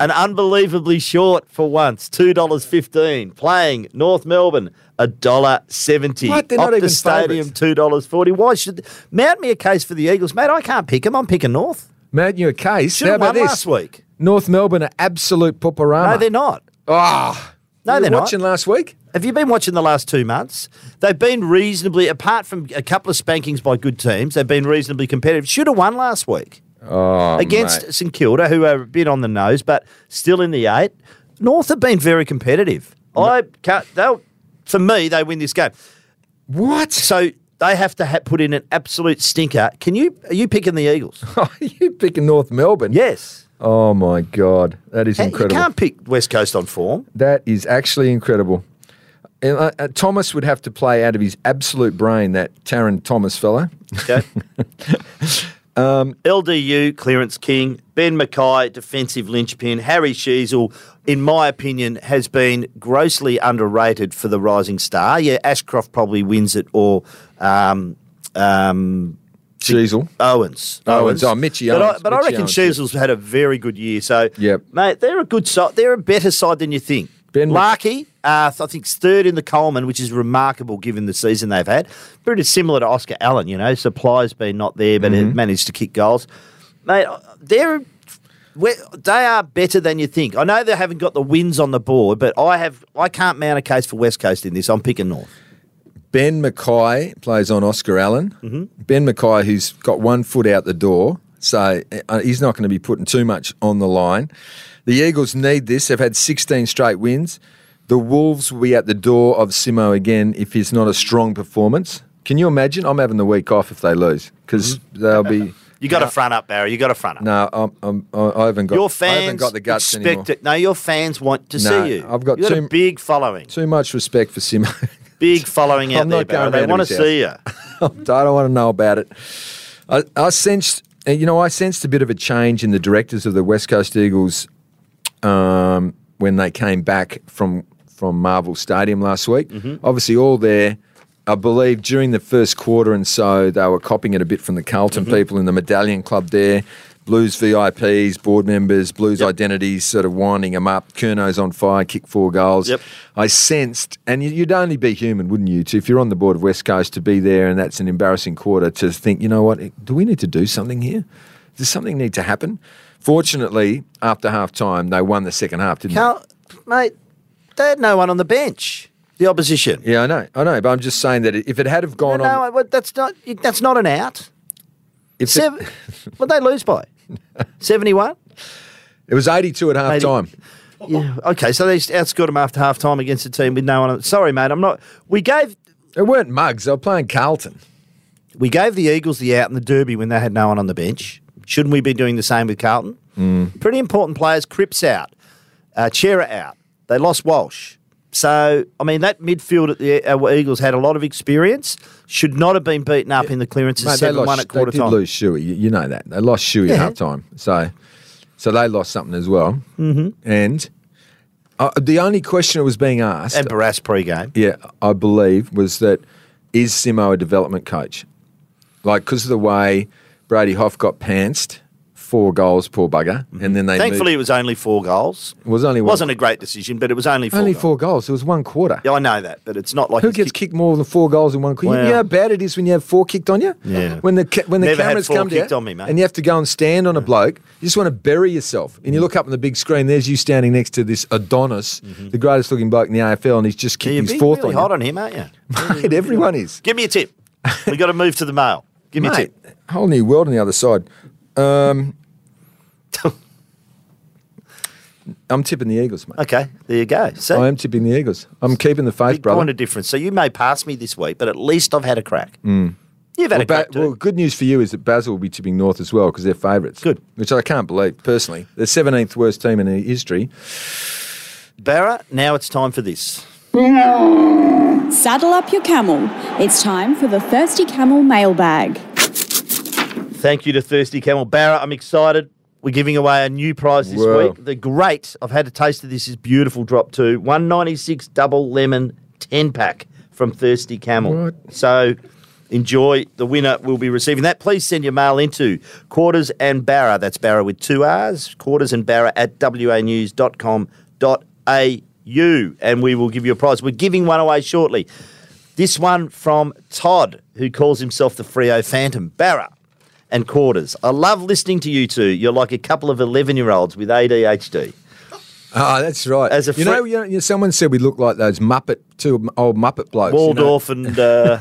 Speaker 3: an unbelievably short for once, two dollars fifteen. Playing North Melbourne, a dollar seventy.
Speaker 2: What? They're not even
Speaker 3: Stadium,
Speaker 2: favourites.
Speaker 3: two dollars forty. Why should mount me a case for the Eagles, mate? I can't pick them. I'm picking North.
Speaker 2: Mad you a case.
Speaker 3: Should
Speaker 2: How
Speaker 3: have
Speaker 2: about
Speaker 3: won
Speaker 2: this?
Speaker 3: last week.
Speaker 2: North Melbourne are absolute
Speaker 3: No,
Speaker 2: poporama.
Speaker 3: they're not.
Speaker 2: Ah.
Speaker 3: No,
Speaker 2: You
Speaker 3: they're
Speaker 2: were
Speaker 3: not.
Speaker 2: watching last week?
Speaker 3: Have you been watching the last two months? They've been reasonably, apart from a couple of spankings by good teams, they've been reasonably competitive. Should have won last week against
Speaker 2: mate.
Speaker 3: St Kilda, who are a bit on the nose, but still in the eight. North have been very competitive. I can't. They'll, for me, they win this game.
Speaker 2: What?
Speaker 3: So they have to ha- put in an absolute stinker. Can you? Are you picking the Eagles?
Speaker 2: Are you picking North Melbourne?
Speaker 3: yes.
Speaker 2: Oh, my God. That is
Speaker 3: Hey, You
Speaker 2: incredible.
Speaker 3: can't pick West Coast on form.
Speaker 2: That is actually incredible. And, uh, uh, Thomas would have to play out of his absolute brain, that Taron Thomas fella.
Speaker 3: Okay. Um, LDU, Clearance King, Ben Mackay, defensive linchpin, Harry Sheasel, in my opinion, has been grossly underrated for the rising star. Yeah, Ashcroft probably wins it or um, um,
Speaker 2: Sheasel.
Speaker 3: Owens.
Speaker 2: Owens. Oh, Mitchie
Speaker 3: but
Speaker 2: Owens.
Speaker 3: I, but I
Speaker 2: Mitchie
Speaker 3: reckon
Speaker 2: Owens,
Speaker 3: Sheasel's had a very good year. So,
Speaker 2: Yep.
Speaker 3: mate, they're a good side. They're a better side than you think.
Speaker 2: Ben Mc-
Speaker 3: Larkey, uh, I think, is third in the Coleman, which is remarkable given the season they've had. Pretty similar to Oscar Allen, you know. Supply's been not there, but
Speaker 2: Mm-hmm.
Speaker 3: it managed to kick goals. Mate, uh, they're we- they are better than you think. I know they haven't got the wins on the board, but I have. I can't mount a case for West Coast in this. I'm picking North.
Speaker 2: Ben Mackay plays on Oscar Allen.
Speaker 3: Mm-hmm.
Speaker 2: Ben Mackay, who's got one foot out the door, so uh, he's not going to be putting too much on the line. The Eagles need this. They've had 16 straight wins. The Wolves will be at the door of Simo again if it's not a strong performance. Can you imagine? I'm having the week off if they lose because
Speaker 3: Mm-hmm.
Speaker 2: they'll be.
Speaker 3: You got to front up, Barry. You got to front up.
Speaker 2: No, I'm, I'm, I haven't got.
Speaker 3: Your
Speaker 2: I haven't
Speaker 3: fans
Speaker 2: got the guts
Speaker 3: expect
Speaker 2: anymore.
Speaker 3: it. No, your fans want to
Speaker 2: No,
Speaker 3: see you.
Speaker 2: I've got
Speaker 3: You've
Speaker 2: too
Speaker 3: a
Speaker 2: m-
Speaker 3: big following,
Speaker 2: Too much respect for Simo.
Speaker 3: big following out
Speaker 2: I'm
Speaker 3: there.
Speaker 2: not going
Speaker 3: Barry. They
Speaker 2: round
Speaker 3: want
Speaker 2: to
Speaker 3: to
Speaker 2: his
Speaker 3: see you.
Speaker 2: I don't want to know about it. I, I sensed, uh, you know, I sensed a bit of a change in the directors of the West Coast Eagles um, when they came back from from Marvel Stadium last week. Obviously, all there. I believe during the first quarter and so they were copying it a bit from the Carlton people in the Medallion Club there. Blues VIPs, board members, Blues identities, sort of winding them up. Kerno's on fire, kick four goals.
Speaker 3: Yep.
Speaker 2: I sensed, and you- you'd only be human, wouldn't you, to, if you're on the Eh, board of West Coast to be there and that's an embarrassing quarter to think, you know what, do we need to do something here? does something need to happen? Fortunately, after half time, they won the second half, didn't
Speaker 3: Cal, mate, they had no one on the bench. The opposition.
Speaker 2: they? Yeah, I know, I know, but I'm just saying that if it had have gone on,
Speaker 3: No, well, that's not. That's not an out.
Speaker 2: if it-
Speaker 3: Seven, what they lose by? Seventy-one.
Speaker 2: it, was 82 at half
Speaker 3: Eighty-
Speaker 2: time.
Speaker 3: Yeah. Okay. So they just outscored them after half time against a team with no one. on- Sorry, mate. I'm not. We gave
Speaker 2: It weren't mugs; they were playing Carlton.
Speaker 3: we gave the Eagles the out in the Derby when they had no one on the bench. Shouldn't we be doing the same with Carlton?
Speaker 2: Mm.
Speaker 3: Pretty important players. Cripps out. Uh, Chera out. They lost Walsh. So I mean that midfield at the uh, Eagles had a lot of experience. Should not have been beaten up in the clearances.
Speaker 2: Mate,
Speaker 3: Seven one at quarter
Speaker 2: they did
Speaker 3: time.
Speaker 2: lose Shuey. You, you know that they lost Shuey
Speaker 3: Yeah.
Speaker 2: at half time. So, so they lost something as well. Mm-hmm. And uh, the only question that was being asked,
Speaker 3: And Barras pre-game.
Speaker 2: yeah, I believe, was that is Simo a development coach? Like because of the way Brady Hoff got pantsed, four goals, poor bugger, and then they
Speaker 3: Mm-hmm. Thankfully, it was only four goals.
Speaker 2: moved, it was only
Speaker 3: It
Speaker 2: one,
Speaker 3: wasn't a great decision, but it was only four.
Speaker 2: only
Speaker 3: goals.
Speaker 2: four goals. It was one quarter.
Speaker 3: Yeah, I know that, but it's not like
Speaker 2: Who
Speaker 3: he's
Speaker 2: gets
Speaker 3: kicked-
Speaker 2: kicked more than four goals in one quarter? You
Speaker 3: Wow.
Speaker 2: know how bad it is when you have four kicked on you.
Speaker 3: Yeah.
Speaker 2: When the ca- when the
Speaker 3: Never had
Speaker 2: cameras
Speaker 3: four
Speaker 2: come to you
Speaker 3: kicked on me, mate.
Speaker 2: and you have to go and stand on a bloke, you just want to bury yourself. And you
Speaker 3: Mm.
Speaker 2: look up on the big screen. There's you standing next to this Adonis, the greatest looking bloke in the AFL, and he's just
Speaker 3: Mm-hmm. Yeah, You're
Speaker 2: kicked his
Speaker 3: being
Speaker 2: fourth
Speaker 3: really hot
Speaker 2: on
Speaker 3: on him, aren't you?
Speaker 2: you. Mate, everyone is.
Speaker 3: Give me a tip. we got to move to the mail. Give me a
Speaker 2: Mate,
Speaker 3: tip.
Speaker 2: whole new world on the other side. Um, I'm tipping the Eagles, mate.
Speaker 3: Okay, there you go. See,
Speaker 2: I am tipping the Eagles. I'm keeping the
Speaker 3: big
Speaker 2: faith,
Speaker 3: point
Speaker 2: brother.
Speaker 3: of difference. So you may pass me this week, but at least I've had a crack. You've had a
Speaker 2: Ba-
Speaker 3: crack too.
Speaker 2: Mm. well, good news for you is that Basel will be tipping North as well because they're favourites.
Speaker 3: Good.
Speaker 2: Which I can't believe personally. The 17th worst team in history.
Speaker 3: Barra, now it's time for this.
Speaker 4: Saddle up your camel. It's time for the Thirsty Camel mailbag.
Speaker 3: Thank you to Thirsty Camel. Barra, I'm excited. We're giving away a new prize this
Speaker 2: Wow.
Speaker 3: week. The great, I've had a taste of this, is beautiful drop two. 196 double lemon 10 pack from Thirsty Camel.
Speaker 2: What?
Speaker 3: So enjoy. The winner will be receiving that. Please send your mail into quarters and barra. That's barra with two R's. Quarters and barra at wanews.com.au. And we will give you a prize. We're giving one away shortly. This one from Todd, who calls himself the Frio Phantom. Barra and quarters. I love listening to you two. You're like a couple of 11 year olds with ADHD.
Speaker 2: Ah, that's right.
Speaker 3: As a
Speaker 2: you, know,
Speaker 3: fri-
Speaker 2: you know, someone said we look like those Muppet, two old Muppet blokes. you know.
Speaker 3: Waldorf and. Uh,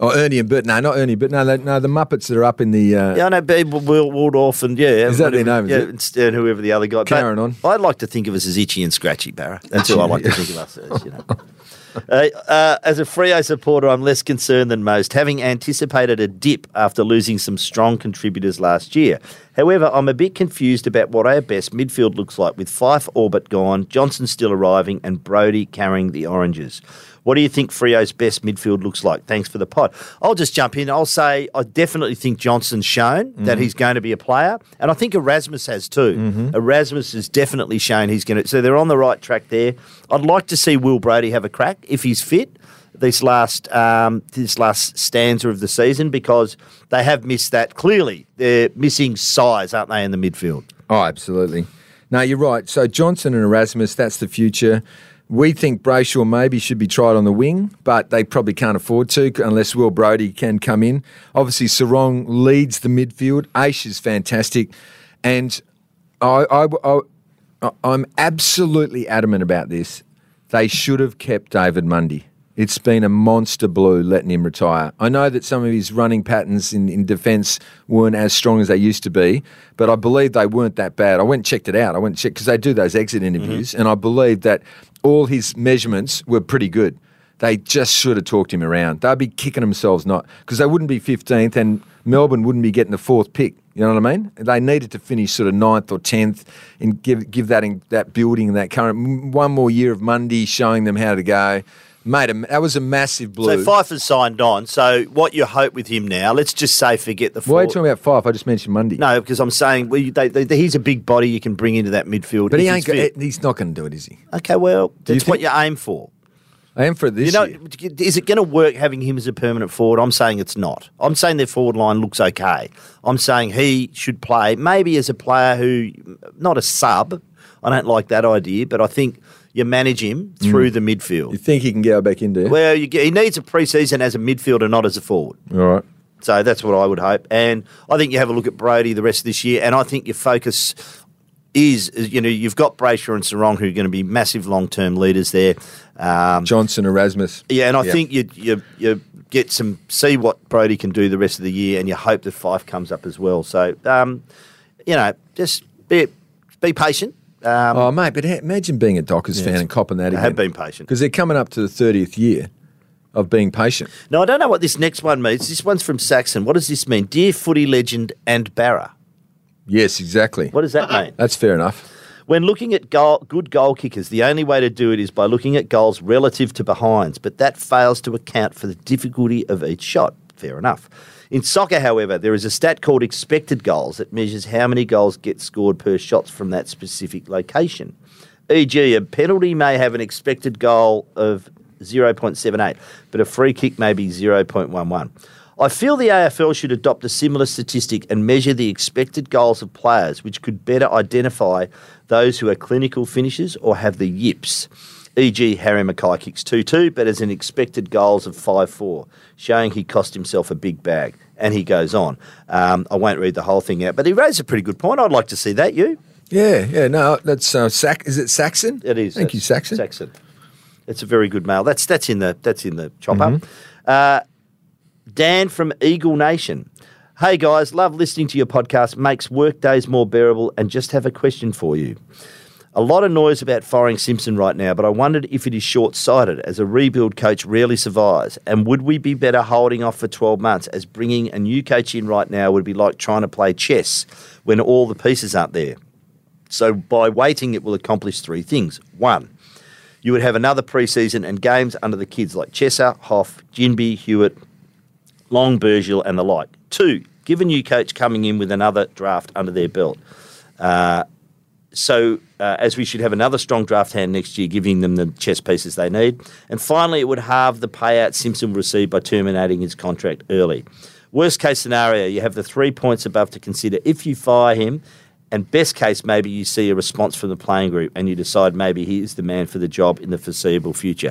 Speaker 2: Or Ernie and Bert. No, not Ernie, but no, they, no, the Muppets that are up in the. Uh,
Speaker 3: yeah, I know, but Wil- Waldorf and, yeah.
Speaker 2: Is that their
Speaker 3: whatever-
Speaker 2: name, is
Speaker 3: Yeah,
Speaker 2: it?
Speaker 3: and Stern, whoever the other guy. but
Speaker 2: Karen on.
Speaker 3: I like to think of us as itchy and scratchy, Barra. That's who I like to think of us as, you know. Uh, uh, as a Frio supporter, I'm less concerned than most, having anticipated a dip after losing some strong contributors last year. However, I'm a bit confused about what our best midfield looks like with Fife Orbit gone, Johnson still arriving, and Brody carrying the oranges. What do you think Frio's best midfield looks like? Thanks for the pod. I'll just jump in. I'll say I definitely think Johnson's shown that he's going to be a player, and I think Erasmus has too. Erasmus has definitely shown he's going to. So they're on the right track there. I'd like to see Will Brady have a crack if he's fit this last um, this last stanza of the season because they have missed that. Clearly, they're missing size, aren't they, in the midfield?
Speaker 2: Oh, absolutely. No, you're right. So Johnson and Erasmus, that's the future. We think Brayshaw maybe should be tried on the wing, but they probably can't afford to unless Will Brody can come in. Obviously, Sarong leads the midfield. Aish is fantastic. And I, I, I, I- I'm absolutely adamant about this. They should have kept David Mundy. It's been a monster blue letting him retire. I know that some of his running patterns in, in defence weren't as strong as they used to be, but I believe they weren't that bad. I went and checked it out. I went and checked because they do those exit interviews, and I believe that all his measurements were pretty good. They just should have talked him around. They'd be kicking themselves not because they wouldn't be 15th and Melbourne wouldn't be getting the fourth pick. You know what I mean? They needed to finish sort of ninth or 10th and give give that in, that building and that current m- one more year of Monday showing them how to go. Mate, a- that was a massive blue.
Speaker 3: So Fife has signed on. So what you hope with him now? Let's just say forget the.
Speaker 2: Why are you
Speaker 3: forward-
Speaker 2: talking about five? I just mentioned Monday.
Speaker 3: No, because I'm saying well, you- they, they, he's a big body you can bring into that midfield.
Speaker 2: but he
Speaker 3: if
Speaker 2: ain't.
Speaker 3: he's
Speaker 2: go-
Speaker 3: fit.
Speaker 2: He's not going to do it, is he?
Speaker 3: Okay, well,
Speaker 2: you
Speaker 3: that's what you
Speaker 2: think-
Speaker 3: aim for.
Speaker 2: I am for this.
Speaker 3: You know,
Speaker 2: year.
Speaker 3: is it going to work having him as a permanent forward? I'm saying it's not. I'm saying their forward line looks okay. I'm saying he should play maybe as a player who, not a sub. I don't like that idea, but I think you manage him
Speaker 2: Mm.
Speaker 3: through the midfield.
Speaker 2: you think he can go back into it?
Speaker 3: Well, you get, he needs a preseason as a midfielder, not as a forward.
Speaker 2: All right.
Speaker 3: So that's what I would hope. And I think you have a look at Brody the rest of this year, and I think your focus is, is, you know, you've got Brayshaw and Sarong who are going to be massive long term leaders there. Um,
Speaker 2: Johnson Erasmus.
Speaker 3: yeah, and I
Speaker 2: Yeah.
Speaker 3: think you, you you get some see what Brody can do the rest of the year, and you hope that Fife comes up as well. So, um, you know, just be be patient. Um,
Speaker 2: Oh mate, but ha- imagine being a Dockers fan and copping that.
Speaker 3: I have been patient.
Speaker 2: because they're coming up to the thirtieth year of being patient.
Speaker 3: Now, I don't know what this next one means. This one's from Saxon. What does this mean? Dear footy legend and Barra.
Speaker 2: Yes, exactly.
Speaker 3: What does that mean?
Speaker 2: That's fair enough.
Speaker 3: When looking at goal, good goal kickers, the only way to do it is by looking at goals relative to behinds, but that fails to account for the difficulty of each shot. Fair enough. In soccer, however, there is a stat called expected goals that measures how many goals get scored per shots from that specific location. E.g., E a penalty may have an expected goal of 0.78, but a free kick may be 0.11. I feel the AFL should adopt a similar statistic and measure the expected goals of players, which could better identify those who are clinical finishers or have the yips. E.g., Harry Mackay kicks 2 2, but has an expected goals of 5 4, showing he cost himself a big bag. And he goes on. Um, I won't read the whole thing out, but he raised a pretty good point. I'd like to see that, you.
Speaker 2: Yeah, yeah. No, that's uh, Sac. Is it Saxon?
Speaker 3: It is.
Speaker 2: Thank you,
Speaker 3: That's
Speaker 2: Saxon.
Speaker 3: Saxon. It's a very good mail. That's that's in the that's in the chopper.
Speaker 2: Mm-hmm.
Speaker 3: Uh, Dan from Eagle Nation. Hey guys, love listening to your podcast. Makes work days more bearable. And just have a question for you. A lot of noise about firing Simpson right now, but I wondered if it is short sighted as a rebuild coach rarely survives. And would we be better holding off for 12 months as bringing a new coach in right now would be like trying to play chess when all the pieces aren't there? So by waiting, it will accomplish three things. One, you would have another preseason and games under the kids like Chesser, Hoff, Jinby, Hewitt, Long, Burgill, and the like. Two, give a new coach coming in with another draft under their belt. Uh, so, uh, as we should have another strong draft hand next year, giving them the chess pieces they need. And finally, it would halve the payout Simpson will receive by terminating his contract early. Worst case scenario, you have the three points above to consider if you fire him. And best case, maybe you see a response from the playing group and you decide maybe he is the man for the job in the foreseeable future.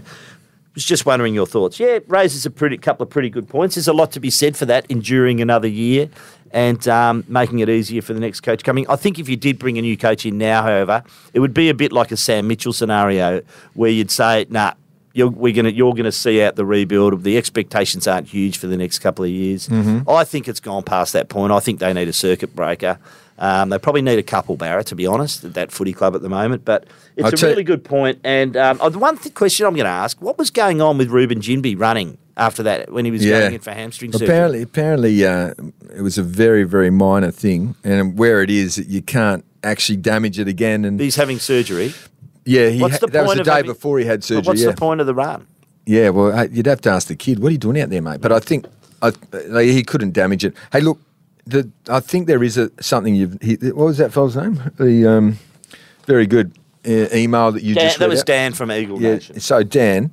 Speaker 3: Was just wondering your thoughts. Yeah, it raises a pretty couple of pretty good points. There's a lot to be said for that, enduring another year and um, making it easier for the next coach coming. I think if you did bring a new coach in now, however, it would be a bit like a Sam Mitchell scenario where you'd say, "Nah, you're we're gonna you're gonna see out the rebuild. The expectations aren't huge for the next couple of years. I think it's gone past that point. I think they need a circuit breaker." Um, they probably need a couple, Barra, to be honest, at that footy club at the moment. But it's
Speaker 2: I'll
Speaker 3: a
Speaker 2: tell-
Speaker 3: really good point. And um, oh, the one th- question I'm going to ask: What was going on with Ruben Jinby running after that when he was going in for hamstring surgery?
Speaker 2: Apparently, apparently, uh, it was a very, very minor thing, and where it is, you can't actually damage it again. And
Speaker 3: He's having surgery.
Speaker 2: yeah, he
Speaker 3: What's the
Speaker 2: ha- that was
Speaker 3: point
Speaker 2: the
Speaker 3: of
Speaker 2: day
Speaker 3: having-
Speaker 2: before he had
Speaker 3: But
Speaker 2: surgery.
Speaker 3: What's
Speaker 2: yeah.
Speaker 3: the point of the run?
Speaker 2: Yeah, well, hey, you'd have to ask the kid, "What are you doing out there, mate?" But I think I, like, he couldn't damage it. Hey, look, the, I think there is a something you've. He, what was that fellow's name? The um, very good uh, email that you
Speaker 3: Dan,
Speaker 2: just.
Speaker 3: that
Speaker 2: read
Speaker 3: was
Speaker 2: out.
Speaker 3: Dan from Eagle
Speaker 2: Yeah.
Speaker 3: Nation.
Speaker 2: So Dan,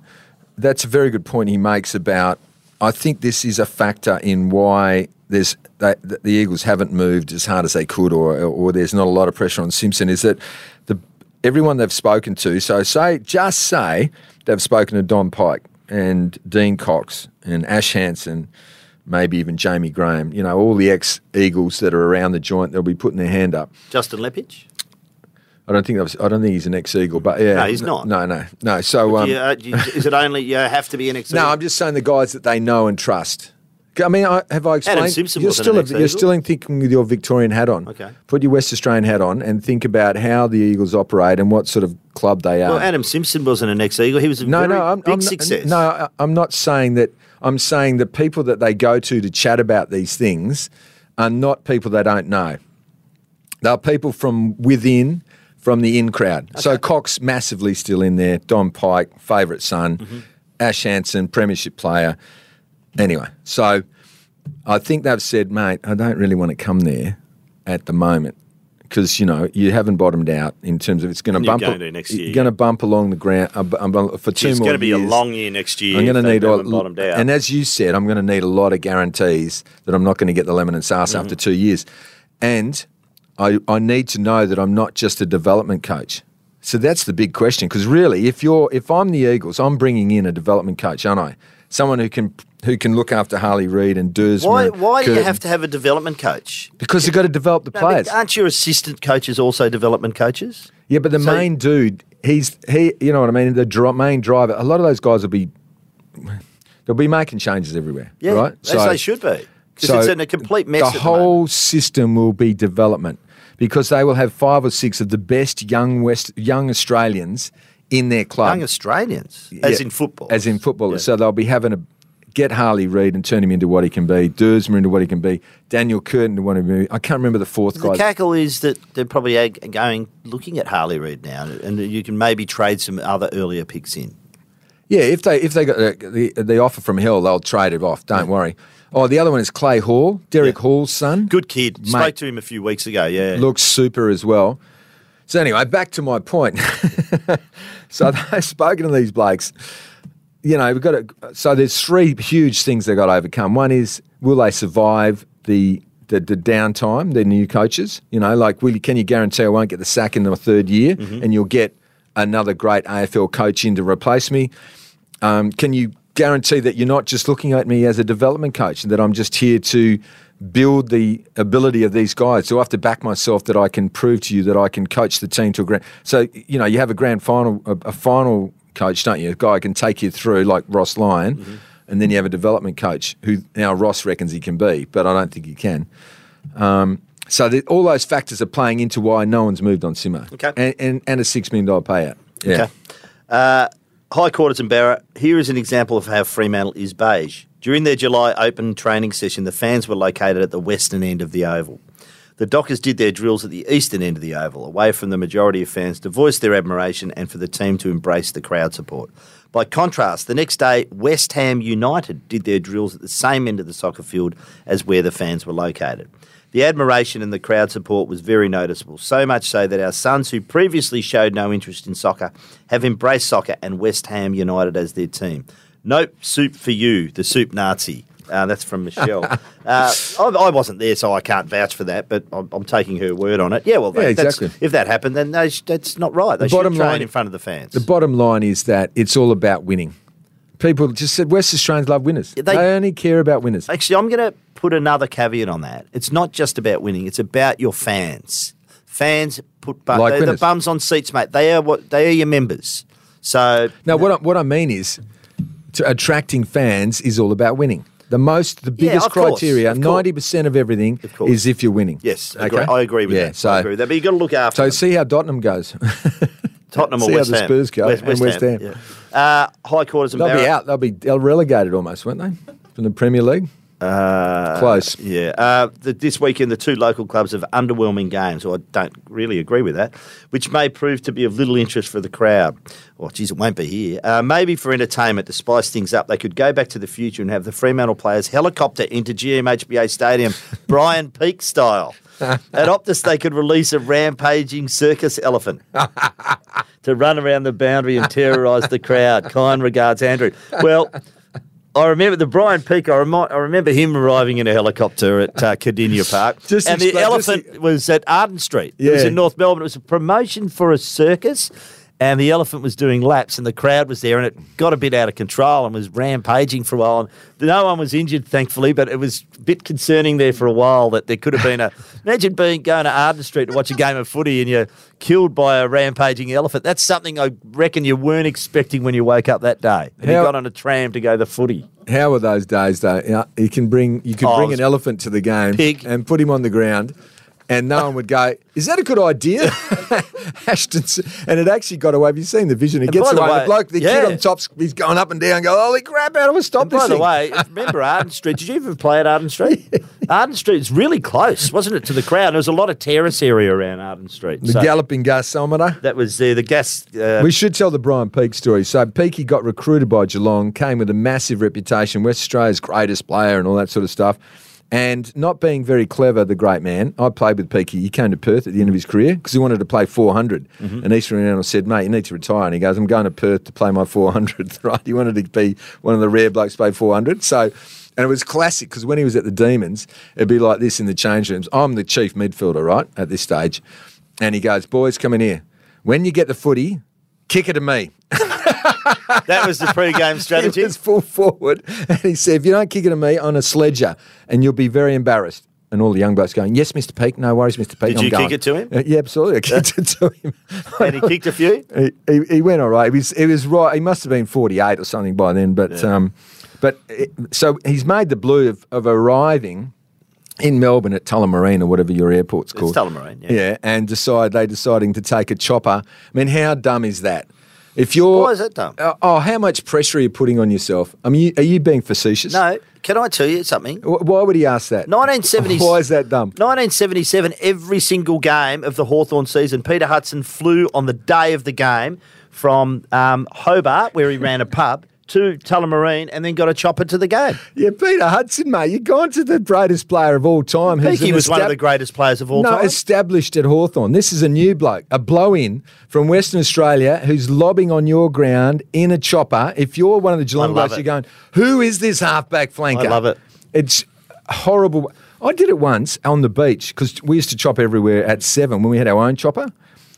Speaker 2: that's a very good point he makes about. I think this is a factor in why there's that, that the Eagles haven't moved as hard as they could, or or there's not a lot of pressure on Simpson. Is that the everyone they've spoken to? So say just say they've spoken to Don Pike and Dean Cox and Ash Hansen. Maybe even Jamie Graham, you know, all the ex Eagles that are around the joint, they'll be putting their hand up.
Speaker 3: Justin Lepage.
Speaker 2: I don't think that was, I don't think he's an ex Eagle, but yeah,
Speaker 3: No, he's not.
Speaker 2: No, no, no. So um,
Speaker 3: Do you- uh, do you- is it only you have to be an ex?
Speaker 2: no, I'm just saying the guys that they know and trust. I mean, I, have I explained?
Speaker 3: Simpson
Speaker 2: you're
Speaker 3: wasn't
Speaker 2: still
Speaker 3: an
Speaker 2: a-
Speaker 3: ex-Eagle.
Speaker 2: you're still in thinking with your Victorian hat on.
Speaker 3: Okay.
Speaker 2: Put your West Australian hat on and think about how the Eagles operate and what sort of club they are.
Speaker 3: Well, Adam Simpson wasn't an ex-Eagle. He was a
Speaker 2: no,
Speaker 3: very
Speaker 2: no, I'm,
Speaker 3: big
Speaker 2: I'm not-
Speaker 3: success.
Speaker 2: No, I- I'm not saying that. I'm saying the people that they go to to chat about these things are not people they don't know. They're people from within, from the in crowd. So Cox massively still in there. Don Pike, favourite son,
Speaker 3: Mm-hmm.
Speaker 2: Ash Hansen, premiership player. Anyway, so I think they've said, mate, I don't really want to come there at the moment because you know you haven't bottomed out in terms of it's going to
Speaker 3: You're
Speaker 2: bump.
Speaker 3: going to next year,
Speaker 2: You're going to bump along the ground uh, bu- um, for two
Speaker 3: it's
Speaker 2: more
Speaker 3: going to be
Speaker 2: years.
Speaker 3: a long year next year.
Speaker 2: I'm going to
Speaker 3: if they
Speaker 2: need all,
Speaker 3: haven't bottomed out.
Speaker 2: and as you said, I'm going to need a lot of guarantees that I'm not going to get the lemon and sauce
Speaker 3: Mm-hmm.
Speaker 2: after two years, and I, I need to know that I'm not just a development coach. So that's the big question, because really, if you're if I'm the Eagles, I'm bringing in a development coach, aren't I? someone who can who can look after Harley Reid and Dersma.
Speaker 3: Why, why do you have to have a development coach?
Speaker 2: Because you've got to develop the
Speaker 3: No, but
Speaker 2: players.
Speaker 3: aren't your assistant coaches also development coaches?
Speaker 2: Yeah, but the
Speaker 3: So-
Speaker 2: main dude, he's he. You know what I mean? The dri main driver. A lot of those guys will be. They'll be making changes everywhere,
Speaker 3: Yeah,
Speaker 2: right?
Speaker 3: As they should be. Because
Speaker 2: so
Speaker 3: it's in a complete mess. at
Speaker 2: The
Speaker 3: the moment.
Speaker 2: whole system will be development because they will have five or six of the best young West young Australians in their club.
Speaker 3: young Australians, as
Speaker 2: Yeah,
Speaker 3: in football,
Speaker 2: As in footballers.
Speaker 3: Yeah.
Speaker 2: So they'll be having to get Harley Reid and turn him into what he can be, Dersmer into what he can be, Daniel Curtin to what he can be. I can't remember the fourth
Speaker 3: the
Speaker 2: guy.
Speaker 3: cackle is that they're probably ag- going looking at Harley Reid now, and you can maybe trade some other earlier picks in.
Speaker 2: Yeah, if they if they got uh, the, the, the offer from Hill, they'll trade it off. Don't worry. Oh, the other one is Clay Hall, Derek
Speaker 3: Yeah.
Speaker 2: Hall's son.
Speaker 3: Good kid.
Speaker 2: Mate.
Speaker 3: Spoke to him a few weeks ago. Yeah,
Speaker 2: looks super as well. So anyway, back to my point. so they've spoken to these blokes. You know, we've got to, so there's three huge things they've got to overcome. One is will they survive the the, the downtime, the new coaches? You know, like will you, can you guarantee I won't get the sack in the third year
Speaker 3: Mm-hmm.
Speaker 2: and you'll get another great AFL coach in to replace me? Um, can you guarantee that you're not just looking at me as a development coach and that I'm just here to build the ability of these guys? Do I have to back myself that I can prove to you that I can coach the team to a grand? So you know, you have a grand final, a, a final coach, don't you? A guy who can take you through, like Ross Lyon,
Speaker 3: Mm-hmm.
Speaker 2: and then you have a development coach who now Ross reckons he can be, but I don't think he can. Um, So the, all those factors are playing into why no one's moved on Simo.
Speaker 3: Okay.
Speaker 2: and and, and a six million dollar payout. Yeah.
Speaker 3: Okay. Uh, High Quarters and Barra, here is an example of how Fremantle is beige. During their July open training session, the fans were located at the western end of the oval. The Dockers did their drills at the eastern end of the oval, away from the majority of fans, to voice their admiration and for the team to embrace the crowd support. By contrast, the next day, West Ham United did their drills at the same end of the soccer field as where the fans were located. The admiration and the crowd support was very noticeable, so much so that our sons, who previously showed no interest in soccer, have embraced soccer and West Ham United as their team. Nope, soup for you, the soup Nazi. Uh, that's from Michelle. uh, I, I wasn't there, so I can't vouch for that, but I'm, I'm taking her word on it. Yeah, well,
Speaker 2: Yeah,
Speaker 3: that- that's-
Speaker 2: exactly.
Speaker 3: if that happened, then they sh- that's not right. They
Speaker 2: The
Speaker 3: should
Speaker 2: bottom
Speaker 3: train
Speaker 2: line-
Speaker 3: in front of the fans.
Speaker 2: The bottom line is that it's all about winning. People just said West Australians love winners.
Speaker 3: They-
Speaker 2: They, only care about winners.
Speaker 3: Actually, I'm going to put another caveat on that. It's not just about winning; it's about your fans. Fans put bu-
Speaker 2: Like
Speaker 3: they're the
Speaker 2: winners.
Speaker 3: bums on seats, mate. They are what they are your members. So
Speaker 2: now, what I, what I mean is, to attracting fans is all about winning. The most, the biggest
Speaker 3: of course,
Speaker 2: criteria,
Speaker 3: of course.
Speaker 2: ninety percent of everything
Speaker 3: Of course.
Speaker 2: is if you're winning.
Speaker 3: yes, I agree- I agree with
Speaker 2: yeah,
Speaker 3: that.
Speaker 2: So,
Speaker 3: I agree with that. But you got to look after
Speaker 2: so
Speaker 3: them.
Speaker 2: see how Tottenham goes.
Speaker 3: Tottenham or
Speaker 2: see how
Speaker 3: West
Speaker 2: the
Speaker 3: Ham.
Speaker 2: Spurs go and West Ham.
Speaker 3: yeah. Uh, high quarters and
Speaker 2: they'll be
Speaker 3: Barra-
Speaker 2: out. They'll be they'll relegated almost, won't they? From the Premier League. Uh, Close.
Speaker 3: Yeah. Uh, the, this weekend, the two local clubs have underwhelming games. Well, I don't really agree with that, which may prove to be of little interest for the crowd. Oh, geez, it won't be here. Uh, maybe for entertainment, to spice things up, they could go back to the future and have the Fremantle players helicopter into GMHBA Stadium, Brian Peak style. At Optus, they could release a rampaging circus elephant to run around the boundary and terrorise the crowd. Kind regards, Andrew. Well, I remember the Brian Peake. I, remi- I remember him arriving in a helicopter at uh, Cardinia Park,
Speaker 2: Just
Speaker 3: and the
Speaker 2: explain-
Speaker 3: elephant
Speaker 2: just- e-
Speaker 3: was at Arden Street. It was
Speaker 2: Yeah.
Speaker 3: in North Melbourne. It was a promotion for a circus, and the elephant was doing laps, and the crowd was there, and it got a bit out of control and was rampaging for a while. And no one was injured, thankfully, but it was a bit concerning there for a while that there could have been a. imagine being going to Arden Street to watch a game of footy, and you're killed by a rampaging elephant. That's something I reckon you weren't expecting when you woke up that day, and you
Speaker 2: How-
Speaker 3: got on a tram to go to the footy.
Speaker 2: How were those days though? You, know, you can bring you could
Speaker 3: Oh, it
Speaker 2: bring
Speaker 3: was-
Speaker 2: an elephant to the game
Speaker 3: Pig.
Speaker 2: and put him on the ground, and no one would go. Is that a good idea, Ashton's? And it actually got away. Have you seen the vision? It
Speaker 3: And
Speaker 2: gets
Speaker 3: by the
Speaker 2: away.
Speaker 3: way-
Speaker 2: the bloke, the
Speaker 3: yeah.
Speaker 2: kid on top's he's going up and down. Go, holy crap! How do I stop
Speaker 3: And
Speaker 2: this?
Speaker 3: by the
Speaker 2: thing?"
Speaker 3: way, remember Arden Street? Did you ever play at Arden Street? Arden Street is really close, wasn't it, to the crowd? There was a lot of terrace area around Arden Street.
Speaker 2: the
Speaker 3: so
Speaker 2: galloping eh? gasometer.
Speaker 3: that was the the gas. Uh,
Speaker 2: We should tell the Brian Peake story. So Peake got recruited by Geelong, came with a massive reputation, West Australia's greatest player and all that sort of stuff. And not being very clever, the great man, I played with Peake. He came to Perth at the end of his career because he wanted to play 400. And Eastern Renal said, mate, you need to retire. And he goes, I'm going to Perth to play my 400th, right? He wanted to be one of the rare blokes to play 400. So, and it was classic because when he was at the Demons, it'd be like this in the change rooms. I'm the chief midfielder, right, at this stage. And he goes, boys, come in here. When you get the footy, kick it to me.
Speaker 3: That was the pre-game strategy.
Speaker 2: He was full forward, and he said, "If you don't kick it to me on a sledger, and you'll be very embarrassed." And all the young blokes going, "Yes, Mister Peake, no worries, Mister Peake."
Speaker 3: Did
Speaker 2: I'm
Speaker 3: you kick
Speaker 2: going."
Speaker 3: it to him?
Speaker 2: Uh, yeah, absolutely. I kicked it to him.
Speaker 3: and he kicked a few.
Speaker 2: he, he, he went all right. He was, he was right. He must have been 48 or something by then. But um, but it, so he's made the blue of, of arriving in Melbourne at Tullamarine or whatever your airport's called.
Speaker 3: Tullamarine, yeah.
Speaker 2: and decide they deciding to take a chopper. I mean, how dumb is that? If you're
Speaker 3: Why is that dumb?
Speaker 2: Uh, oh, how much pressure are you putting on yourself? I mean, you, are you being facetious?
Speaker 3: No, can I tell you something?
Speaker 2: Wh- Why would he ask that?
Speaker 3: 1970.
Speaker 2: Why is that dumb?
Speaker 3: 1977, every single game of the Hawthorn season, Peter Hudson flew on the day of the game from um, Hobart, where he ran a pub, to Tullamarine and then got a chopper to the game.
Speaker 2: Yeah, Peter Hudson, mate, you've gone to the greatest player of all time.
Speaker 3: I think
Speaker 2: who's
Speaker 3: he
Speaker 2: an
Speaker 3: was one of
Speaker 2: estab-
Speaker 3: the greatest players of all
Speaker 2: no,
Speaker 3: time.
Speaker 2: established at Hawthorn. This is a new bloke, a blow in from Western Australia who's lobbing on your ground in a chopper. If you're one of the Geelong
Speaker 3: I love
Speaker 2: blokes,
Speaker 3: it.
Speaker 2: you're going, who is this halfback flanker?
Speaker 3: I love it.
Speaker 2: It's horrible. I did it once on the beach because we used to chop everywhere at seven when we had our own chopper,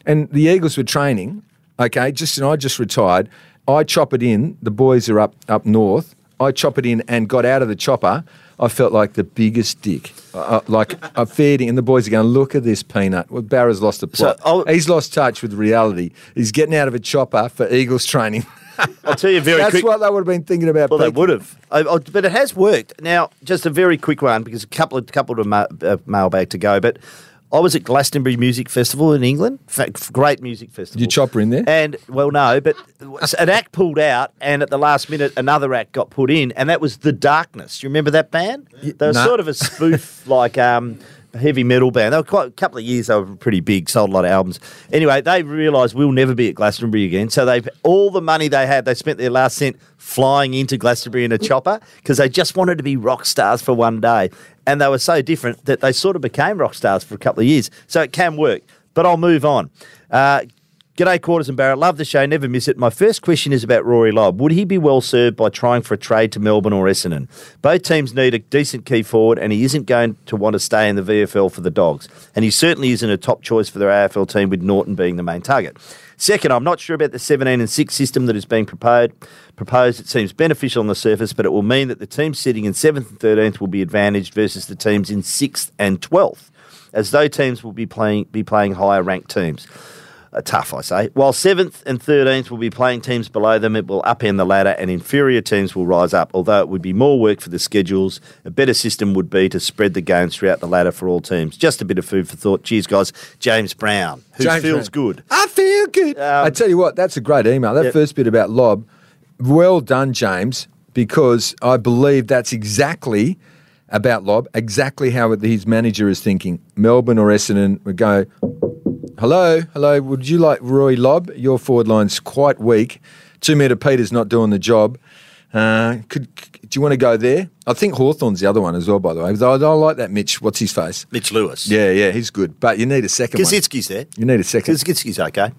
Speaker 2: and the Eagles were training. Okay, just and I just retired. I chop it in. The boys are up up north. I chop it in and got out of the chopper. I felt like the biggest dick. Uh, like I feared him, and the boys are going, "Look at this peanut." Well, Barra's lost the
Speaker 3: So oh
Speaker 2: plot.
Speaker 3: I'll-
Speaker 2: He's lost touch with reality. He's getting out of a chopper for Eagles training.
Speaker 3: I'll tell you very
Speaker 2: That's
Speaker 3: quick.
Speaker 2: what they would have been thinking about.
Speaker 3: Well, they
Speaker 2: Pete.
Speaker 3: would have, I, I, but it has worked. Now, just a very quick one because a couple of couple of ma- uh, mailbag to go. But I was at Glastonbury Music Festival in England. Fa- Great music festival.
Speaker 2: Did you chopper in there?
Speaker 3: And well, no, but an act pulled out, and at the last minute, another act got put in, and that was The Darkness. Do you remember that band? They were
Speaker 2: no.
Speaker 3: sort of a spoof like. Um, Heavy metal band. They were quite a couple of years. They were pretty big. Sold a lot of albums. Anyway, they realised we'll never be at Glastonbury again. So they all the money they had, they spent their last cent flying into Glastonbury in a chopper because they just wanted to be rock stars for one day. And they were so different that they sort of became rock stars for a couple of years. So it can work. But I'll move on. Uh, G'day, Quarters and Barrett. Love the show. Never miss it. My first question is about Rory Lobb. Would he be well served by trying for a trade to Melbourne or Essendon? Both teams need a decent key forward, and he isn't going to want to stay in the VFL for the Dogs. And he certainly isn't a top choice for their AFL team, with Norton being the main target. Second, I'm not sure about the 17 and 6 system that is being proposed. Proposed, it seems beneficial on the surface, but it will mean that the teams sitting in 7th and 13th will be advantaged versus the teams in 6th and 12th, as though teams will be playing be playing higher ranked teams uh, tough, I say. While seventh and thirteenth will be playing teams below them, it will upend the ladder, and inferior teams will rise up. Although it would be more work for the schedules, a better system would be to spread the games throughout the ladder for all teams. Just a bit of food for thought. Cheers, guys. James Brown, who
Speaker 2: James
Speaker 3: feels
Speaker 2: Brown.
Speaker 3: good.
Speaker 2: I feel good. Um, I tell you what, that's a great email. That
Speaker 3: Yep.
Speaker 2: first bit about Lob, well done, James, because I believe that's exactly about Lob, exactly how his manager is thinking. Melbourne or Essendon would go, hello, hello, would you like Roy Lob? Your forward line's quite weak. Two metre Peter's not doing the job. Uh, could, do you want to go there? I think Hawthorn's the other one as well, by the way. Though I don't like that Mitch. What's his face?
Speaker 3: Mitch Lewis.
Speaker 2: Yeah, yeah, he's good. But you need a second one.
Speaker 3: Kaczynski's there.
Speaker 2: You need a second.
Speaker 3: Kaczynski's okay.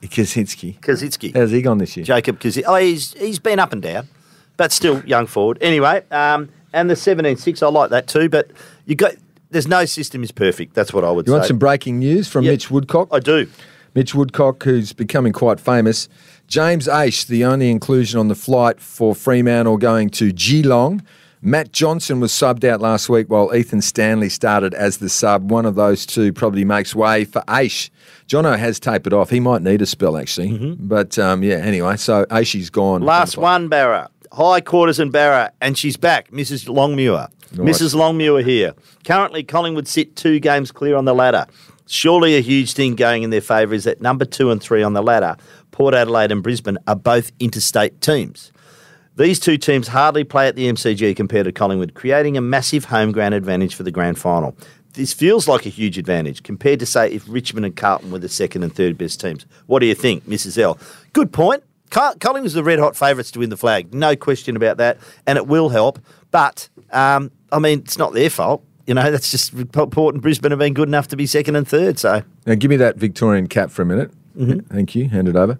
Speaker 2: Kaczynski.
Speaker 3: Kaczynski.
Speaker 2: How's he gone this year?
Speaker 3: Jacob Kaczynski. Oh, he's, he's been up and down, but still young forward. Anyway, um, and the 17-6, I like that too, but you got... There's no system is perfect. That's what I would
Speaker 2: you
Speaker 3: say.
Speaker 2: want some breaking news from
Speaker 3: Yeah.
Speaker 2: Mitch Woodcock?
Speaker 3: I do.
Speaker 2: Mitch Woodcock, who's becoming quite famous. James Aish, the only inclusion on the flight for Fremantle going to Geelong. Matt Johnson was subbed out last week while Ethan Stanley started as the sub. One of those two probably makes way for Aish. Jono has tapered off. He might need a spell, actually. But um, yeah, anyway, so Aishi's gone.
Speaker 3: Mm-hmm. Last one, Barra. High quarters and Barra, and she's back, Mrs. Longmuir. Mrs. Longmuir here. Currently, Collingwood sit two games clear on the ladder. Surely a huge thing going in their favour is that number two and three on the ladder, Port Adelaide and Brisbane, are both interstate teams. These two teams hardly play at the MCG compared to Collingwood, creating a massive home ground advantage for the grand final. This feels like a huge advantage compared to, say, if Richmond and Carlton were the second and third best teams. What do you think, Mrs. L? Good point. Car- Collingwood's the red hot favourites to win the flag, no question about that, and it will help. But, um, I mean, it's not their fault. You know, that's just Port and Brisbane have been good enough to be second and third. So,
Speaker 2: Now, give me that Victorian cap for a minute. Thank you. Hand it over.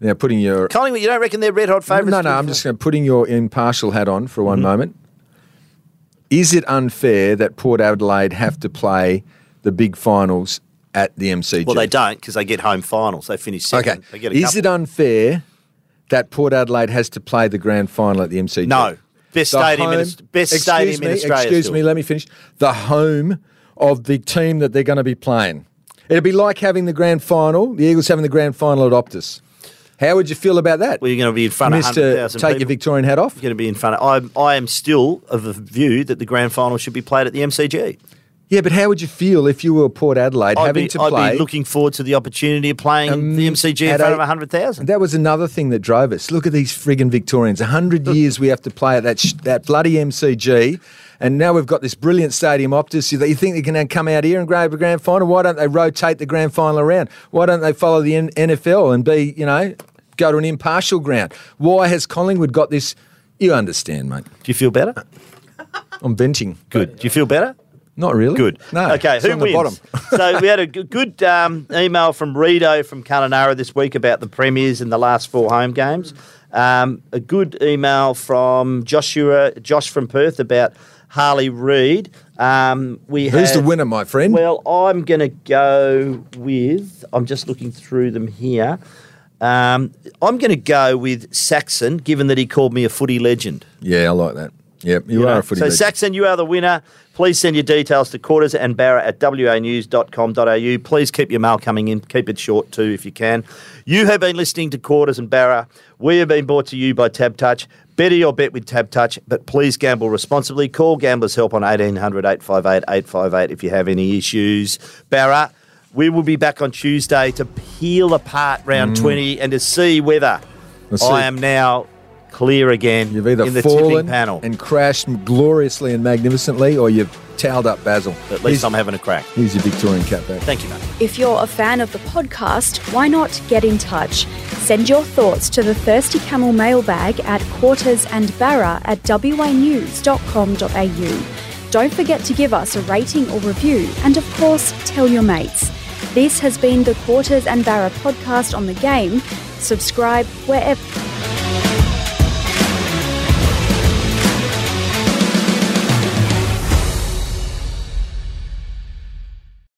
Speaker 2: Now, putting your
Speaker 3: Collingwood, you don't reckon they're red hot favourites?
Speaker 2: No,
Speaker 3: to
Speaker 2: no,
Speaker 3: win
Speaker 2: I'm
Speaker 3: the
Speaker 2: just going to putting your impartial hat on for one moment. Is it unfair that Port Adelaide have to play the big finals at the MCG?
Speaker 3: Well, they don't because they get home finals. They finish second.
Speaker 2: Okay.
Speaker 3: They get a
Speaker 2: Is
Speaker 3: couple.
Speaker 2: it unfair that Port Adelaide has to play the grand final at the MCG?
Speaker 3: No. Best
Speaker 2: The
Speaker 3: stadium in
Speaker 2: home-
Speaker 3: Aus- best
Speaker 2: excuse
Speaker 3: stadium in
Speaker 2: me,
Speaker 3: Australia
Speaker 2: Excuse
Speaker 3: still.
Speaker 2: me, let me finish. The home of the team that they're going to be playing. It'd be like having the grand final, the Eagles having the grand final at Optus. How would you feel about that?
Speaker 3: Well, you're going to be in front of
Speaker 2: Mr.
Speaker 3: 100,000
Speaker 2: Take your
Speaker 3: people.
Speaker 2: Victorian hat off.
Speaker 3: You're going to be in front of. I, I am still of the view that the grand final should be played at the MCG.
Speaker 2: Yeah, but how would you feel if you were Port Adelaide
Speaker 3: I'd,
Speaker 2: having
Speaker 3: be,
Speaker 2: to
Speaker 3: I'd
Speaker 2: play?
Speaker 3: be looking forward to the opportunity of playing
Speaker 2: Um,
Speaker 3: the MCG in
Speaker 2: at
Speaker 3: front
Speaker 2: a-
Speaker 3: of 100,000.
Speaker 2: That was another thing that drove us. Look at these friggin' Victorians. A hundred years we have to play at that sh- that bloody MCG, and now we've got this brilliant stadium Optus. You, you think they can then come out here and grab a grand final? Why don't they rotate the grand final around? Why don't they follow the N- NFL and be you know go to an impartial ground? Why has Collingwood got this? You understand, mate.
Speaker 3: Do you feel better?
Speaker 2: I'm venting.
Speaker 3: Good. Do you feel better?
Speaker 2: Not really.
Speaker 3: Good.
Speaker 2: No.
Speaker 3: Okay.
Speaker 2: it's
Speaker 3: Who
Speaker 2: on the
Speaker 3: wins?
Speaker 2: bottom.
Speaker 3: so we had a g- good um, email from Rito from Kununurra this week about the premiers in the last four home games. Um, a good email from Joshua Josh from Perth about Harley Reid. Um, we
Speaker 2: Who's the
Speaker 3: had-
Speaker 2: winner, my friend?
Speaker 3: Well, I'm going to go with. I'm just looking through them here. Um, I'm going to go with Saxon, given that he called me a footy legend.
Speaker 2: yeah, I like that. Yep, you,
Speaker 3: You
Speaker 2: are
Speaker 3: know?
Speaker 2: a footy
Speaker 3: so,
Speaker 2: legend.
Speaker 3: Saxon, you are the winner. Please send your details to quarters and barra at wanews.com.au. Please keep your mail coming in. Keep it short too, if you can. You have been listening to Quarters and Barra. We have been brought to you by Tab Touch. Better your bet with Tab Touch, but please gamble responsibly. Call Gamblers Help on 1800 858 858 if you have any issues. Barra, we will be back on Tuesday to peel apart round 20 and to see whether
Speaker 2: Mm. Let's
Speaker 3: I
Speaker 2: see.
Speaker 3: am now clear again
Speaker 2: You've either
Speaker 3: in the tipping
Speaker 2: fallen
Speaker 3: panel.
Speaker 2: and crashed gloriously and magnificently, or you've towed up Basil.
Speaker 3: At least
Speaker 2: here's,
Speaker 3: I'm having a crack.
Speaker 2: Here's your Victorian cap back.
Speaker 3: Thank you, mate.
Speaker 4: If you're a fan of the podcast, why not get in touch? Send your thoughts to the Thirsty Camel mailbag at quartersandbarra at wanews.com.au. Don't forget to give us a rating or review, and of course, tell your mates. This has been the Quarters and Barra podcast on the game. Subscribe wherever.